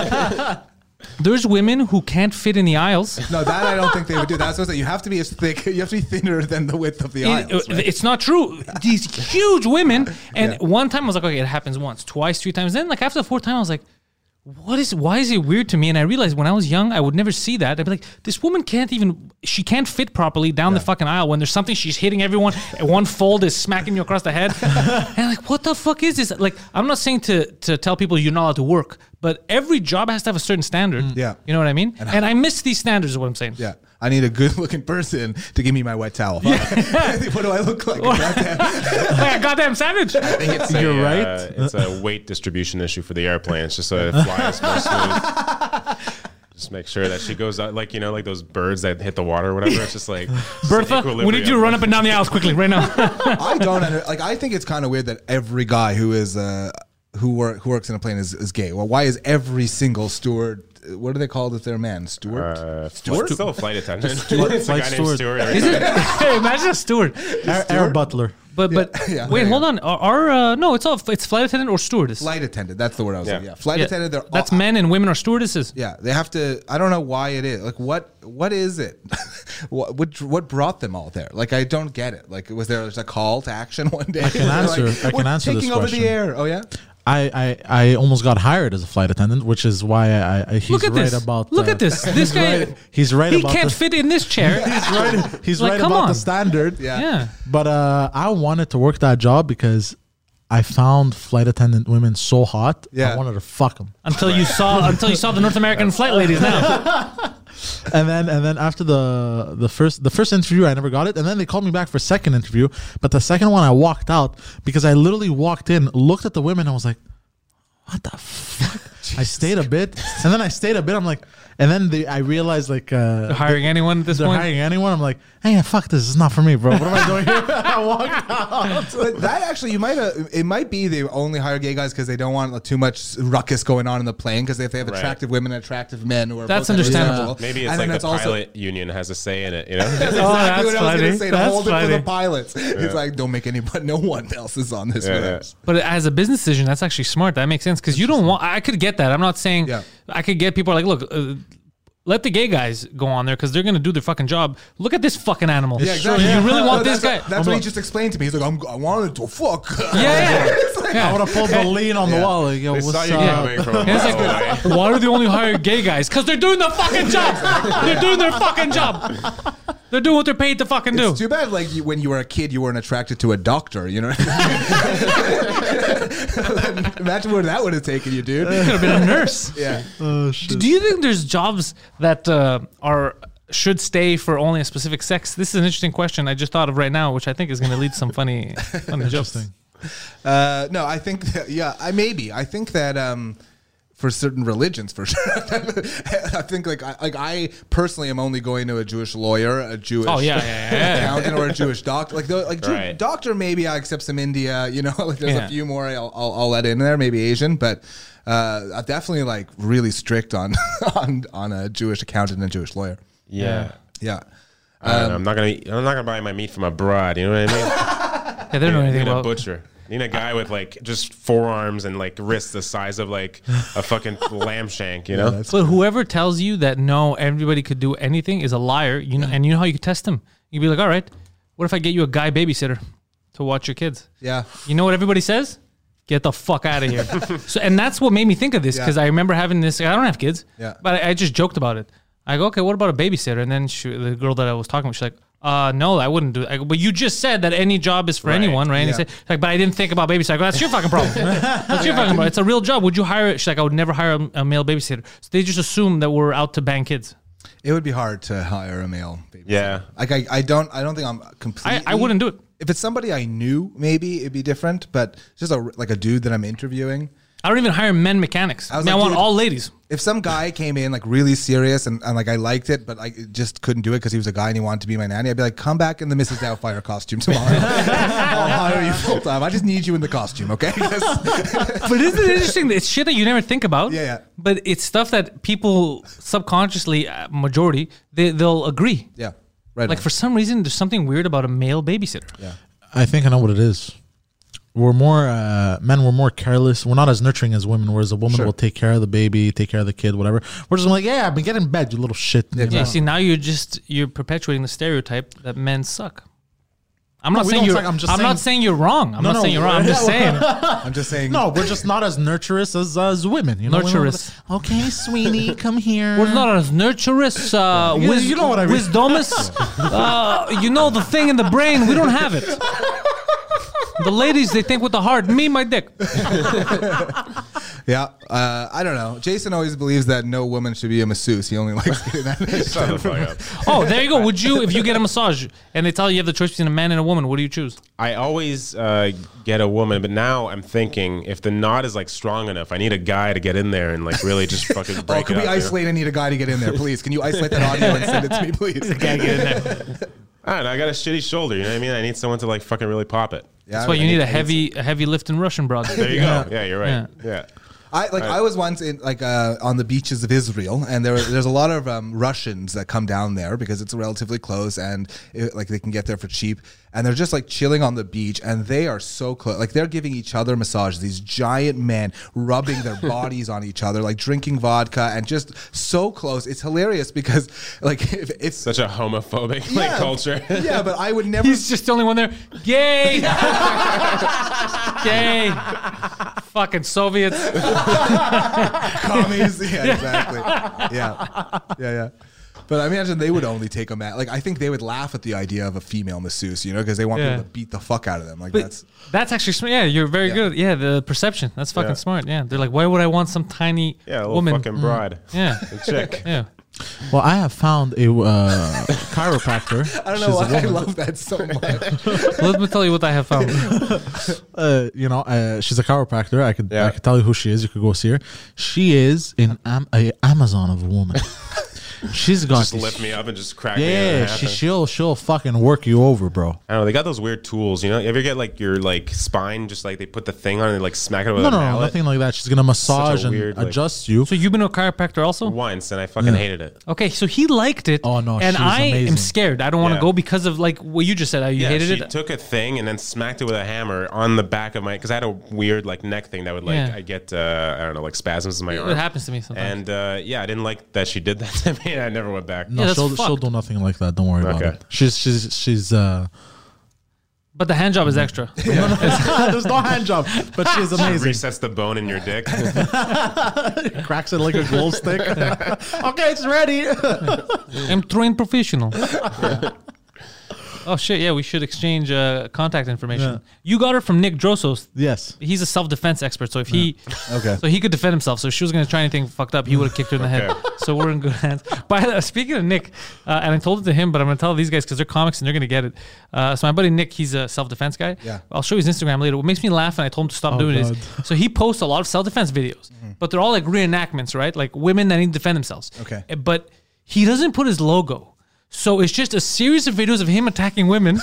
[SPEAKER 2] There's women who can't fit in the aisles.
[SPEAKER 1] No, that I don't think they would do. That's what I said. You have to be as thick. You have to be thinner than the width of the
[SPEAKER 2] It-
[SPEAKER 1] aisles. right?
[SPEAKER 2] It's not true. These huge women. And one time I was like, okay, it happens once, twice, three times. Then like after the fourth time, I was like, what is? Why is it weird to me? And I realized when I was young, I would never see that. I'd be like, this woman can't even. She can't fit properly down the fucking aisle when there's something she's hitting everyone. and one fold is smacking you across the head. and like, what the fuck is this? Like, I'm not saying to to tell people you're not allowed to work, but every job has to have a certain standard.
[SPEAKER 3] Mm.
[SPEAKER 1] Yeah.
[SPEAKER 2] you know what I mean. And, I miss these standards. Is what I'm saying.
[SPEAKER 1] Yeah. I need a good looking person to give me my wet towel. what do I look like? Goddamn.
[SPEAKER 2] like a goddamn savage.
[SPEAKER 3] I think it's a,
[SPEAKER 4] You're
[SPEAKER 3] uh,
[SPEAKER 4] right.
[SPEAKER 3] it's a weight distribution issue for the airplane. It's just so it flies more smooth. Just make sure that she goes out, like you know, like those birds that hit the water or whatever. It's just like it's
[SPEAKER 2] Bertha, we need you to
[SPEAKER 3] equilibrium.
[SPEAKER 2] run up and down the aisles quickly right now.
[SPEAKER 1] I don't under, like. I think it's kind of weird that every guy who is uh, who work who works in a plane is, is gay. Well, why is every single steward? What are they called if they're a man? Steward.
[SPEAKER 3] Uh, Stuart? Still a flight attendant.
[SPEAKER 4] Stuart?
[SPEAKER 3] it's a
[SPEAKER 4] Flight
[SPEAKER 3] guy named Stuart.
[SPEAKER 4] steward.
[SPEAKER 2] hey, imagine a steward.
[SPEAKER 4] Air, Air Butler.
[SPEAKER 2] But but
[SPEAKER 1] yeah,
[SPEAKER 2] wait,
[SPEAKER 1] yeah.
[SPEAKER 2] hold on. Our, our uh, no, it's all it's flight attendant or stewardess.
[SPEAKER 1] Flight attendant. That's the word I was. Yeah.
[SPEAKER 3] Yeah.
[SPEAKER 1] yeah. Flight
[SPEAKER 2] Yeah.
[SPEAKER 1] attendant. They're
[SPEAKER 2] That's
[SPEAKER 1] all,
[SPEAKER 2] men and women are stewardesses.
[SPEAKER 1] Yeah. They have to. I don't know why it is. Like what? What is it? what, what what brought them all there? Like I don't get it. Like was there just a call to action one day? I
[SPEAKER 4] can answer- I can answer this
[SPEAKER 1] Taking over
[SPEAKER 4] question."
[SPEAKER 1] the air. Oh yeah.
[SPEAKER 4] I, I, I almost got hired as a flight attendant, which is why I, I he's
[SPEAKER 2] Look at
[SPEAKER 4] right
[SPEAKER 2] this.
[SPEAKER 4] about.
[SPEAKER 2] Look
[SPEAKER 4] uh,
[SPEAKER 2] at this. This
[SPEAKER 4] he's
[SPEAKER 2] guy.
[SPEAKER 4] right- he's right.
[SPEAKER 2] He
[SPEAKER 4] about
[SPEAKER 2] can't
[SPEAKER 4] the-
[SPEAKER 2] fit in this chair.
[SPEAKER 4] He's right. He's
[SPEAKER 2] Like,
[SPEAKER 4] right
[SPEAKER 2] come
[SPEAKER 4] about
[SPEAKER 2] on.
[SPEAKER 4] the standard.
[SPEAKER 1] Yeah.
[SPEAKER 2] yeah.
[SPEAKER 4] But uh, I wanted to work that job because I found flight attendant women so hot.
[SPEAKER 1] Yeah.
[SPEAKER 4] I wanted to fuck them.
[SPEAKER 2] Until you saw until you saw the North American flight ladies now.
[SPEAKER 4] and then and then after the the first the first interview I never got it and then they called me back for second interview but the second one I walked out because I literally walked in looked at the women I was like what the fuck I stayed a bit and then I stayed a bit I'm like and then they, I realized like uh,
[SPEAKER 2] Hiring anyone at this
[SPEAKER 4] they're
[SPEAKER 2] point.
[SPEAKER 4] hiring anyone I'm like hey yeah, fuck this, this is not for me bro what am I doing here I walked out
[SPEAKER 1] But that actually, you might. Uh, it might be they only hire gay guys because they don't want like, too much ruckus going on in the plane. Because if they have
[SPEAKER 3] Right.
[SPEAKER 1] attractive women and attractive men, or
[SPEAKER 2] That's
[SPEAKER 1] both at the same
[SPEAKER 2] understandable.
[SPEAKER 1] level.
[SPEAKER 3] Maybe it's
[SPEAKER 1] And then
[SPEAKER 3] like
[SPEAKER 1] that's
[SPEAKER 3] the
[SPEAKER 1] also-
[SPEAKER 3] pilot union has a say in it. You know,
[SPEAKER 2] Oh,
[SPEAKER 1] Exactly
[SPEAKER 2] that's
[SPEAKER 1] what I was
[SPEAKER 2] funny.
[SPEAKER 1] gonna say. To
[SPEAKER 2] That's
[SPEAKER 1] hold it for
[SPEAKER 2] funny.
[SPEAKER 1] the pilots. It's like don't make anybody. No one else is on this.
[SPEAKER 3] Yeah,
[SPEAKER 1] with
[SPEAKER 3] yeah.
[SPEAKER 1] us.
[SPEAKER 2] But as a business decision, that's actually smart. That makes sense because you don't want. I could get that. I'm not saying
[SPEAKER 1] Yeah.
[SPEAKER 2] I could get people like, look, uh, let the gay guys go on there because they're gonna do their fucking job. Look at this fucking animal.
[SPEAKER 1] Yeah, exactly.
[SPEAKER 2] You really want
[SPEAKER 1] No,
[SPEAKER 2] this guy?
[SPEAKER 1] that's What, that's what he just explained to me. He's like, I'm, I wanted to fuck.
[SPEAKER 2] yeah,
[SPEAKER 1] It's like,
[SPEAKER 4] I would have pulled the lean on the
[SPEAKER 1] Yeah.
[SPEAKER 4] wall like yo
[SPEAKER 3] they
[SPEAKER 4] what's
[SPEAKER 3] saw you
[SPEAKER 4] up
[SPEAKER 3] coming from a
[SPEAKER 2] And it's
[SPEAKER 3] mile away.
[SPEAKER 2] like, why do they only hire gay guys? Because they're doing the fucking job. They're doing their fucking job. They're doing what they're paid to fucking do.
[SPEAKER 1] It's too bad, like you, when you were a kid, you weren't attracted to a doctor. You know, what I mean? imagine where that would have taken you, dude.
[SPEAKER 2] Could have been a nurse.
[SPEAKER 1] Yeah.
[SPEAKER 2] Do you think there's jobs that uh, are should stay for only a specific sex? This is an interesting question I just thought of right now, which I think is going to lead to some funny, funny jokes.
[SPEAKER 4] Interesting.
[SPEAKER 1] Uh, no, I think that, yeah, I maybe I think that um, for certain religions, for sure. I think like I, like I personally am only going to a Jewish lawyer, a Jewish
[SPEAKER 2] Oh, yeah, yeah, yeah.
[SPEAKER 1] accountant, or a Jewish doctor. Like though, like Jew-
[SPEAKER 3] Right.
[SPEAKER 1] doctor, maybe I accept some India. You know, like there's
[SPEAKER 2] Yeah.
[SPEAKER 1] a few more I'll, I'll, I'll let in there, maybe Asian, but. Uh, I'm definitely like really strict on on on a Jewish accountant and Jewish lawyer.
[SPEAKER 3] Yeah.
[SPEAKER 1] Yeah,
[SPEAKER 3] I don't know. I'm not gonna. Eat, I'm not gonna buy my meat from abroad. You know what I mean?
[SPEAKER 2] Yeah, they don't know
[SPEAKER 3] need
[SPEAKER 2] anything
[SPEAKER 3] a
[SPEAKER 2] about.
[SPEAKER 3] butcher. Need a guy with like just forearms and like wrists the size of like a fucking lamb shank. You know?
[SPEAKER 2] But whoever tells you that no, everybody could do anything is a liar. You know, and you know how you could test them. You'd be like, all right, what if I get you a guy babysitter to watch your kids?
[SPEAKER 1] yeah.
[SPEAKER 2] You know what everybody says? Get the fuck out of here. so, and that's what made me think of this because I remember having this. I don't have kids,
[SPEAKER 1] Yeah.
[SPEAKER 2] but I, I just joked about it. I go, okay, what about a babysitter? And then she, the girl that I was talking with, she's like, uh, no, I wouldn't do it. I go, but you just said that any job is for anyone, right? And he
[SPEAKER 1] Yeah.
[SPEAKER 2] said, she's like, but I didn't think about babysitter. I go, that's your fucking problem. that's your fucking problem. It's a real job. Would you hire it? She's like, I would never hire a, a male babysitter. So they just assume that we're out to bang kids.
[SPEAKER 1] It would be hard to hire a male. babysitter.
[SPEAKER 3] Yeah.
[SPEAKER 1] like I, I don't I don't think I'm completely.
[SPEAKER 2] I, I wouldn't do it.
[SPEAKER 1] If it's somebody I knew, maybe it'd be different. But just a, like a dude that I'm interviewing,
[SPEAKER 2] I don't even hire men mechanics. I,
[SPEAKER 1] was
[SPEAKER 2] mean,
[SPEAKER 1] like,
[SPEAKER 2] I want
[SPEAKER 1] dude-
[SPEAKER 2] all ladies.
[SPEAKER 1] If some guy came in like really serious and, and like I liked it, but I just couldn't do it because he was a guy and he wanted to be my nanny, I'd be like, come back in the Mrs. Doubtfire costume tomorrow. I'll hire you full time. I just need you in the costume, okay? Yes.
[SPEAKER 2] But isn't it interesting? that It's shit that you never think about.
[SPEAKER 1] Yeah, yeah.
[SPEAKER 2] But it's stuff that people subconsciously, uh, majority, they, they'll agree.
[SPEAKER 1] yeah, right.
[SPEAKER 2] Like
[SPEAKER 1] on.
[SPEAKER 2] for some reason, there's something weird about a male babysitter.
[SPEAKER 1] yeah.
[SPEAKER 4] I think I know what it is. We're more uh, men. We're more careless. We're not as nurturing as women. Whereas a woman
[SPEAKER 1] Sure.
[SPEAKER 4] will take care of the baby, take care of the kid, whatever. We're just like, yeah, but get in bed, you little shit. you
[SPEAKER 2] Yeah,
[SPEAKER 4] know?
[SPEAKER 2] see, now you're just you're perpetuating the stereotype that men suck. I'm not
[SPEAKER 4] we
[SPEAKER 2] saying
[SPEAKER 4] don't
[SPEAKER 2] you're.
[SPEAKER 4] suck, I'm
[SPEAKER 2] I'm,
[SPEAKER 4] just
[SPEAKER 2] not
[SPEAKER 4] saying-
[SPEAKER 2] saying you're wrong. I'm
[SPEAKER 4] No,
[SPEAKER 2] not
[SPEAKER 4] no,
[SPEAKER 2] saying you're wrong. I'm just saying.
[SPEAKER 1] I'm just saying.
[SPEAKER 4] No, we're just not as nurturous as as women. You know, We're not-
[SPEAKER 2] Nurturous.
[SPEAKER 4] Okay, Sweeney, come here.
[SPEAKER 2] We're not as nurturous. Uh,
[SPEAKER 4] You-
[SPEAKER 2] wis-
[SPEAKER 4] you know what I mean.
[SPEAKER 2] Wisdomus. uh, you know the thing in the brain. We don't have it. The ladies, they think with the heart. Me, my dick.
[SPEAKER 1] Yeah, uh, I don't know. Jason always believes that no woman should be a masseuse. He only likes getting that.
[SPEAKER 3] Shut the fuck up.
[SPEAKER 2] Oh, there you go. Would you, if you get a massage and they tell you you have the choice between a man and a woman, what do you choose?
[SPEAKER 3] I always uh, get a woman, but now I'm thinking if the knot is like strong enough, I need a guy to get in there and like really just fucking
[SPEAKER 1] Oh,
[SPEAKER 3] break
[SPEAKER 1] could we
[SPEAKER 3] it up, you know?
[SPEAKER 1] isolate? I need a guy to get in there, please. Can you isolate that audio and send it to me, please?
[SPEAKER 3] I don't know. I got a shitty shoulder. You know what I mean? I need someone to like fucking really pop it.
[SPEAKER 1] Yeah,
[SPEAKER 2] That's why you need a heavy, a heavy lifting Russian broad.
[SPEAKER 3] There you go. Yeah, you're right. Yeah.
[SPEAKER 1] I like. I was once in like uh, on the beaches of Israel, and there there's a lot of um, Russians that come down there because it's relatively close, and it, like they can get there for cheap. And they're just like chilling on the beach, and they are so close. Like they're giving each other massages. These giant men rubbing their bodies on each other, like drinking vodka, and just so close. It's hilarious because like if it's
[SPEAKER 3] Such a homophobic like
[SPEAKER 1] Yeah.
[SPEAKER 3] culture.
[SPEAKER 1] yeah, but I would never.
[SPEAKER 2] He's just the only one there. Gay. Gay. Fucking Soviets.
[SPEAKER 1] commies. Yeah, exactly. Yeah, yeah, yeah. But I imagine they would only take a man. Like I think they would laugh at the idea of a female masseuse, you know, because they want
[SPEAKER 2] Yeah.
[SPEAKER 1] people to beat the fuck out of them. Like
[SPEAKER 2] But
[SPEAKER 1] that's
[SPEAKER 2] that's actually smart. Yeah, you're very
[SPEAKER 1] Yeah.
[SPEAKER 2] good. Yeah, the perception. That's fucking smart. Yeah, they're like, why would I want some tiny
[SPEAKER 3] Yeah, a little
[SPEAKER 2] woman?
[SPEAKER 3] fucking broad.
[SPEAKER 2] Yeah,
[SPEAKER 3] A chick.
[SPEAKER 2] yeah.
[SPEAKER 4] Well, I have found a uh, chiropractor.
[SPEAKER 1] I don't know why I love that so much.
[SPEAKER 2] Let me tell you what I have found.
[SPEAKER 4] uh, you know, uh, she's a chiropractor. I could
[SPEAKER 3] Yeah.
[SPEAKER 4] I could tell you who she is. You could go see her. She is an am- a Amazon of a woman. she's got
[SPEAKER 3] Just
[SPEAKER 4] this-
[SPEAKER 3] lift me up and just crack me. in
[SPEAKER 4] Yeah,
[SPEAKER 3] half
[SPEAKER 4] she,
[SPEAKER 3] and-
[SPEAKER 4] she'll she'll fucking work you over, bro.
[SPEAKER 3] I don't know. They got those weird tools. You know, ever get like your like spine? Just like they put the thing on and they like smack it with
[SPEAKER 4] No,
[SPEAKER 3] a
[SPEAKER 4] no, no,
[SPEAKER 3] mallet.
[SPEAKER 4] nothing like that. She's gonna massage and
[SPEAKER 3] weird, like-
[SPEAKER 4] adjust you.
[SPEAKER 2] So you've been to a chiropractor also?
[SPEAKER 3] Once, and I fucking hated it.
[SPEAKER 2] Okay, so he liked it.
[SPEAKER 4] Oh, no,
[SPEAKER 2] and
[SPEAKER 4] she was
[SPEAKER 2] I am
[SPEAKER 4] amazing.
[SPEAKER 2] scared. I don't want to
[SPEAKER 3] Yeah.
[SPEAKER 2] go because of like what you just said. How you
[SPEAKER 3] Yeah,
[SPEAKER 2] hated
[SPEAKER 3] she
[SPEAKER 2] it.
[SPEAKER 3] took a thing and then smacked it with a hammer on the back of my because I had a weird like neck thing that would like
[SPEAKER 2] Yeah.
[SPEAKER 3] I get uh, I don't know like spasms in my arm.
[SPEAKER 2] it happens to me sometimes.
[SPEAKER 3] And uh, yeah, I didn't like that she did that to me. and I never went back.
[SPEAKER 4] No,
[SPEAKER 2] Yeah, that's
[SPEAKER 4] she'll she'll
[SPEAKER 2] fucked.
[SPEAKER 4] do nothing like that. Don't worry about
[SPEAKER 3] Okay.
[SPEAKER 4] it. She's she's she's uh.
[SPEAKER 2] but the hand job
[SPEAKER 4] Mm-hmm.
[SPEAKER 2] is extra.
[SPEAKER 4] no, no, there's no hand job, but she's amazing.
[SPEAKER 3] Resets the bone in your dick.
[SPEAKER 4] Cracks it like a glow stick. okay, it's ready.
[SPEAKER 2] I'm trained professional. Oh shit! Yeah, we should exchange uh, contact information.
[SPEAKER 4] Yeah.
[SPEAKER 2] You got her from Nick Drosos.
[SPEAKER 4] yes.
[SPEAKER 2] He's a self defense expert, so if he
[SPEAKER 1] Okay.
[SPEAKER 2] So he could defend himself. So if she was going to try anything fucked up, he would have kicked her in the head.
[SPEAKER 3] Okay.
[SPEAKER 2] So we're in good hands. By the speaking of Nick, uh, and I told it to him, but I'm going to tell these guys because they're comics and they're going to get it. Uh, so my buddy Nick, he's a self defense guy.
[SPEAKER 1] Yeah.
[SPEAKER 2] I'll show you his Instagram later. What makes me laugh, and I told him to stop
[SPEAKER 4] Oh,
[SPEAKER 2] doing it,
[SPEAKER 4] God.
[SPEAKER 2] is so he posts a lot of self defense videos, but they're all like reenactments, right? Like women that need to defend themselves.
[SPEAKER 1] Okay.
[SPEAKER 2] Uh, But he doesn't put his logo. So it's just a series of videos of him attacking women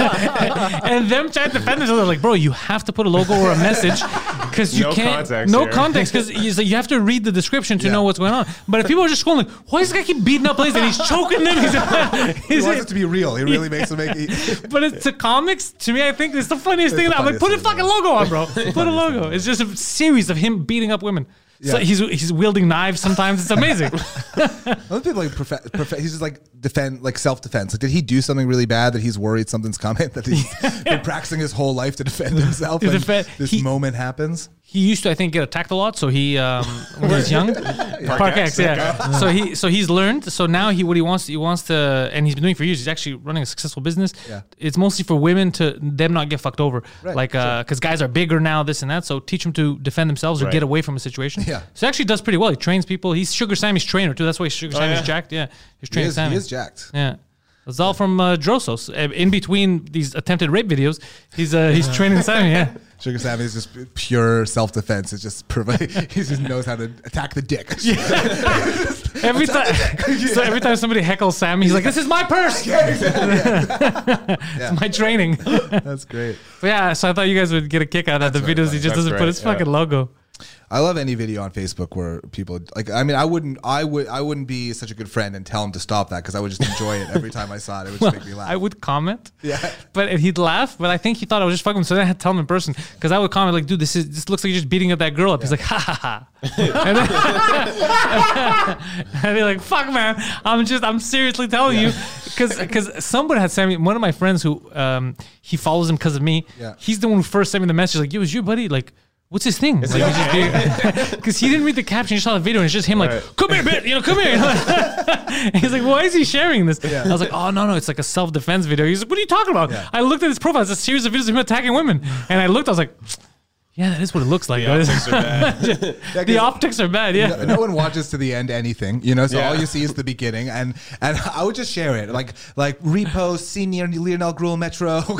[SPEAKER 2] and them trying to defend themselves. I'm Like, bro, you have to put a logo or a message because you
[SPEAKER 3] No
[SPEAKER 2] can't.
[SPEAKER 3] context
[SPEAKER 2] no
[SPEAKER 3] here.
[SPEAKER 2] context because you have to read the description to
[SPEAKER 1] Yeah.
[SPEAKER 2] know what's going on. But if people are just scrolling, why does this guy keep beating up ladies and he's choking them? He's,
[SPEAKER 1] He
[SPEAKER 2] he's-
[SPEAKER 1] wants it to be real. He really makes it make. He,
[SPEAKER 2] but it's to comics. To me, I think it's the funniest
[SPEAKER 1] It's
[SPEAKER 2] thing.
[SPEAKER 1] the
[SPEAKER 2] I'm like, put a
[SPEAKER 1] funniest thing.
[SPEAKER 2] fucking logo on, bro. Put a logo. It's just a series of him beating up women. So
[SPEAKER 1] Yeah.
[SPEAKER 2] he's he's wielding knives sometimes. It's amazing.
[SPEAKER 1] other people like profe- profe- he's just like defend like self defense. Like did he do something really bad that he's worried something's coming that he's been practicing his whole life to defend himself?
[SPEAKER 2] To
[SPEAKER 1] and
[SPEAKER 2] defend-
[SPEAKER 1] this
[SPEAKER 2] he-
[SPEAKER 1] moment happens.
[SPEAKER 2] he used to, I think, get attacked a lot. So he, um, when he was young, Park X, yeah. So he, so he's learned. So now he, what he wants, he wants to, and he's been doing it for years. He's actually running a successful business.
[SPEAKER 1] Yeah.
[SPEAKER 2] It's mostly for women to them not get fucked over,
[SPEAKER 1] Right,
[SPEAKER 2] like because guys are bigger now, this and that. So teach them to defend themselves or
[SPEAKER 3] Right.
[SPEAKER 2] get away from a situation.
[SPEAKER 1] Yeah.
[SPEAKER 2] So he actually does pretty well. He trains people. He's Sugar Sammy's trainer too. That's why Sugar Sammy's
[SPEAKER 3] yeah.
[SPEAKER 2] jacked. Yeah.
[SPEAKER 1] Oh, He
[SPEAKER 2] He's training
[SPEAKER 1] is,
[SPEAKER 2] Sammy.
[SPEAKER 1] he is jacked.
[SPEAKER 2] Yeah. It's all from uh, Drosos. Uh, In between these attempted rape videos, he's uh, he's training Simon. Yeah,
[SPEAKER 1] Sugar Sammy is just pure self defense. It's just prov- he just knows how to attack the dick.
[SPEAKER 2] every time. So every time somebody heckles Sam, he's like, "This is my purse. It's my training." but
[SPEAKER 1] That's great.
[SPEAKER 2] yeah, so I thought you guys would get a kick out of the
[SPEAKER 1] really
[SPEAKER 2] videos.
[SPEAKER 1] funny.
[SPEAKER 2] He just
[SPEAKER 3] That's
[SPEAKER 2] doesn't put
[SPEAKER 3] great,
[SPEAKER 2] his
[SPEAKER 3] yeah.
[SPEAKER 2] fucking logo.
[SPEAKER 1] I love any video on Facebook where people like. I mean, I wouldn't. I would. I wouldn't be such a good friend and tell him to stop that because I would just enjoy it every time I saw it. It would just make me laugh.
[SPEAKER 2] I would comment.
[SPEAKER 1] Yeah.
[SPEAKER 2] But and he'd laugh, but I think he thought I was just fucking him. So then I had to tell him in person because I would comment like, "Dude, this is this looks like you're just beating up that girl up." He's like, "Ha ha ha," and then, I'd be like, "Fuck, man, I'm just I'm seriously telling you because because someone had sent me one of my friends who um he follows him because of me.
[SPEAKER 1] Yeah.
[SPEAKER 2] He's the one who first sent me the message like, "It was you, buddy." Like. What's his thing? Because he didn't read the caption, he saw the video, and it's just him like,
[SPEAKER 3] Right.
[SPEAKER 2] "Come here, bitch!" You know, come here. He's like, why is he sharing this? I was like, oh no, no, it's like a self defense video. He's like, what are you talking about?
[SPEAKER 1] Yeah.
[SPEAKER 2] I looked at his profile; it's a series of videos of him attacking women. And I looked, I was like, yeah, that is what it looks like.
[SPEAKER 3] The
[SPEAKER 2] guys.
[SPEAKER 3] optics are bad.
[SPEAKER 1] Yeah, 'cause
[SPEAKER 2] the optics are bad. Yeah,
[SPEAKER 1] no, no one watches to the end anything, you know. So
[SPEAKER 3] Yeah.
[SPEAKER 1] all you see is the beginning, and and I would just share it, like like repost senior Lionel Gruel Metro.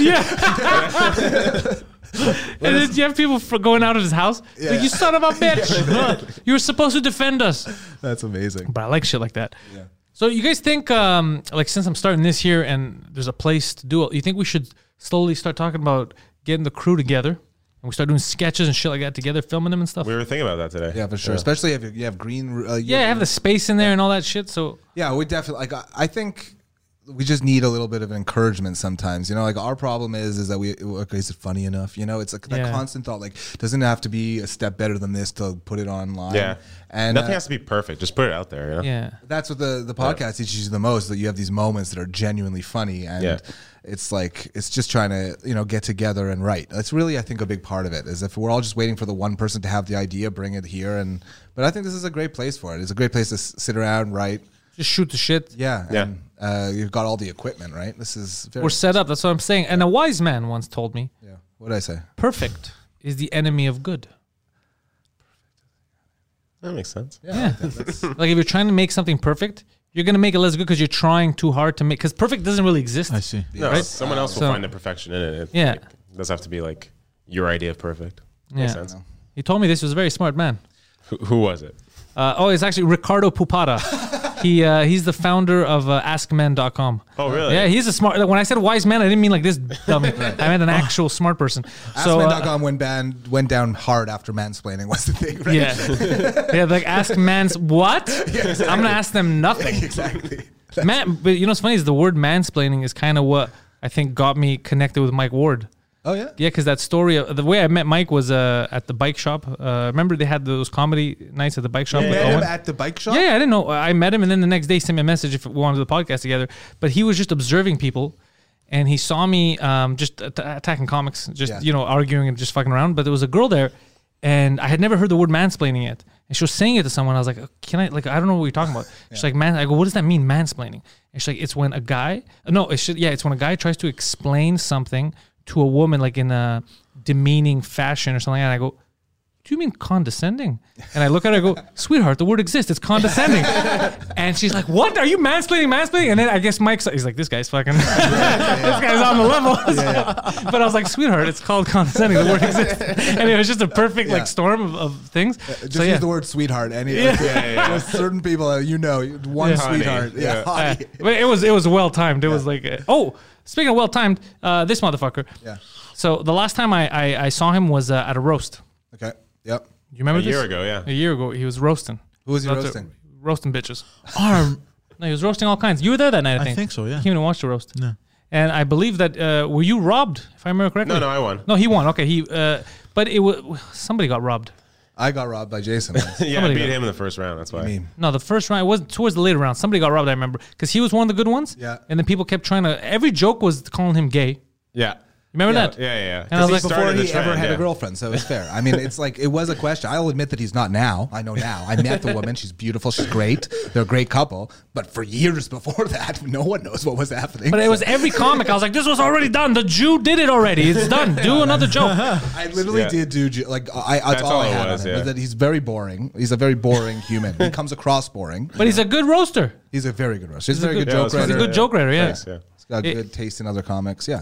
[SPEAKER 2] yeah. and then you have people for going out of his house.
[SPEAKER 1] Yeah.
[SPEAKER 2] Like you son of a bitch! you were supposed to defend us.
[SPEAKER 1] That's amazing.
[SPEAKER 2] But I like shit like that.
[SPEAKER 1] Yeah.
[SPEAKER 2] So you guys think, um, like, since I'm starting this year and there's a place to do it, you think we should slowly start talking about getting the crew together and we start doing sketches and shit like that together, filming them and stuff?
[SPEAKER 3] we were thinking about that today.
[SPEAKER 1] Yeah, for sure. Especially if you, you have green. Uh, you
[SPEAKER 2] yeah, I have the space in there and all that shit. So
[SPEAKER 1] Yeah, we definitely like. I- I think we just need a little bit of encouragement sometimes. You know, like our problem is is that we okay, is it funny enough? You know, it's like that
[SPEAKER 2] Yeah.
[SPEAKER 1] constant thought like doesn't it have to be a step better than this to put it online.
[SPEAKER 3] Yeah.
[SPEAKER 1] and
[SPEAKER 3] Nothing
[SPEAKER 1] uh,
[SPEAKER 3] has to be perfect. Just put it out there. You know?
[SPEAKER 2] yeah,
[SPEAKER 1] that's what the the podcast teaches you the most that you have these moments that are genuinely funny and.
[SPEAKER 3] Yeah.
[SPEAKER 1] It's like it's just trying to you know get together and write. That's really I think a big part of it is if we're all just waiting for the one person to have the idea, bring it here. And but I think this is a great place for it. It's a great place to s- sit around, write,
[SPEAKER 2] just shoot the shit.
[SPEAKER 1] yeah.
[SPEAKER 3] Yeah.
[SPEAKER 1] And, uh, you've got all the equipment, right? This is very.
[SPEAKER 2] We're set up. That's what I'm saying. And a wise man once told me,
[SPEAKER 1] yeah. What did I say?
[SPEAKER 2] "Perfect is the enemy of good."
[SPEAKER 3] That makes sense.
[SPEAKER 2] Yeah, like if you're trying to make something perfect, you're gonna make it less good because you're trying too hard to make. Because perfect doesn't really exist.
[SPEAKER 4] I see.
[SPEAKER 3] No, someone else will
[SPEAKER 2] So-
[SPEAKER 3] find the perfection in it. It,
[SPEAKER 2] Yeah.
[SPEAKER 3] like, doesn't have to be like your idea of perfect.
[SPEAKER 2] Yeah.
[SPEAKER 3] Makes sense.
[SPEAKER 2] He told me this he was a very smart man.
[SPEAKER 3] Who, who was it?
[SPEAKER 2] Uh, oh, it's actually Ricardo Pupata. he uh, he's the founder of uh, AskMen.com.
[SPEAKER 3] Oh, really?
[SPEAKER 2] Yeah, he's a smart. Like, when I said wise man, I didn't mean like this dummy. I meant an actual smart person. So, uh,
[SPEAKER 1] Askman.com went, ban- went down hard after mansplaining was the thing, right?
[SPEAKER 2] uh, Yeah. yeah, like ask mans what? I'm gonna ask them nothing.
[SPEAKER 1] exactly.
[SPEAKER 2] Man, but you know what's funny is the word mansplaining is kind of what I think got me connected with Mike Ward.
[SPEAKER 1] Oh, yeah.
[SPEAKER 2] Yeah, because that story, of, the way I met Mike was uh, at the bike shop. Uh, remember they had those comedy nights at the bike shop?
[SPEAKER 1] You
[SPEAKER 2] with
[SPEAKER 1] met him
[SPEAKER 2] Owen?
[SPEAKER 1] at the bike shop?
[SPEAKER 2] Yeah, yeah, I didn't know. I met him, and then the next day he sent me a message if we wanted to do the podcast together. But he was just observing people, and he saw me um, just at- attacking comics, just
[SPEAKER 1] Yeah.
[SPEAKER 2] you know arguing and just fucking around. But there was a girl there, and I had never heard the word mansplaining yet. And she was saying it to someone. I was like, "Uh, "Can I? Like, I don't know what you're talking about." She's like, "Man," I go, "What does that mean, mansplaining?" And she's like, "It's when a guy, no, it's should, yeah, it's when a guy tries to explain something to a woman, like in a demeaning fashion or something." And I go, do you mean condescending? And I look at her, I go, sweetheart, the word exists. It's condescending. and she's like, what? Are you mansplaining, mansplaining? And then I guess Mike's, he's like, this guy's fucking, this guy's on the level. but I was like, sweetheart, it's called condescending. The word exists. And it was just a perfect
[SPEAKER 1] Yeah. Uh,
[SPEAKER 2] like storm of, of things.
[SPEAKER 1] Just
[SPEAKER 2] so
[SPEAKER 1] use
[SPEAKER 2] yeah.
[SPEAKER 1] the word sweetheart. Any, yeah. There's certain people that you know, one
[SPEAKER 2] Yeah.
[SPEAKER 3] Honey.
[SPEAKER 1] sweetheart. Yeah.
[SPEAKER 3] Yeah.
[SPEAKER 2] Uh,
[SPEAKER 1] honey.
[SPEAKER 2] but it was, it was well timed. It was like, uh, oh, speaking of well timed, uh, this motherfucker.
[SPEAKER 1] Yeah.
[SPEAKER 2] So the last time I, I, I saw him was uh, at a roast.
[SPEAKER 1] Okay. Yep.
[SPEAKER 2] You remember
[SPEAKER 3] A
[SPEAKER 2] this?
[SPEAKER 3] year ago, yeah.
[SPEAKER 2] A year ago, he was roasting.
[SPEAKER 1] Who was he
[SPEAKER 2] Not the-
[SPEAKER 1] roasting?
[SPEAKER 2] Roasting bitches.
[SPEAKER 4] Arm.
[SPEAKER 2] No, he was roasting all kinds. You were there that night, I
[SPEAKER 4] I
[SPEAKER 2] think.
[SPEAKER 4] think so, yeah.
[SPEAKER 2] You came to watch the roast.
[SPEAKER 4] Yeah.
[SPEAKER 2] And I believe that uh, were you robbed? If I remember correctly.
[SPEAKER 3] No, no, I won.
[SPEAKER 2] No, he won. Okay, he. Uh, but it was somebody got robbed.
[SPEAKER 1] I got robbed by Jason. once.
[SPEAKER 3] yeah,
[SPEAKER 2] Somebody
[SPEAKER 3] I beat
[SPEAKER 2] did.
[SPEAKER 3] him in the first round. That's why.
[SPEAKER 1] mean?
[SPEAKER 2] No, the first round it was towards the later round. Somebody got robbed. I remember because he was one of the good ones.
[SPEAKER 1] Yeah.
[SPEAKER 2] And then people kept trying to. Every joke was calling him gay.
[SPEAKER 3] Yeah.
[SPEAKER 2] Remember
[SPEAKER 3] Yeah,
[SPEAKER 2] that?
[SPEAKER 3] yeah, yeah.
[SPEAKER 2] And I was like,
[SPEAKER 1] before
[SPEAKER 3] started the
[SPEAKER 1] he ever
[SPEAKER 3] trend,
[SPEAKER 1] had
[SPEAKER 3] yeah.
[SPEAKER 1] a girlfriend, so it's fair. I mean, it's like it was a question. I'll admit that he's not now. I know now. I met the woman. She's beautiful. She's great. They're a great couple. But for years before that, no one knows what was happening.
[SPEAKER 2] But it
[SPEAKER 1] So
[SPEAKER 2] was every comic. I was like, this was already done. The Jew did it already. It's done. Do another joke.
[SPEAKER 1] I literally
[SPEAKER 3] Yeah.
[SPEAKER 1] did do ju- like I. That's, all, I had
[SPEAKER 3] was,
[SPEAKER 1] on him.
[SPEAKER 3] yeah.
[SPEAKER 1] was that he's very boring. He's a very boring human. he comes across boring.
[SPEAKER 2] But he's a good roaster.
[SPEAKER 1] He's a very good roaster. He's, a very
[SPEAKER 2] good-
[SPEAKER 1] good,
[SPEAKER 2] yeah,
[SPEAKER 1] joke
[SPEAKER 3] that's
[SPEAKER 2] He's
[SPEAKER 1] writer.
[SPEAKER 2] a good joke writer. Yeah.
[SPEAKER 3] Nice, yeah.
[SPEAKER 1] He's got
[SPEAKER 2] It-
[SPEAKER 1] good taste in other comics. Yeah.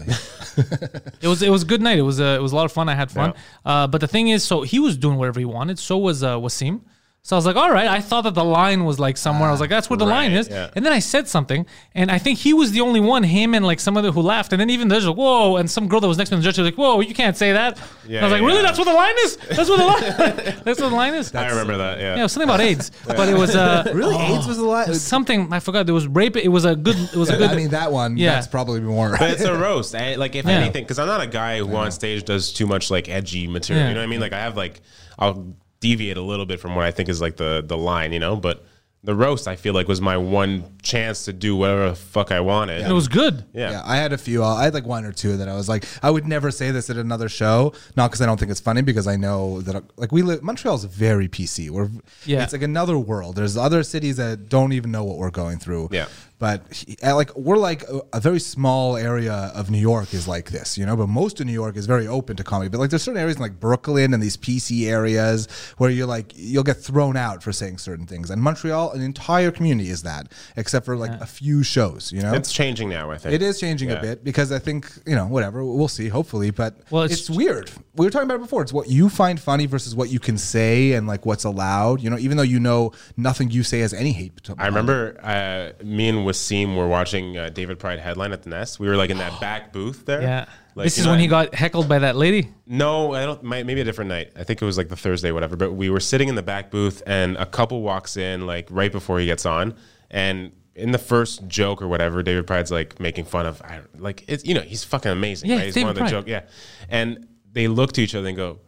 [SPEAKER 2] It was it was a good night. It was a it was a lot of fun. I had fun. Uh, but the thing is, so he was doing whatever he wanted. So was uh, Wasim. So I was like, all right. I thought that the line was like somewhere. I was like, that's where the line
[SPEAKER 3] right,
[SPEAKER 2] is.
[SPEAKER 3] yeah.
[SPEAKER 2] And then I said something, and I think he was the only one. Him and like some other who laughed. And then even the judge was like, whoa. And some girl that was next to the judge was like, whoa, you can't say that. And I was
[SPEAKER 3] Yeah,
[SPEAKER 2] like, really?
[SPEAKER 3] yeah.
[SPEAKER 2] That's where the line is. That's where the line. that's where the line is.
[SPEAKER 3] I remember that. Yeah.
[SPEAKER 2] Yeah, it was something about AIDS, but it was uh,
[SPEAKER 1] Really, AIDS was a lot.
[SPEAKER 2] something I forgot. There was rape. It was a good. It was a good.
[SPEAKER 1] I mean, that one.
[SPEAKER 2] Yeah.
[SPEAKER 1] That's probably more.
[SPEAKER 3] But it's a roast. I, like if
[SPEAKER 2] Yeah.
[SPEAKER 3] anything, because I'm not a guy who on stage does too much like edgy material.
[SPEAKER 2] Yeah.
[SPEAKER 3] You know what I mean? Like I have like I'll deviate a little bit from what I think is like the the line. You know, but the roast I feel like was my one chance to do whatever the fuck I wanted.
[SPEAKER 2] it was good.
[SPEAKER 3] yeah.
[SPEAKER 1] Yeah, I had a few. I had like one or two that I was like, I would never say this at another show. Not because I don't think it's funny, because I know that like we live Montreal's very PC. We're
[SPEAKER 2] Yeah.
[SPEAKER 1] it's like another world. There's other cities that don't even know what we're going through.
[SPEAKER 3] Yeah.
[SPEAKER 1] but he- uh, like we're like a, a very small area of New York is like this, you know. But most of New York is very open to comedy. But like there's certain areas in like Brooklyn and these PC areas where you're like you'll get thrown out for saying certain things. And Montreal, an entire community is that, except for like a few shows, you know.
[SPEAKER 3] It's changing now. I think
[SPEAKER 1] It is changing
[SPEAKER 3] Yeah.
[SPEAKER 1] a bit because I think you know whatever we'll see hopefully, but
[SPEAKER 2] Well, it's-
[SPEAKER 1] it's, weird. We were talking about it before. It's what you find funny versus what you can say and like what's allowed. You know, even though you know nothing you say has any hate. to-
[SPEAKER 3] I remember uh, me and Wasim were watching uh, David Pride headline at the Nest. We were like in that back booth there.
[SPEAKER 2] Yeah.
[SPEAKER 3] Like,
[SPEAKER 2] this
[SPEAKER 3] you
[SPEAKER 2] is
[SPEAKER 3] know,
[SPEAKER 2] when he
[SPEAKER 3] I-
[SPEAKER 2] got heckled by that lady.
[SPEAKER 3] No, I don't. Might, maybe a different night. I think it was like the Thursday, whatever. But we were sitting in the back booth, and a couple walks in like right before he gets on, and in the first joke or whatever, David Pride's like making fun of, I, don't- like it's you know he's fucking amazing.
[SPEAKER 2] Yeah,
[SPEAKER 3] right?
[SPEAKER 2] it's
[SPEAKER 3] he's one of
[SPEAKER 2] David
[SPEAKER 3] the
[SPEAKER 2] Pride.
[SPEAKER 3] joke. Yeah, and they look to each other and go,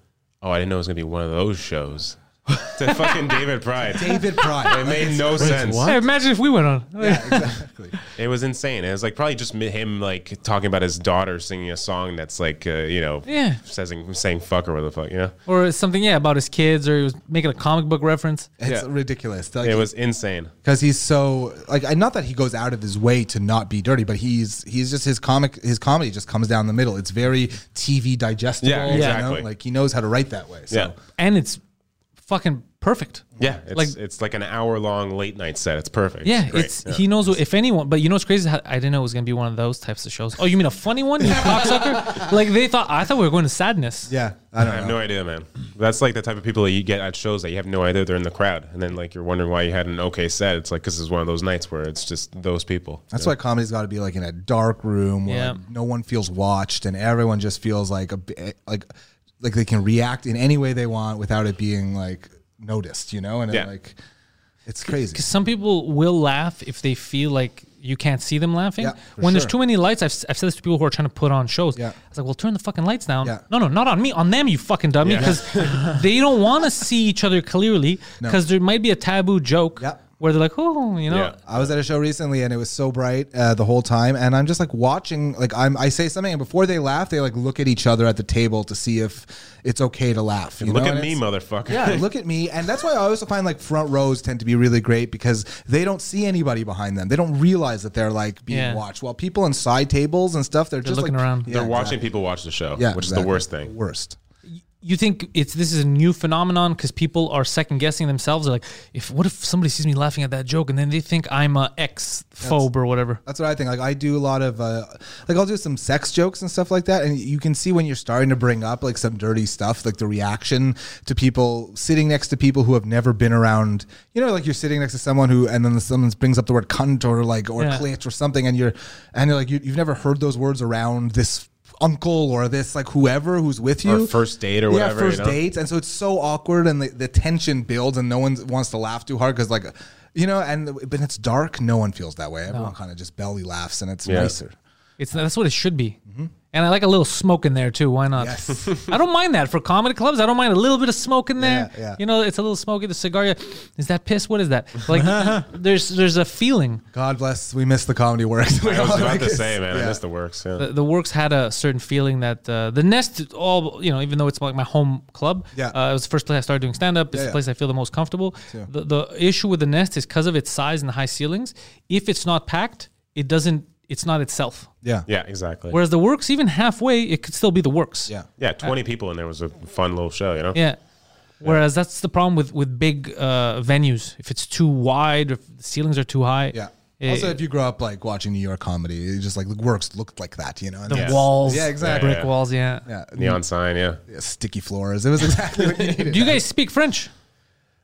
[SPEAKER 3] "Oh, I didn't know it was gonna be one of those shows." to fucking David Pride.
[SPEAKER 1] David Pride.
[SPEAKER 3] It made no sense.
[SPEAKER 4] what?
[SPEAKER 2] Hey, imagine if we went on.
[SPEAKER 1] exactly.
[SPEAKER 3] It was insane. It was like probably just mi- him like talking about his daughter singing a song that's like uh, you know
[SPEAKER 2] Yeah.
[SPEAKER 3] saying saying fuck or whatever the fuck you know.
[SPEAKER 2] Or something, yeah, about his kids, or he was making a comic book reference.
[SPEAKER 1] It's
[SPEAKER 3] Yeah.
[SPEAKER 1] ridiculous. Like,
[SPEAKER 3] It was insane.
[SPEAKER 1] because he's so like I not that he goes out of his way to not be dirty, but he's he's just his comic his comedy just comes down the middle. It's very TV digestible.
[SPEAKER 3] Yeah,
[SPEAKER 1] you know?
[SPEAKER 3] exactly.
[SPEAKER 1] Like he knows how to write that way. So.
[SPEAKER 3] Yeah.
[SPEAKER 2] And it's fucking perfect.
[SPEAKER 3] Yeah, it's
[SPEAKER 2] Like-
[SPEAKER 3] like, it's like an hour long late night set. It's perfect.
[SPEAKER 2] Yeah,
[SPEAKER 3] great.
[SPEAKER 2] it's he knows what, if anyone. But you know what's crazy? is How, I didn't know it was gonna be one of those types of shows. Oh, you mean a funny one, you cocksucker? Like they thought. I thought we were going to sadness.
[SPEAKER 1] Yeah, I don't
[SPEAKER 3] I have
[SPEAKER 1] know.
[SPEAKER 3] no idea, man. That's like the type of people that you get at shows that you have no idea they're in the crowd, and then like you're wondering why you had an okay set. It's like because it's one of those nights where it's just those people.
[SPEAKER 1] That's why comedy's got to be like in a dark room where
[SPEAKER 2] Yeah.
[SPEAKER 1] like, no one feels watched and everyone just feels like a bi- like like they can react in any way they want without it being like noticed, you know? And it,
[SPEAKER 3] Yeah.
[SPEAKER 1] like it's crazy.
[SPEAKER 2] because some people will laugh if they feel like you can't see them laughing.
[SPEAKER 1] Yeah, for
[SPEAKER 2] when there's
[SPEAKER 1] sure.
[SPEAKER 2] too many lights, I've, I've said this to people who are trying to put on shows.
[SPEAKER 1] Yeah.
[SPEAKER 2] I was like, well, turn the fucking lights down.
[SPEAKER 1] Yeah.
[SPEAKER 2] No, no, not on me, on them, you fucking dummy,
[SPEAKER 3] Yeah.
[SPEAKER 2] because they don't want to see each other clearly because there might be a taboo joke
[SPEAKER 1] Yeah.
[SPEAKER 2] where they're like, oh, you know.
[SPEAKER 3] Yeah.
[SPEAKER 1] I was at a show recently and it was so bright uh, the whole time, and I'm just like watching. Like I'm, I say something, and before they laugh, they like look at each other at the table to see if it's okay to laugh. you
[SPEAKER 3] Look
[SPEAKER 1] know?
[SPEAKER 3] at
[SPEAKER 1] And
[SPEAKER 3] me,
[SPEAKER 1] it's-
[SPEAKER 3] motherfucker.
[SPEAKER 1] Yeah, look at me. And that's why I also find like front rows tend to be really great because they don't see anybody behind them. They don't realize that they're like being
[SPEAKER 2] Yeah.
[SPEAKER 1] watched. While people on side tables and stuff, they're, just
[SPEAKER 2] looking
[SPEAKER 1] like,
[SPEAKER 2] around.
[SPEAKER 3] they're watching people watch the show,
[SPEAKER 1] Yeah,
[SPEAKER 3] which is
[SPEAKER 1] exactly.
[SPEAKER 3] the worst thing.
[SPEAKER 1] Worst.
[SPEAKER 2] You think it's this is a new phenomenon because people are second guessing themselves. They're like, if what if somebody sees me laughing at that joke and then they think I'm a ex phobe or whatever.
[SPEAKER 1] That's what I think. Like I do a lot of uh, like I'll do some sex jokes and stuff like that, and you can see when you're starting to bring up like some dirty stuff, like the reaction to people sitting next to people who have never been around. You know, like you're sitting next to someone who, and then someone brings up the word cunt or like or
[SPEAKER 2] Yeah.
[SPEAKER 1] clit or something, and you're and you're like you, you've never heard those words around this uncle or this like whoever who's with
[SPEAKER 3] Or
[SPEAKER 1] you
[SPEAKER 3] first date or whatever,
[SPEAKER 1] yeah
[SPEAKER 3] you
[SPEAKER 1] first
[SPEAKER 3] know?
[SPEAKER 1] dates and so it's so awkward and the, the tension builds and no one wants to laugh too hard because like you know and but it's dark no one feels that way everyone kind of just belly laughs and it's nicer
[SPEAKER 2] It's that's what it should be. And I like a little smoke in there too. Why not?
[SPEAKER 1] Mm-hmm. Yes.
[SPEAKER 2] I don't mind that for comedy clubs. I don't mind a little bit of smoke in there.
[SPEAKER 1] Yeah, yeah.
[SPEAKER 2] You know, it's a little smoky. The cigar. yeah. Is that piss? What is that? Like, there's there's a feeling.
[SPEAKER 1] God bless. We miss the comedy works.
[SPEAKER 3] I was about to say, man, I miss the works. Yeah.
[SPEAKER 2] The, the works had a certain feeling that uh, the nest. All you know, even though it's like my home club.
[SPEAKER 1] Yeah.
[SPEAKER 2] Uh, it was the first place I started doing stand up. It's
[SPEAKER 1] Yeah,
[SPEAKER 2] the
[SPEAKER 1] yeah.
[SPEAKER 2] place I feel the most comfortable. The the issue with the nest is because of its size and the high ceilings. If it's not packed, it doesn't. It's not itself.
[SPEAKER 1] Yeah.
[SPEAKER 3] yeah, exactly.
[SPEAKER 2] Whereas the works, even halfway, it could still be the works.
[SPEAKER 1] Yeah.
[SPEAKER 3] yeah, 20 people in there was a fun little show, you know?
[SPEAKER 2] Yeah. Whereas that's the problem with with big uh, venues. If it's too wide, or if the ceilings are too high,
[SPEAKER 1] Yeah.
[SPEAKER 2] it-
[SPEAKER 1] also, if you grew up like watching New York comedy, it just like the works looked like that, you know? And
[SPEAKER 2] the
[SPEAKER 1] that's-
[SPEAKER 2] walls,
[SPEAKER 1] Yeah, exactly.
[SPEAKER 2] brick walls, yeah.
[SPEAKER 1] Yeah.
[SPEAKER 3] Neon sign, yeah.
[SPEAKER 1] Yeah, Sticky floors. It was exactly what you needed.
[SPEAKER 2] Do you guys speak French?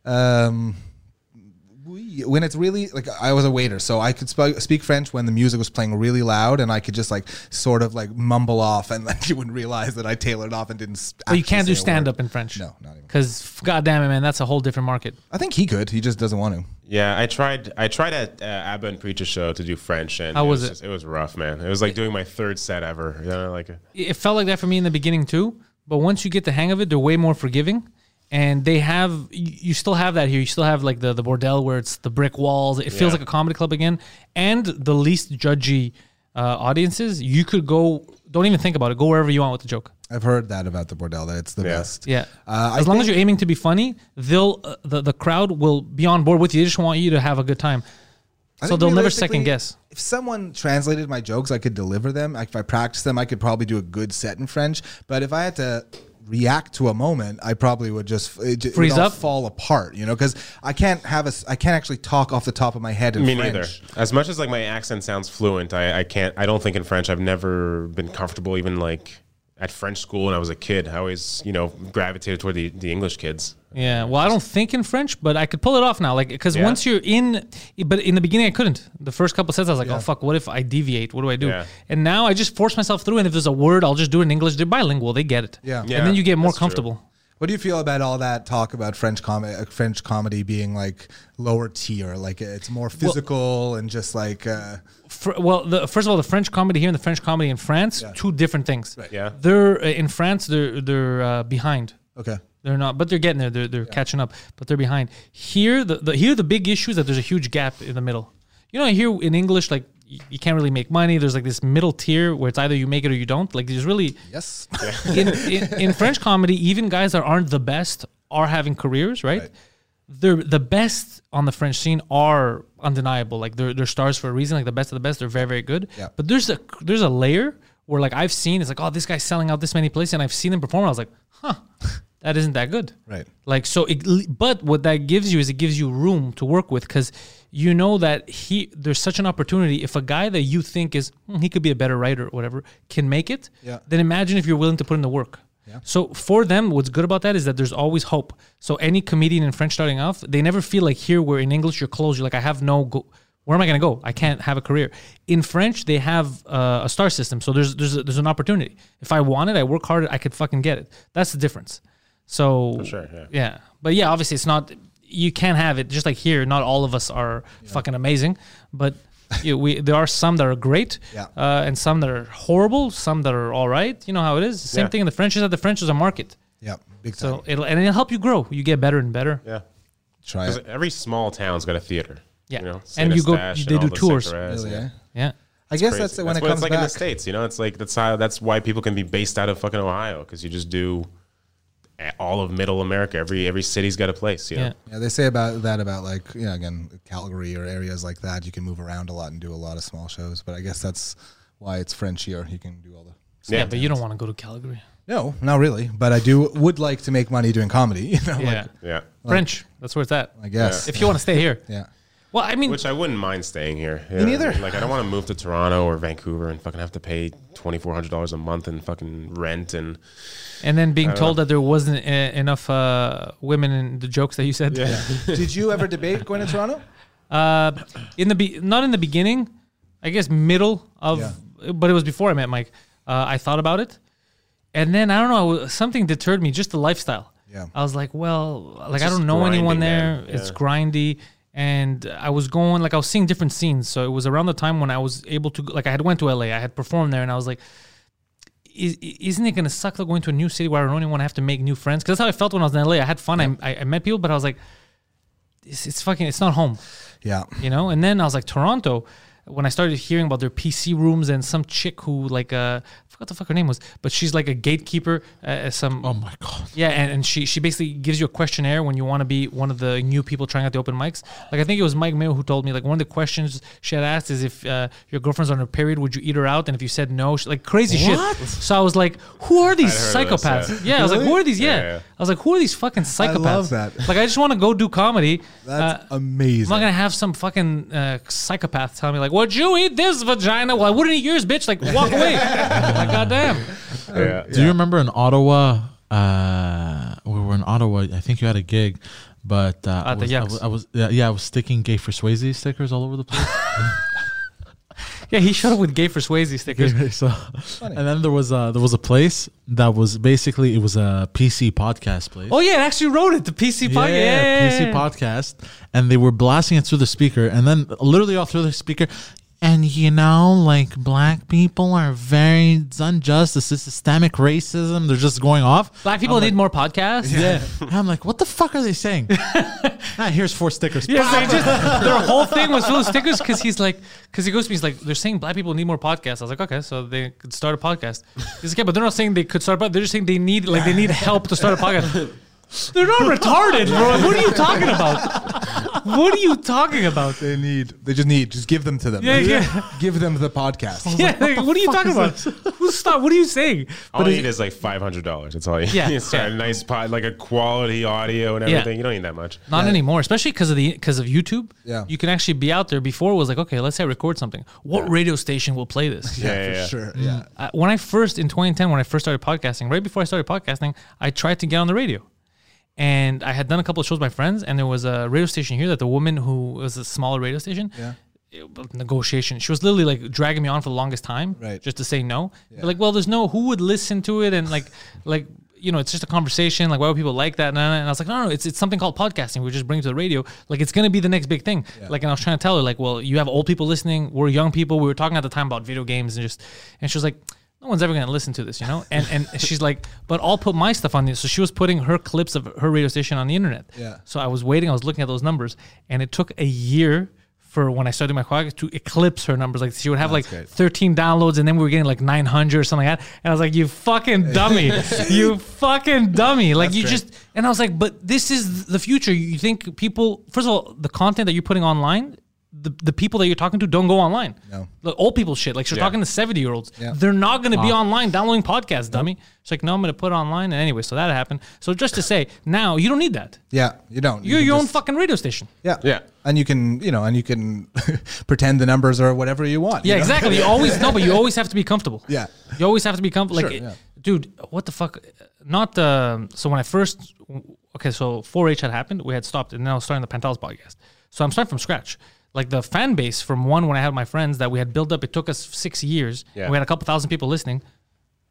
[SPEAKER 1] Um, we, when it's really like I was a waiter, so I could sp- speak French when the music was playing really loud, and I could just like sort of like mumble off, and like you wouldn't realize that I tailored off and didn't. s-
[SPEAKER 2] But you
[SPEAKER 1] actually
[SPEAKER 2] can't do
[SPEAKER 1] say a
[SPEAKER 2] stand up
[SPEAKER 1] word.
[SPEAKER 2] in French.
[SPEAKER 1] No, not even.
[SPEAKER 2] Because goddamn it, man, that's a whole different market.
[SPEAKER 1] I think he could. He just doesn't want to.
[SPEAKER 3] Yeah, I tried. I tried at uh, Abba and Preacher show to do French, and
[SPEAKER 2] How was it?
[SPEAKER 3] Just, it was rough, man. It was like doing my third set ever. You know, like
[SPEAKER 2] It felt like that for me in the beginning too. But once you get the hang of it, they're way more forgiving. And they have you- you still have that here. You still have like the the bordel where it's the brick walls. It feels
[SPEAKER 3] Yeah.
[SPEAKER 2] like a comedy club again. And the least judgy uh, audiences, you could go. Don't even think about it. Go wherever you want with the joke.
[SPEAKER 1] I've heard that about the bordel that it's the
[SPEAKER 3] Yeah.
[SPEAKER 1] best.
[SPEAKER 2] Yeah.
[SPEAKER 1] Uh, I
[SPEAKER 2] as long as you're aiming to be funny, they'll uh, the the crowd will be on board with you. They just want you to have a good time.
[SPEAKER 1] I
[SPEAKER 2] So
[SPEAKER 1] think
[SPEAKER 2] they'll never
[SPEAKER 1] realistically,
[SPEAKER 2] second guess.
[SPEAKER 1] If someone translated my jokes, I could deliver them. If I practiced them, I could probably do a good set in French. But if I had to react to a moment, I probably would just it, ju- it would
[SPEAKER 2] Freeze
[SPEAKER 1] all
[SPEAKER 2] up?
[SPEAKER 1] fall apart. You know, because I can't have a s- I can't actually talk off the top of my head in
[SPEAKER 3] me
[SPEAKER 1] French.
[SPEAKER 3] neither. As much as like my accent sounds fluent, I, I can't. I don't think in French. I've never been comfortable, even like at French school when I was a kid. I always, you know, gravitated toward the, the English kids.
[SPEAKER 2] Yeah. Well, I don't think in French, but I could pull it off now. Like, because
[SPEAKER 3] Yeah.
[SPEAKER 2] once you're in, but in the beginning, I couldn't. The first couple sets, I was like, oh, fuck, what if I deviate? What do I do?
[SPEAKER 3] Yeah.
[SPEAKER 2] And now I just force myself through. And if there's a word, I'll just do it in English. They're bilingual, they get it.
[SPEAKER 1] Yeah.
[SPEAKER 2] And then you get more
[SPEAKER 3] that's true.
[SPEAKER 2] comfortable.
[SPEAKER 1] What do you feel about all that talk about French comedy, uh, French comedy being like lower tier, like uh, it's more physical and just like uh,
[SPEAKER 2] Fr- well, the, first of all, the French comedy here and the French comedy in France, two different things.
[SPEAKER 3] Yeah.
[SPEAKER 2] They're uh, in France, they're, they're uh, behind.
[SPEAKER 1] okay,
[SPEAKER 2] They're not, but they're getting there. They're, they're catching up, but they're behind. Here, the, the here the big issue is that there's a huge gap in the middle. You know, here in English, like y- you can't really make money. There's like this middle tier where it's either you make it or you don't. Like there's really
[SPEAKER 1] yes,
[SPEAKER 2] in, in, in French comedy, even guys that aren't the best are having careers, right? They're the best on the French scene are undeniable. Like they're, they're stars for a reason. Like the best of the best, they're very very good.
[SPEAKER 1] Yeah.
[SPEAKER 2] But there's a there's a layer where like I've seen it's like oh this guy's selling out this many places and I've seen him perform. I was like huh that isn't that good.
[SPEAKER 1] Right.
[SPEAKER 2] Like so, it, l- but what that gives you is it gives you room to work with because you know that he there's such an opportunity. If a guy that you think is "Hmm, he could be a better writer or whatever can make it,
[SPEAKER 1] Yeah.
[SPEAKER 2] then imagine if you're willing to put in the work. So for them, what's good about that is that there's always hope. So any comedian in French starting off, they never feel like here where in English you're closed. You're like I have no go. Where am I going to go? I can't have a career. In French, they have uh, a star system, so there's there's there's an opportunity. If I want it, I work hard, I could fucking get it. That's the difference. So
[SPEAKER 3] sure, yeah.
[SPEAKER 2] But yeah, obviously it's not you can have it just like here, not all of us are fucking amazing, but you we there are some that are great
[SPEAKER 1] Yeah.
[SPEAKER 2] uh, and some that are horrible, some that are all right. You know how it is. Same
[SPEAKER 3] Yeah.
[SPEAKER 2] thing in the French is that the French is a market.
[SPEAKER 1] yeah, big time.
[SPEAKER 2] So it'll and it'll help you grow. You get better and better.
[SPEAKER 3] Yeah,
[SPEAKER 1] Try
[SPEAKER 3] 'Cause
[SPEAKER 1] it.
[SPEAKER 3] every small town's got a theater.
[SPEAKER 2] Yeah.
[SPEAKER 3] you know,
[SPEAKER 2] And you go-
[SPEAKER 3] Saint-Eustache
[SPEAKER 2] they
[SPEAKER 3] and
[SPEAKER 2] do
[SPEAKER 3] all the
[SPEAKER 2] tours.
[SPEAKER 3] Saint-Therese,
[SPEAKER 1] Really,
[SPEAKER 3] yeah.
[SPEAKER 1] eh?
[SPEAKER 2] Yeah.
[SPEAKER 1] I guess
[SPEAKER 3] Crazy.
[SPEAKER 1] that's it when
[SPEAKER 3] That's
[SPEAKER 1] it
[SPEAKER 3] what
[SPEAKER 1] comes
[SPEAKER 3] it's like in the
[SPEAKER 1] back.
[SPEAKER 3] states. You know, it's like that's how that's why people can be based out of fucking Ohio because you just do a- all of Middle America. Every every city's got a place. You know?
[SPEAKER 2] Yeah.
[SPEAKER 1] Yeah, they say about that about like you know again Calgary or areas like that you can move around a lot and do a lot of small shows. But I guess that's why it's French here. You can do all the
[SPEAKER 2] Yeah, but you don't want to go to Calgary.
[SPEAKER 1] no, not really. But I do would like to make money doing comedy. You know,
[SPEAKER 2] Yeah.
[SPEAKER 3] Yeah.
[SPEAKER 2] French. That's where it's at.
[SPEAKER 1] I guess.
[SPEAKER 2] If you want to stay here.
[SPEAKER 1] Yeah.
[SPEAKER 2] Well, I mean
[SPEAKER 3] Which I wouldn't mind staying here. Me
[SPEAKER 1] neither.
[SPEAKER 3] Like I don't want to move to Toronto or Vancouver and fucking have to pay twenty four hundred dollars a month in fucking rent and
[SPEAKER 2] and then being told that there wasn't uh, enough uh, women in the jokes that you said.
[SPEAKER 1] Did you ever debate going to Toronto?
[SPEAKER 2] Uh, in the be- not in the beginning, I guess middle of,
[SPEAKER 1] Yeah.
[SPEAKER 2] but it was before I met Mike. Uh, I thought about it, and then I don't know, something deterred me. Just the lifestyle.
[SPEAKER 1] Yeah.
[SPEAKER 2] I was like, well, like I
[SPEAKER 3] just
[SPEAKER 2] don't know anyone
[SPEAKER 3] grinding,
[SPEAKER 2] there.
[SPEAKER 3] man.
[SPEAKER 2] It's
[SPEAKER 3] Yeah.
[SPEAKER 2] grindy, and I was going like I was seeing different scenes. So it was around the time when I was able to go- like I had went to LA. I had performed there, and I was like, is, isn't it going to suck like going to a new city where I don't even want to have to make new friends? Because that's how I felt when I was in LA. I had fun. I, I, I met people, but I was like, it's, it's fucking, it's not home,
[SPEAKER 1] Yeah.
[SPEAKER 2] you know? And then I was like, Toronto, when I started hearing about their PC rooms and some chick who like, uh, I forgot the fuck her name was, but she's like a gatekeeper uh, at some,
[SPEAKER 3] Um.
[SPEAKER 4] Oh my god.
[SPEAKER 2] yeah. And, and she, she basically gives you a questionnaire when you want to be one of the new people trying out the open mics. Like, I think it was Mike Mayo who told me like one of the questions she had asked is if uh, your girlfriend's on her period, would you eat her out? And if you said no, she, like crazy
[SPEAKER 4] What?
[SPEAKER 2] shit. So I was like, who are these
[SPEAKER 3] I'd heard of this,
[SPEAKER 2] psychopaths? yeah. I was like,
[SPEAKER 1] Really?
[SPEAKER 2] who are these? Yeah.
[SPEAKER 3] Yeah, yeah.
[SPEAKER 2] I was like, who are these fucking psychopaths?
[SPEAKER 1] love that.
[SPEAKER 2] Like, I just want to go do comedy.
[SPEAKER 1] That's
[SPEAKER 2] Uh, I'm
[SPEAKER 1] amazing.
[SPEAKER 2] not gonna have some fucking uh, psychopath tell me like, "Would you eat this vagina?" Well, I wouldn't eat yours, bitch. Like, walk away. like, goddamn.
[SPEAKER 3] Yeah.
[SPEAKER 4] Do you remember in Ottawa? Uh, we were in Ottawa. I think you had a gig, but uh, I,
[SPEAKER 2] At the
[SPEAKER 4] was, I
[SPEAKER 2] Yucks.
[SPEAKER 4] was, I was- yeah, yeah, I was sticking gay for Swayze stickers all over the place.
[SPEAKER 2] Yeah, he showed up with gay for Swayze stickers.
[SPEAKER 4] so, and then there was a, there was a place that was basically it was a PC podcast place.
[SPEAKER 2] Oh yeah, it actually wrote it. The PC podcast.
[SPEAKER 4] PC podcast, and they were blasting it through the speaker, and then literally all through the speaker. And you know, like black people are very it's unjust. This is systemic racism. They're just going off.
[SPEAKER 2] Black people need more podcasts.
[SPEAKER 4] Yeah, And I'm like, what the fuck are they saying? ah, here's four stickers.
[SPEAKER 2] Yeah, they just their whole thing was full of stickers because he's like, because he goes to me, he's like, they're saying black people need more podcasts. I was like, okay, so they could start a podcast. He's like, yeah, but they're not saying they could start, but they're just saying they need like they need help to start a podcast. They're not retarded, bro. What are you talking about? What are you talking about?
[SPEAKER 1] they need. They just need. Just give them to them.
[SPEAKER 2] Yeah, yeah.
[SPEAKER 1] Give them the podcast.
[SPEAKER 2] Yeah, like, what, are you talking about? Who's stop? What are you saying?
[SPEAKER 3] All
[SPEAKER 2] But
[SPEAKER 3] you
[SPEAKER 2] it-
[SPEAKER 3] need is like five hundred dollars. That's all you
[SPEAKER 2] Yeah,
[SPEAKER 3] need. It's
[SPEAKER 2] yeah.
[SPEAKER 3] a nice pod, like a quality audio and
[SPEAKER 2] Yeah.
[SPEAKER 3] everything. You don't need that much.
[SPEAKER 2] Not anymore, especially because of the because of YouTube.
[SPEAKER 1] Yeah.
[SPEAKER 2] you can actually be out there. Before it was like, okay, let's say I record something. What radio station will play this?
[SPEAKER 1] Yeah,
[SPEAKER 3] Yeah,
[SPEAKER 1] for
[SPEAKER 3] yeah, yeah.
[SPEAKER 1] sure.
[SPEAKER 2] Mm-hmm.
[SPEAKER 1] Yeah.
[SPEAKER 2] I, when I first in 2010, when I first started podcasting, right before I started podcasting, I tried to get on the radio, and I had done a couple of shows with my friends, and there was a radio station here that the woman who was a smaller radio station.
[SPEAKER 1] Yeah.
[SPEAKER 2] it- Negotiation. She was literally like dragging me on for the longest time,
[SPEAKER 1] Right.
[SPEAKER 2] Just to say no. They're Like, well, there's no who would listen to it, and like, like you know, it's just a conversation. Like, why would people like that? And I and I was like, no, no, it's it's something called podcasting. We just bring it to the radio. Like, it's gonna be the next big thing. Like, and I was trying to tell her, like, well, you have old people listening. We're young people. We were talking at the time about video games and just, and she was like. No one's ever gonna listen to this, you know. And and she's like, but I'll put my stuff on this. So she was putting her clips of her radio station on the internet.
[SPEAKER 1] Yeah.
[SPEAKER 2] So I was waiting. I was looking at those numbers, and it took a year for when I started my podcast to eclipse her numbers. Like she would have like 13 downloads, and then we were getting like 900 or something like that. And I was like, "You fucking dummy! you fucking dummy! Like you just." And I was like, "But this is the future. You think people? First of all, the content that you're putting online." The, the people that you're talking to don't go online.
[SPEAKER 1] No.
[SPEAKER 2] Like old people shit. Like she's
[SPEAKER 3] Yeah.
[SPEAKER 2] talking to 70 year olds.
[SPEAKER 1] Yeah.
[SPEAKER 2] They're not going to be online downloading podcasts, dummy. She's like, no, I'm going to put it online. And anyway, so that happened. So just to say, now you don't need that.
[SPEAKER 1] Yeah. You don't. You
[SPEAKER 2] You're
[SPEAKER 1] can
[SPEAKER 2] your own
[SPEAKER 1] just-
[SPEAKER 2] fucking radio station.
[SPEAKER 1] Yeah.
[SPEAKER 3] Yeah.
[SPEAKER 1] And you can, you know, and you can pretend the numbers are whatever you want. you
[SPEAKER 2] Yeah,
[SPEAKER 1] know?
[SPEAKER 2] exactly. You always no, but you always have to be comfortable.
[SPEAKER 1] Yeah.
[SPEAKER 2] you always have to be comfortable. Like,
[SPEAKER 1] Sure,
[SPEAKER 2] it-
[SPEAKER 1] yeah.
[SPEAKER 2] dude, what the fuck? Not um, so when I first okay, so 4-H had happened, we had stopped, and then I was starting the Pantelis podcast. So I'm starting from scratch. Like the fan base from one when I had my friends that we had built up, it took us six years.
[SPEAKER 3] Yeah.
[SPEAKER 2] and We had a couple thousand people listening.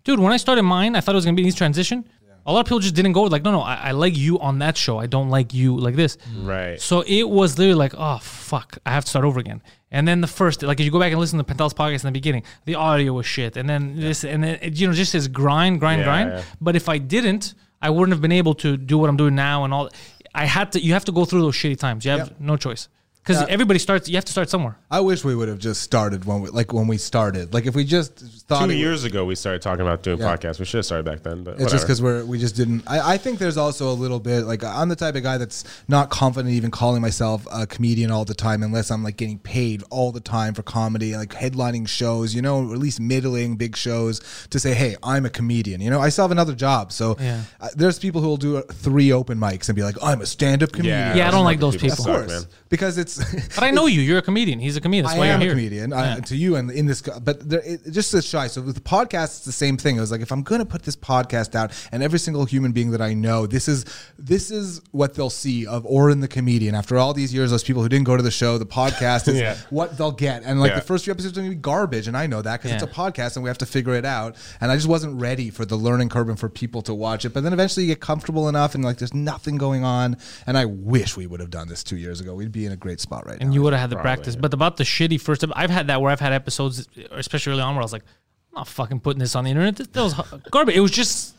[SPEAKER 2] Dude, when I started mine, I thought it was gonna be an easy transition. A lot of people just didn't go like, no, no, I, I like you on that show. I don't like you like this.
[SPEAKER 3] Right.
[SPEAKER 2] So it was literally like, oh fuck, I have to start over again. And then the first, like, if you go back and listen to Pentel's podcast in the beginning, the audio was shit, and then this, and then it, you know, just this grind, grind,
[SPEAKER 3] Yeah,
[SPEAKER 2] grind.
[SPEAKER 3] yeah.
[SPEAKER 2] But if I didn't, I wouldn't have been able to do what I'm doing now and all. I had to. You have to go through those shitty times. You have no choice because everybody starts. You have to start somewhere.
[SPEAKER 1] I wish we would have just started when we, like when we started. Like if we just thought
[SPEAKER 3] Two
[SPEAKER 1] it-
[SPEAKER 3] years ago, we started talking about doing
[SPEAKER 1] Yeah.
[SPEAKER 3] podcasts. We should have started back then, but
[SPEAKER 1] It's just
[SPEAKER 3] whatever.
[SPEAKER 1] because we're we just didn't. I, I think there's also a little bit like I'm the type of guy that's not confident even calling myself a comedian all the time unless I'm like getting paid all the time for comedy, like headlining shows, you know, or at least middling big shows to say, hey, I'm a comedian. You know, I still have another job, so
[SPEAKER 2] Yeah.
[SPEAKER 1] uh, there's people who will do uh, three open mics and be like, I'm a stand-up comedian.
[SPEAKER 2] Yeah, I don't like
[SPEAKER 3] People
[SPEAKER 2] those
[SPEAKER 1] Of
[SPEAKER 2] people.
[SPEAKER 3] suck,
[SPEAKER 1] course,
[SPEAKER 3] man.
[SPEAKER 1] because it's
[SPEAKER 2] But I know you. You're a comedian. He's a comedian. That's
[SPEAKER 1] I
[SPEAKER 2] why
[SPEAKER 1] am
[SPEAKER 2] you're
[SPEAKER 1] a
[SPEAKER 2] here.
[SPEAKER 1] comedian uh, to you and in this, co- but there, it, it just is shy. So with the podcast, it's the same thing. It was like if I'm going to put this podcast out, and every single human being that I know, this is this is what they'll see of Orin the comedian. After all these years, those people who didn't go to the show, the podcast is
[SPEAKER 3] Yeah.
[SPEAKER 1] what they'll get. And like
[SPEAKER 3] Yeah.
[SPEAKER 1] the first few episodes are going to be garbage, and I know that because it's
[SPEAKER 2] Yeah.
[SPEAKER 1] a podcast, and we have to figure it out. And I just wasn't ready for the learning curve and for people to watch it. But then eventually you get comfortable enough, and like there's nothing going on. And I wish we would have done this two years ago. We'd be in a great spot right now.
[SPEAKER 2] and you would have had the practice. But about the shitty first, ep- I've had that where I've had episodes, especially early on, where I was like, I'm I'm not fucking putting this on the internet. That- That was hu- garbage. It was just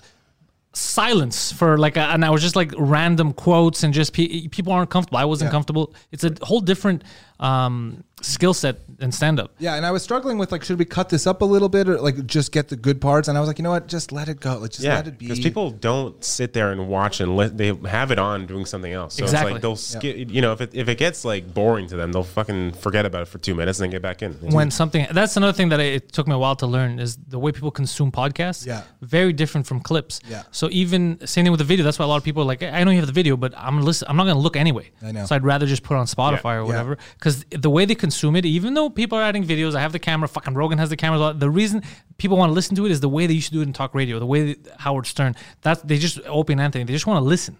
[SPEAKER 2] silence for like, a, and I was just like random quotes and just pe- people aren't comfortable. I wasn't
[SPEAKER 1] Yeah.
[SPEAKER 2] comfortable. It's a whole different um, skill set than stand up.
[SPEAKER 1] Yeah, and I was struggling with like, should we cut this up a little bit or like just get the good parts? And I was like, you know what, just let it go. Like, just
[SPEAKER 3] Yeah,
[SPEAKER 1] let it be.
[SPEAKER 3] because people don't sit there and watch and let, they have it on doing something else. So
[SPEAKER 2] Exactly.
[SPEAKER 3] it's like they'll skip. You know, if it, if it gets like boring to them, they'll fucking forget about it for two minutes and then get back in.
[SPEAKER 2] when something that's another thing that I, it took me a while to learn is the way people consume podcasts
[SPEAKER 1] Yeah.
[SPEAKER 2] very different from clips
[SPEAKER 1] Yeah.
[SPEAKER 2] so even same thing with the video that's why a lot of people are like i know you have the video but i'm listen i'm not gonna look anyway
[SPEAKER 1] I know.
[SPEAKER 2] so i'd rather just put it on spotify or whatever because the way they consume it even though people are adding videos i have the camera fucking rogan has the camera a lot, the reason people want to listen to it is the way they used to do it in talk radio the way that howard stern that's they just open anthony they just want to listen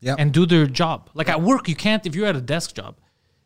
[SPEAKER 1] yeah,
[SPEAKER 2] and do their job like at work you can't if you're at a desk job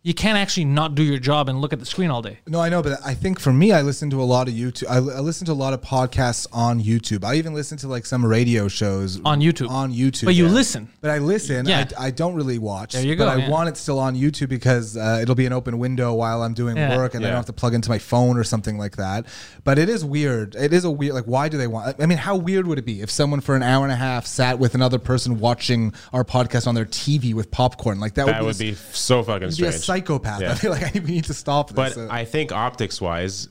[SPEAKER 2] you can't actually not do your job and look at the screen all day
[SPEAKER 1] No, I know, but I think for me, I listen to a lot of YouTube. I, I listen to a lot of podcasts on YouTube. I even listen to like some radio shows
[SPEAKER 2] On YouTube.
[SPEAKER 1] On YouTube,
[SPEAKER 2] But you listen.
[SPEAKER 1] But I listen.
[SPEAKER 2] Yeah.
[SPEAKER 1] I, I don't really watch.
[SPEAKER 2] There you
[SPEAKER 1] But
[SPEAKER 2] go,
[SPEAKER 1] I
[SPEAKER 2] yeah.
[SPEAKER 1] want it still on YouTube because uh, it'll be an open window while I'm doing
[SPEAKER 2] Yeah.
[SPEAKER 1] work, and I
[SPEAKER 3] Yeah.
[SPEAKER 1] don't have to plug into my phone or something like that. But it is weird. It is a weird. Like, why do they want? I mean, how weird would it be if someone for an hour and a half sat with another person watching our podcast on their TV with popcorn? Like that,
[SPEAKER 3] that
[SPEAKER 1] would
[SPEAKER 3] would
[SPEAKER 1] be.
[SPEAKER 3] be so fucking
[SPEAKER 1] be a
[SPEAKER 3] strange.
[SPEAKER 1] psychopath.
[SPEAKER 3] Yeah.
[SPEAKER 1] I feel like we need to stop this.
[SPEAKER 3] But
[SPEAKER 1] So-
[SPEAKER 3] I think optics wise,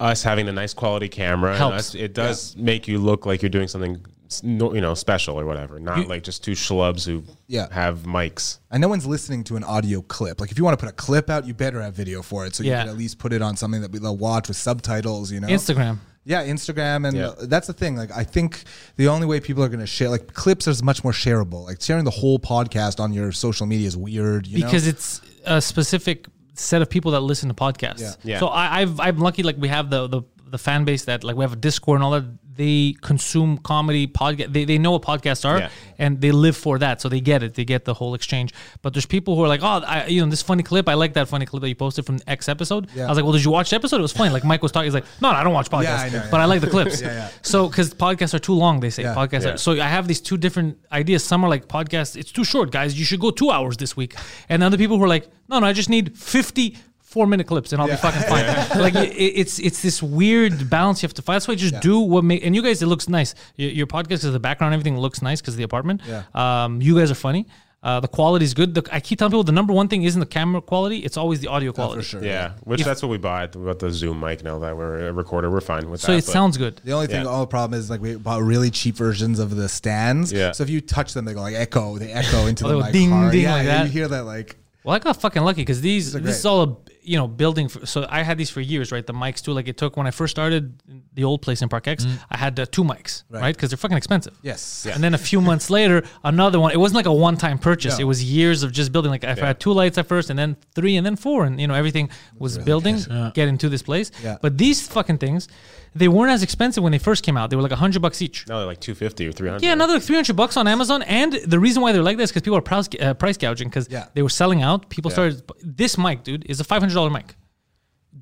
[SPEAKER 3] us having a nice quality camera and
[SPEAKER 2] Helps.
[SPEAKER 3] us- it does make you look like you're doing something, s- no- you know, special or whatever. Not like just two schlubs who
[SPEAKER 1] Yeah.
[SPEAKER 3] have mics.
[SPEAKER 1] And no one's listening to an audio clip. Like if you want to put a clip out, you better have video for it, so
[SPEAKER 2] Yeah.
[SPEAKER 1] you can at least put it on something that we'll watch with subtitles. You know,
[SPEAKER 2] Instagram.
[SPEAKER 1] yeah, Instagram, and
[SPEAKER 3] Yeah.
[SPEAKER 1] uh, that's the thing. Like I think the only way people are going to share like clips is much more shareable. Like sharing the whole podcast on your social media is weird. You
[SPEAKER 2] because
[SPEAKER 1] know?
[SPEAKER 2] it's a specific set of people that listen to podcasts.
[SPEAKER 1] Yeah.
[SPEAKER 3] Yeah.
[SPEAKER 2] So I, I've, I'm lucky. Like we have the, the the fan base that like we have a Discord and all that. They consume comedy podcast. They, they know what podcasts are
[SPEAKER 3] Yeah.
[SPEAKER 2] and they live for that. So they get it. They get the whole exchange. But there's people who are like, oh, I, you know, this funny clip. I like that funny clip that you posted from X episode.
[SPEAKER 1] Yeah.
[SPEAKER 2] I was like, well, did you watch the episode? It was funny. Like Mike was talking. He's like, no, no I don't watch podcasts,
[SPEAKER 1] Yeah, I know,
[SPEAKER 2] but
[SPEAKER 1] yeah.
[SPEAKER 2] I like the clips.
[SPEAKER 1] Yeah, yeah.
[SPEAKER 2] So because podcasts are too long, they say
[SPEAKER 1] Yeah.
[SPEAKER 2] podcasts.
[SPEAKER 3] Yeah.
[SPEAKER 2] Are, so I have these two different ideas. Some are like podcasts. It's too short, guys. You should go two hours this week. And other people who are like, no, no, I just need fifty four minute clips and I'll be fucking fine. like it, it's it's this weird balance you have to find. That's why just do what make. And you guys, it looks nice. Your, your podcast is the background. Everything looks nice because the apartment.
[SPEAKER 1] Yeah.
[SPEAKER 2] Um, you guys are funny. Uh, the quality is good. The, I keep telling people the number one thing isn't the camera quality; it's always the audio quality.
[SPEAKER 1] for sure.
[SPEAKER 3] Yeah, which that's what we bought. We bought the Zoom mic now that we're a recorder. We're fine with
[SPEAKER 2] So
[SPEAKER 3] that.
[SPEAKER 2] it
[SPEAKER 3] but-
[SPEAKER 2] sounds good.
[SPEAKER 1] The only thing,
[SPEAKER 3] Yeah.
[SPEAKER 1] all the problem is like we bought really cheap versions of the stands.
[SPEAKER 3] Yeah.
[SPEAKER 1] So if you touch them, they go like echo. They echo into
[SPEAKER 2] Oh,
[SPEAKER 1] the
[SPEAKER 2] they go
[SPEAKER 1] mic.
[SPEAKER 2] ding,
[SPEAKER 1] hard.
[SPEAKER 2] ding
[SPEAKER 1] yeah,
[SPEAKER 2] like
[SPEAKER 1] yeah,
[SPEAKER 2] that.
[SPEAKER 1] You hear that like
[SPEAKER 2] Well, I got fucking lucky because these.
[SPEAKER 1] are
[SPEAKER 2] This is
[SPEAKER 1] great.
[SPEAKER 2] all a you know building. For, so I had these for years, right? The mics too. Like it took when I first started the old place in Park X. I had uh, two mics,
[SPEAKER 1] Mm. Right.
[SPEAKER 2] right? Because they're fucking expensive.
[SPEAKER 1] yes.
[SPEAKER 2] And then a few months later, another one. It wasn't like a one-time purchase.
[SPEAKER 1] No.
[SPEAKER 2] It was years of just building. Like I had two lights at first, and then three, and then four, and you know everything was building, getting to this place.
[SPEAKER 1] Yeah.
[SPEAKER 2] But these fucking things, they weren't as expensive when they first came out. They were like hundred bucks each.
[SPEAKER 3] Now they're like 250 or 300.
[SPEAKER 2] Yeah, another 300 bucks on Amazon. And the reason why they're like this because people are price, uh, price gouging because
[SPEAKER 1] Yeah.
[SPEAKER 2] they were selling out. People started. This mic, dude, is a $500 mic.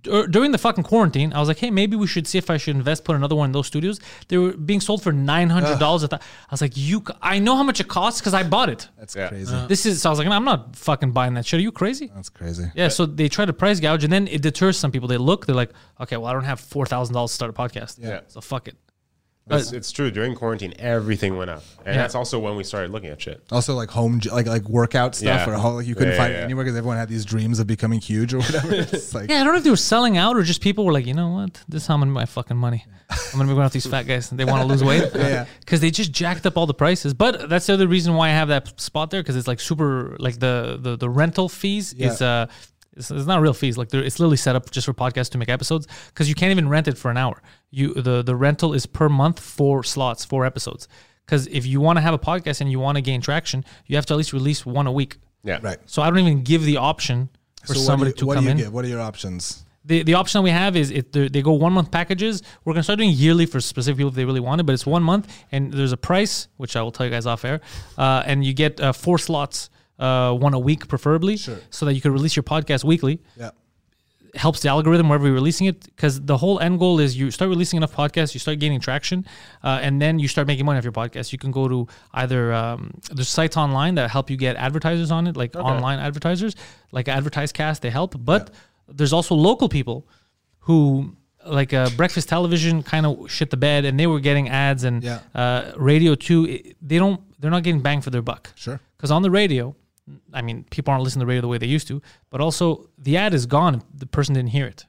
[SPEAKER 2] Dur- During the fucking quarantine, I was like, hey, maybe we should see if I should invest, put another one in those studios. They were being sold for $900. I, thought, I was like, you, c- I know how much it costs because I bought it.
[SPEAKER 1] That's
[SPEAKER 3] Yeah.
[SPEAKER 1] crazy.
[SPEAKER 2] This is, so I was like, I'm not fucking buying that shit. Are you crazy?
[SPEAKER 1] That's crazy.
[SPEAKER 2] Yeah, so they try to price gouge, and then it deters some people. They look, they're like, okay, well, I don't have four thousand dollars to start a podcast.
[SPEAKER 3] Yeah.
[SPEAKER 2] so fuck it.
[SPEAKER 3] It's, it's true. During quarantine, everything went up, and
[SPEAKER 2] Yeah.
[SPEAKER 3] that's also when we started looking at shit.
[SPEAKER 1] Also, like home, gy- like like workout stuff,
[SPEAKER 3] Yeah.
[SPEAKER 1] or how like you couldn't
[SPEAKER 3] Yeah,
[SPEAKER 1] find
[SPEAKER 3] yeah,
[SPEAKER 1] it
[SPEAKER 3] yeah.
[SPEAKER 1] anywhere because everyone had these dreams of becoming huge or whatever. It's like,
[SPEAKER 2] Yeah, I don't know if they were selling out or just people were like, you know what, this is how I'm gonna make my fucking money. I'm gonna be going off these fat guys and they want to lose weight.
[SPEAKER 1] Yeah.
[SPEAKER 2] because they just jacked up all the prices. But that's the other reason why I have that spot there because it's like super, like the the, the rental fees
[SPEAKER 1] Yeah.
[SPEAKER 2] is uh. It's, it's not real fees. Like they're- it's literally set up just for podcasts to make episodes because you can't even rent it for an hour. You the the rental is per month four slots, four episodes. Because if you want to have a podcast and you want to gain traction, you have to at least release one a week.
[SPEAKER 3] Yeah,
[SPEAKER 1] right.
[SPEAKER 2] So I don't even give the option for
[SPEAKER 1] So
[SPEAKER 2] somebody
[SPEAKER 1] what do you,
[SPEAKER 2] to
[SPEAKER 1] what
[SPEAKER 2] come
[SPEAKER 1] do you
[SPEAKER 2] in
[SPEAKER 1] give? What are your options?
[SPEAKER 2] the, the option we have is if they they go one month packages, we're gonna start doing yearly for specific people if they really want it. But it's one month, and there's a price which I will tell you guys off air, uh, and you get uh, four slots, uh, one a week preferably,
[SPEAKER 1] Sure.
[SPEAKER 2] so that you can release your podcast weekly.
[SPEAKER 1] Yeah.
[SPEAKER 2] It helps the algorithm wherever you're releasing it because the whole end goal is you start releasing enough podcasts, you start gaining traction, uh, and then you start making money off your podcast. You can go to either um, there's sites online that help you get advertisers on it, like online advertisers, like AdvertiseCast, they help, but there's also local people who like uh, breakfast television kind of shit the bed, and they were getting ads and
[SPEAKER 1] Yeah.
[SPEAKER 2] uh, radio too. It, they don't. They're not getting bang for their buck.
[SPEAKER 1] Sure.
[SPEAKER 2] Because on the radio, I mean, people aren't listening to the radio the way they used to. But also, the ad is gone. if The person didn't hear it.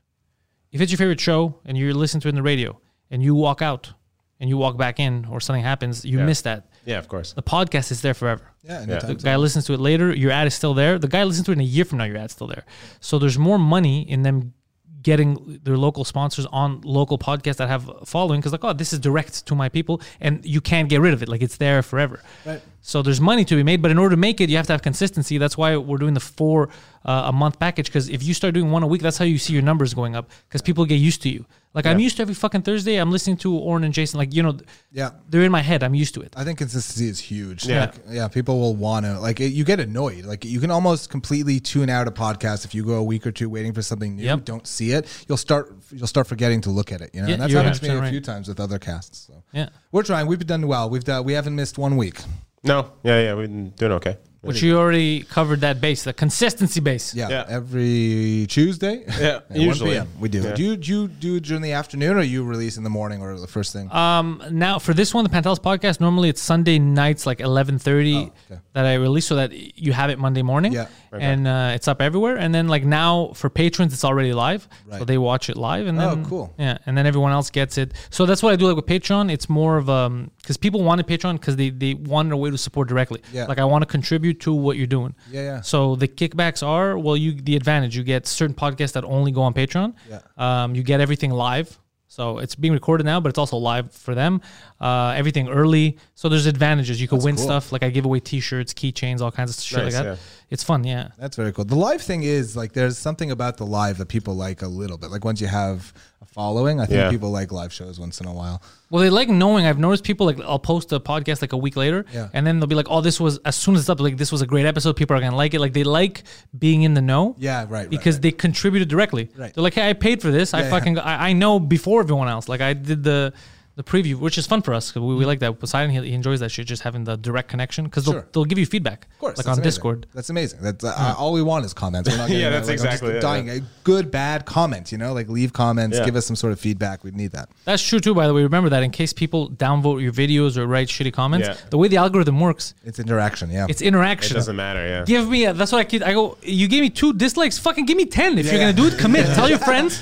[SPEAKER 2] If it's your favorite show and you're listening to it in the radio, and you walk out, and you walk back in, or something happens, you miss that.
[SPEAKER 3] Yeah, of course.
[SPEAKER 2] The podcast is there forever.
[SPEAKER 1] Yeah, anytime.
[SPEAKER 2] The guy listens to it later. Your ad is still there. The guy listens to it in a year from now. Your ad's still there. So there's more money in them getting their local sponsors on local podcasts that have a following because like, oh, this is direct to my people, and you can't get rid of it. Like it's there forever. Right. So there's money to be made, but in order to make it, you have to have consistency. That's why we're doing the four uh, a month package because if you start doing one a week, that's how you see your numbers going up because people get used to you. Like I'm used to every fucking Thursday. I'm listening to Orrin and Jason. Like you know,
[SPEAKER 1] Yeah.
[SPEAKER 2] they're in my head. I'm used to it.
[SPEAKER 1] I think consistency is huge.
[SPEAKER 3] Yeah.
[SPEAKER 1] Like, yeah. People will want to, like, it, you get annoyed. Like, you can almost completely tune out a podcast if you go a week or two waiting for something new.
[SPEAKER 2] Yep.
[SPEAKER 1] Don't see it. You'll start, you'll start forgetting to look at it. You know,
[SPEAKER 2] Yeah,
[SPEAKER 1] and that's
[SPEAKER 2] you're
[SPEAKER 1] happened to me
[SPEAKER 2] 100%
[SPEAKER 1] a few
[SPEAKER 2] right.
[SPEAKER 1] times with other casts. So.
[SPEAKER 2] Yeah.
[SPEAKER 1] We're trying. We've done well. We've done, we haven't missed one week.
[SPEAKER 3] No, yeah, yeah, we're doing okay.
[SPEAKER 2] Which you already covered that base, the consistency base.
[SPEAKER 1] Yeah.
[SPEAKER 3] Yeah.
[SPEAKER 1] Every Tuesday.
[SPEAKER 3] Yeah,
[SPEAKER 1] At
[SPEAKER 3] usually.
[SPEAKER 1] 1 p.m. we do.
[SPEAKER 3] Yeah.
[SPEAKER 1] Do you do you do it during the afternoon, or you release in the morning, or the first thing?
[SPEAKER 2] Um, now for this one, the Pantelis podcast, normally it's Sunday nights, like eleven thirty,
[SPEAKER 1] Oh, okay.
[SPEAKER 2] that I release, so that you have it Monday morning,
[SPEAKER 1] Yeah.
[SPEAKER 2] and uh, it's up everywhere. And then like now for patrons, it's already live, so
[SPEAKER 1] Right.
[SPEAKER 2] they watch it live, and
[SPEAKER 1] Oh,
[SPEAKER 2] then
[SPEAKER 1] cool.
[SPEAKER 2] yeah, and then everyone else gets it. So that's what I do like with Patreon. It's more of um because people wanted Patreon because they they wanted a way to support directly.
[SPEAKER 1] Yeah.
[SPEAKER 2] like I want to contribute to what you're doing.
[SPEAKER 1] Yeah, yeah.
[SPEAKER 2] So the kickbacks are well, you the advantage you get certain podcasts that only go on Patreon.
[SPEAKER 1] Yeah.
[SPEAKER 2] Um, you get everything live. So it's being recorded now, but it's also live for them. Uh, everything early. So there's advantages. You could win stuff. Like I give away T-shirts, keychains, all kinds of shit
[SPEAKER 3] Nice,
[SPEAKER 2] like that.
[SPEAKER 3] yeah.
[SPEAKER 2] It's fun. Yeah.
[SPEAKER 1] That's very cool. The live thing is like there's something about the live that people like a little bit. Like once you have a following, I think
[SPEAKER 3] Yeah.
[SPEAKER 1] people like live shows once in a while.
[SPEAKER 2] Well, they like knowing. I've noticed people like I'll post a podcast like a week later,
[SPEAKER 1] Yeah.
[SPEAKER 2] and then they'll be like, "Oh, this was as soon as it's up. Like this was a great episode. People are gonna like it. Like they like being in the know.
[SPEAKER 1] Yeah, right, right,
[SPEAKER 2] Because
[SPEAKER 1] right.
[SPEAKER 2] they contributed directly.
[SPEAKER 1] Right.
[SPEAKER 2] They're like, "Hey, I paid for this. I
[SPEAKER 1] yeah.
[SPEAKER 2] fucking I, I know before everyone else. Like I did the." The preview, which is fun for us, 'cause we,
[SPEAKER 1] Mm-hmm.
[SPEAKER 2] we like that. Poseidon, he, he enjoys that shit, just having the direct connection, because they'll,
[SPEAKER 1] Sure.
[SPEAKER 2] they'll give you feedback,
[SPEAKER 1] Of course,
[SPEAKER 2] like
[SPEAKER 1] that's
[SPEAKER 2] on
[SPEAKER 1] amazing.
[SPEAKER 2] Discord.
[SPEAKER 1] That's amazing. That's uh, all we want is comments. We're not getting
[SPEAKER 3] Yeah,
[SPEAKER 1] that.
[SPEAKER 3] that's
[SPEAKER 1] Like, I'm just
[SPEAKER 3] exactly it,
[SPEAKER 1] dying.
[SPEAKER 3] yeah.
[SPEAKER 1] A good, bad comment. You know, like leave comments,
[SPEAKER 3] Yeah.
[SPEAKER 1] give us some sort of feedback. We need that.
[SPEAKER 2] That's true too, by the way. Remember that in case people downvote your videos or write shitty comments,
[SPEAKER 3] Yeah.
[SPEAKER 2] the way the algorithm works,
[SPEAKER 1] It's interaction. Yeah,
[SPEAKER 2] it's
[SPEAKER 3] It
[SPEAKER 2] interaction.
[SPEAKER 3] doesn't matter. Yeah.
[SPEAKER 2] Give me a, that's what I keep. I go. You gave me two dislikes. Fucking give me ten. If you're
[SPEAKER 1] yeah.
[SPEAKER 2] gonna do it, commit. Tell your friends.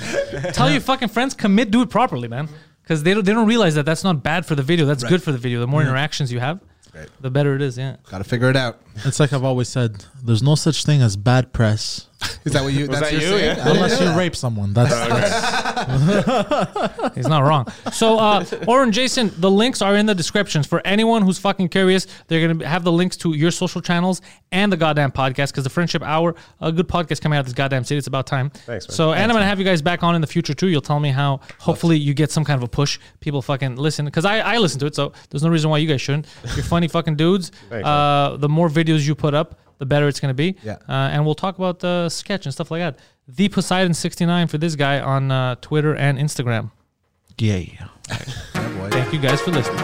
[SPEAKER 2] Tell your fucking friends. Commit. Do it properly, man. Because they don't, they don't realize that that's not bad for the video. That's good for the video. The more interactions you have,
[SPEAKER 1] great.
[SPEAKER 2] the better it is. Yeah.
[SPEAKER 1] got to figure it out.
[SPEAKER 4] It's like I've always said. There's no such thing as bad press
[SPEAKER 1] Is that what you?
[SPEAKER 3] Was
[SPEAKER 1] that's
[SPEAKER 3] that
[SPEAKER 1] your
[SPEAKER 3] you?
[SPEAKER 1] saying?
[SPEAKER 3] Yeah.
[SPEAKER 1] I didn't
[SPEAKER 4] unless
[SPEAKER 1] know
[SPEAKER 4] you
[SPEAKER 1] that. Uh,
[SPEAKER 4] rape someone. That's
[SPEAKER 2] He's not wrong. So, uh, Oren, Jason, the links are in the descriptions for anyone who's fucking curious. They're gonna have the links to your social channels and the goddamn podcast because the Friendship Hour, a good podcast coming out of this goddamn city. It's about time.
[SPEAKER 3] Thanks, man.
[SPEAKER 2] So, and I'm gonna have you guys back on in the future too. You'll tell me how. Hopefully, you get some kind of a push. People fucking listen because I, I listen to it. So there's no reason why you guys shouldn't. You're funny fucking dudes.
[SPEAKER 3] Thanks,
[SPEAKER 2] uh, the more videos you put up. The better it's gonna be,
[SPEAKER 1] Yeah.
[SPEAKER 2] Uh, and we'll talk about the sketch and stuff like that. The Poseidon sixty nine for this guy on uh, Twitter and Instagram.
[SPEAKER 4] yeah.
[SPEAKER 1] Boy.
[SPEAKER 2] Thank you guys for listening.